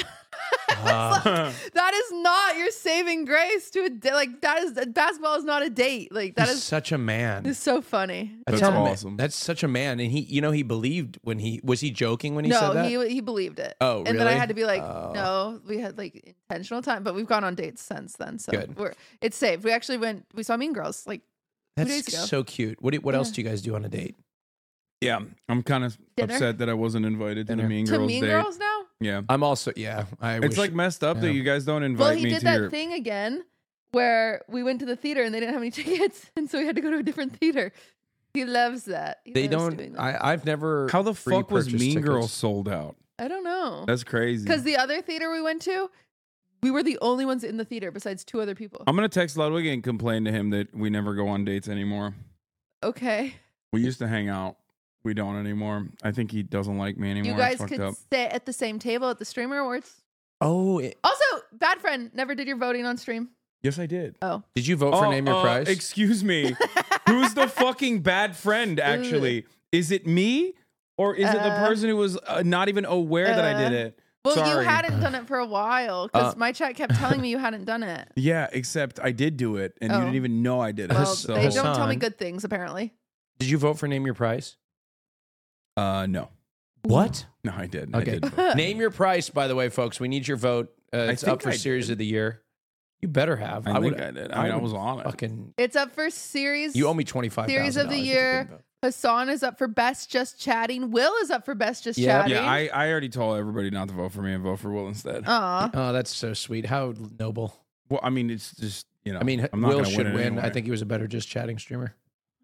[SPEAKER 3] Ah.
[SPEAKER 2] That is not your saving grace to a da- like that is basketball is not a date. Like that
[SPEAKER 1] He's
[SPEAKER 2] is
[SPEAKER 1] such a man.
[SPEAKER 2] is so funny.
[SPEAKER 3] That's
[SPEAKER 1] such a man.
[SPEAKER 3] awesome.
[SPEAKER 1] That's such a man. And he, you know, he believed when he was he joking when he said
[SPEAKER 2] no,
[SPEAKER 1] that.
[SPEAKER 2] he he believed it.
[SPEAKER 1] Oh,
[SPEAKER 2] And then I
[SPEAKER 1] really?
[SPEAKER 2] had to be like,
[SPEAKER 1] Oh.
[SPEAKER 2] no, we had like intentional time, but we've gone on dates since then, so
[SPEAKER 1] Good.
[SPEAKER 2] we're it's saved. We actually went. We saw Mean Girls. Like days ago.
[SPEAKER 1] That's so cute. What do- what else
[SPEAKER 2] Yeah.
[SPEAKER 1] do you guys do on a date?
[SPEAKER 3] yeah, I'm kind of
[SPEAKER 2] Dinner?
[SPEAKER 3] upset that I wasn't invited to the
[SPEAKER 1] Dinner.
[SPEAKER 3] Mean
[SPEAKER 2] to
[SPEAKER 3] Girls
[SPEAKER 2] Mean
[SPEAKER 3] date.
[SPEAKER 2] Girls now.
[SPEAKER 3] Yeah,
[SPEAKER 1] I'm also yeah. I
[SPEAKER 3] it's
[SPEAKER 1] wish-
[SPEAKER 3] like messed up
[SPEAKER 1] yeah.
[SPEAKER 3] that you guys don't invite
[SPEAKER 2] Well, he
[SPEAKER 3] me
[SPEAKER 2] did
[SPEAKER 3] to
[SPEAKER 2] that
[SPEAKER 3] your.
[SPEAKER 2] thing again where we went to the theater and they didn't have any tickets, and so we had to go to a different theater. He loves that. He
[SPEAKER 1] they
[SPEAKER 2] loves
[SPEAKER 1] don't.
[SPEAKER 2] doing that.
[SPEAKER 1] I I've never.
[SPEAKER 3] How the fuck was
[SPEAKER 1] pre-purchased
[SPEAKER 3] Mean
[SPEAKER 1] tickets.
[SPEAKER 3] Girls sold out?
[SPEAKER 2] I don't know.
[SPEAKER 3] That's crazy.
[SPEAKER 2] Because the other theater we went to, we were the only ones in the theater besides two other people.
[SPEAKER 3] I'm gonna text Ludwig and complain to him that we never go on dates anymore.
[SPEAKER 2] okay.
[SPEAKER 3] We used to hang out. We don't anymore. I think he doesn't like me anymore.
[SPEAKER 2] You guys
[SPEAKER 3] it's fucked
[SPEAKER 2] could
[SPEAKER 3] up.
[SPEAKER 2] sit at the same table at the streamer awards.
[SPEAKER 1] Oh, it-
[SPEAKER 2] Also, bad friend never did your voting on stream.
[SPEAKER 3] Yes, I did.
[SPEAKER 2] Oh.
[SPEAKER 1] did you vote for
[SPEAKER 3] Oh,
[SPEAKER 1] name your
[SPEAKER 3] uh,
[SPEAKER 1] price?
[SPEAKER 3] Excuse me. Who's the fucking bad friend, actually? Is it me? Or is it the
[SPEAKER 2] Uh,
[SPEAKER 3] person who was uh, not even aware that I did
[SPEAKER 2] uh,
[SPEAKER 3] it?
[SPEAKER 2] Well,
[SPEAKER 3] Sorry.
[SPEAKER 2] you hadn't done it for a while because
[SPEAKER 1] Uh.
[SPEAKER 2] my chat kept telling me you hadn't done it.
[SPEAKER 3] Yeah, except I did do it, and
[SPEAKER 2] Oh.
[SPEAKER 3] you didn't even know I did it.
[SPEAKER 2] Well,
[SPEAKER 3] Uh, so,
[SPEAKER 2] they don't tell me
[SPEAKER 1] Hassan.
[SPEAKER 2] good things, apparently.
[SPEAKER 1] did you vote for name your price?
[SPEAKER 3] uh, no,
[SPEAKER 1] What?
[SPEAKER 3] no, I did. I
[SPEAKER 1] Okay.
[SPEAKER 3] did.
[SPEAKER 1] name your price, by the way, folks. We need your vote. Uh, it's
[SPEAKER 3] think
[SPEAKER 1] up for
[SPEAKER 3] I
[SPEAKER 1] series
[SPEAKER 3] did.
[SPEAKER 1] of the year. You better have.
[SPEAKER 3] I, think I did. I, mean, I
[SPEAKER 1] would
[SPEAKER 3] was on it.
[SPEAKER 1] Fucking.
[SPEAKER 2] It's up for series.
[SPEAKER 1] You owe me twenty five.
[SPEAKER 2] Series of the year. Hassan is up for best just chatting. Will is up for best just
[SPEAKER 1] Yeah.
[SPEAKER 2] chatting.
[SPEAKER 3] Yeah, I, I already told everybody not to vote for me and vote for Will instead.
[SPEAKER 2] Aw.
[SPEAKER 1] Oh, that's so sweet. How noble.
[SPEAKER 3] well, I mean, it's just you know.
[SPEAKER 1] I mean,
[SPEAKER 3] I'm not
[SPEAKER 1] Will
[SPEAKER 3] gonna
[SPEAKER 1] should
[SPEAKER 3] win. it
[SPEAKER 1] win. I
[SPEAKER 3] anyway.
[SPEAKER 1] think he was a better just chatting streamer.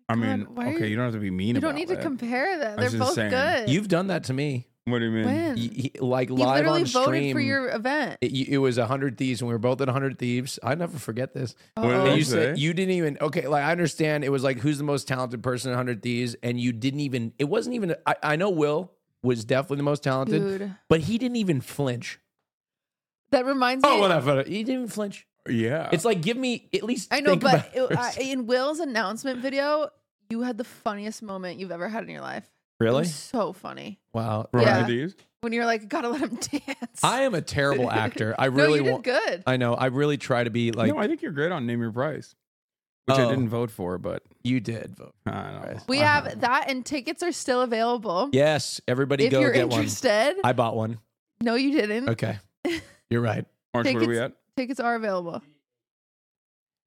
[SPEAKER 3] I mean,
[SPEAKER 2] God, why are
[SPEAKER 3] okay,
[SPEAKER 2] you-
[SPEAKER 3] you don't have to be mean.
[SPEAKER 2] You don't
[SPEAKER 3] about
[SPEAKER 2] need
[SPEAKER 3] that.
[SPEAKER 2] to compare them.
[SPEAKER 3] I was
[SPEAKER 2] They're
[SPEAKER 3] just
[SPEAKER 2] both
[SPEAKER 3] saying.
[SPEAKER 2] good.
[SPEAKER 1] You've done that to me.
[SPEAKER 3] What do you mean?
[SPEAKER 2] When?
[SPEAKER 1] Y- y- like
[SPEAKER 2] Mm. you
[SPEAKER 1] live
[SPEAKER 2] literally
[SPEAKER 1] on
[SPEAKER 2] voted
[SPEAKER 1] stream.
[SPEAKER 2] for your event.
[SPEAKER 1] it, it was 100 Thieves, and we were both at 100 Thieves. I never forget this.
[SPEAKER 3] What
[SPEAKER 2] Uh-oh.
[SPEAKER 3] did
[SPEAKER 1] And
[SPEAKER 3] they
[SPEAKER 1] you
[SPEAKER 3] say?
[SPEAKER 1] said you didn't even okay. Like I understand, it was like who's the most talented person at 100 Thieves, and you didn't even. It wasn't even. I, I know Will was definitely the most talented,
[SPEAKER 2] Dude,
[SPEAKER 1] but he didn't even flinch.
[SPEAKER 2] that reminds me.
[SPEAKER 1] Oh, whatever. He didn't even flinch.
[SPEAKER 3] Yeah,
[SPEAKER 1] It's like give me at least.
[SPEAKER 2] I know,
[SPEAKER 1] think
[SPEAKER 2] but
[SPEAKER 1] about
[SPEAKER 2] it- I,
[SPEAKER 1] first.
[SPEAKER 2] in Will's announcement video, you had the funniest moment you've ever had in your life. It
[SPEAKER 1] really?
[SPEAKER 2] was so funny
[SPEAKER 1] Wow.
[SPEAKER 3] Remember
[SPEAKER 2] yeah.
[SPEAKER 3] these?
[SPEAKER 2] when you're like, gotta let him dance.
[SPEAKER 1] I am a terrible actor. I
[SPEAKER 2] no,
[SPEAKER 1] really
[SPEAKER 2] you did
[SPEAKER 1] want.
[SPEAKER 2] good.
[SPEAKER 1] I know. I really try to be like
[SPEAKER 3] no, I think you're great on name your price, which I
[SPEAKER 1] Oh.
[SPEAKER 3] didn't vote for, but
[SPEAKER 1] you did. Vote.
[SPEAKER 3] I don't know.
[SPEAKER 2] we
[SPEAKER 1] Uh-huh.
[SPEAKER 2] have that, and tickets are still available.
[SPEAKER 1] Yes, everybody
[SPEAKER 2] if
[SPEAKER 1] go
[SPEAKER 2] you're
[SPEAKER 1] get
[SPEAKER 2] interested.
[SPEAKER 1] one. I bought one.
[SPEAKER 2] no, you didn't.
[SPEAKER 1] Okay, you're right.
[SPEAKER 3] Orange,
[SPEAKER 2] think
[SPEAKER 3] where are we at?
[SPEAKER 2] Tickets are available.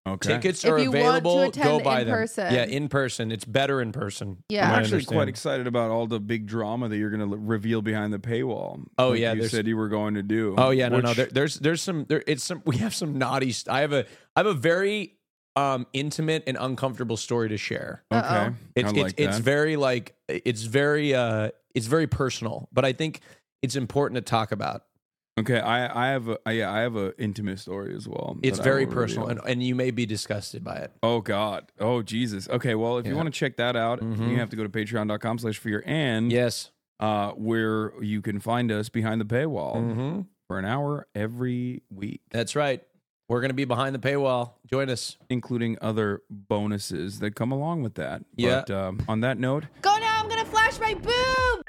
[SPEAKER 3] Okay,
[SPEAKER 1] Tickets
[SPEAKER 2] If
[SPEAKER 1] are
[SPEAKER 2] you want to
[SPEAKER 1] available. go
[SPEAKER 2] attend
[SPEAKER 1] buy
[SPEAKER 2] in
[SPEAKER 1] them.
[SPEAKER 2] person.
[SPEAKER 1] Yeah, in person. It's better in person.
[SPEAKER 2] Yeah.
[SPEAKER 1] from
[SPEAKER 3] I'm
[SPEAKER 1] what I
[SPEAKER 3] actually quite
[SPEAKER 1] understand.
[SPEAKER 3] excited about all the big drama that you're going to reveal behind the paywall.
[SPEAKER 1] Oh,
[SPEAKER 3] like
[SPEAKER 1] yeah,
[SPEAKER 3] you
[SPEAKER 1] there's-
[SPEAKER 3] said you were going to do.
[SPEAKER 1] Oh yeah, no, no.
[SPEAKER 3] which-
[SPEAKER 1] There, there's there's some there. It's some. We have some naughty. St- I have a I have a very um intimate and uncomfortable story to share.
[SPEAKER 3] okay,
[SPEAKER 2] Uh-oh.
[SPEAKER 1] It's
[SPEAKER 3] I
[SPEAKER 1] it's
[SPEAKER 3] like
[SPEAKER 1] it's
[SPEAKER 3] that.
[SPEAKER 1] very like it's very uh it's very personal, but I think it's important to talk about.
[SPEAKER 3] okay. I I have a I, yeah, I have a intimate story as well.
[SPEAKER 1] It's
[SPEAKER 3] that I
[SPEAKER 1] very
[SPEAKER 3] will
[SPEAKER 1] personal, and
[SPEAKER 3] reveal.
[SPEAKER 1] and you may be disgusted by it.
[SPEAKER 3] oh God, oh Jesus. Okay, well if you
[SPEAKER 1] Yeah.
[SPEAKER 3] want to check that out,
[SPEAKER 1] Mhm.
[SPEAKER 3] you have to go to Patreon.com/slash for your and
[SPEAKER 1] Yes.
[SPEAKER 3] uh, where you can find us behind the paywall
[SPEAKER 1] Mm-hmm.
[SPEAKER 3] for an hour every week.
[SPEAKER 1] That's right. We're gonna be behind the paywall. Join us.
[SPEAKER 3] including other bonuses that come along with that.
[SPEAKER 1] Yeah.
[SPEAKER 3] But um, on that note,
[SPEAKER 2] Go now. I'm gonna flash my boob.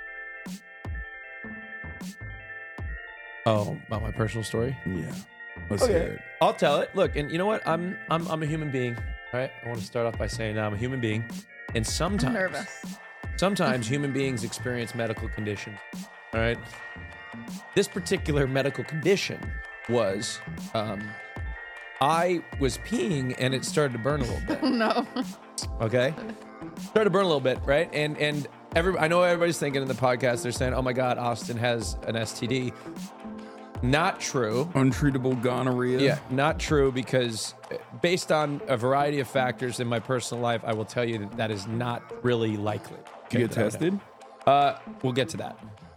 [SPEAKER 1] Oh, about my personal story.
[SPEAKER 3] Yeah. Let's
[SPEAKER 1] Okay.
[SPEAKER 3] hear it.
[SPEAKER 1] I'll tell it. Look, and you know what? I'm I'm I'm a human being. All right. I want to start off by saying I'm a human being, and sometimes
[SPEAKER 2] I'm nervous.
[SPEAKER 1] sometimes human beings experience medical conditions. All right. This particular medical condition was um, I was peeing and it started to burn a little bit.
[SPEAKER 2] No.
[SPEAKER 1] okay started to burn a little bit right and and every i know everybody's thinking in the podcast they're saying oh my god austin has an std not true
[SPEAKER 3] Untreatable gonorrhea.
[SPEAKER 1] yeah not true because uh, based on a variety of factors in my personal life i will tell you that that is not really likely
[SPEAKER 3] You
[SPEAKER 1] Okay,
[SPEAKER 3] get
[SPEAKER 1] that I know.
[SPEAKER 3] tested?
[SPEAKER 1] uh, we'll get to that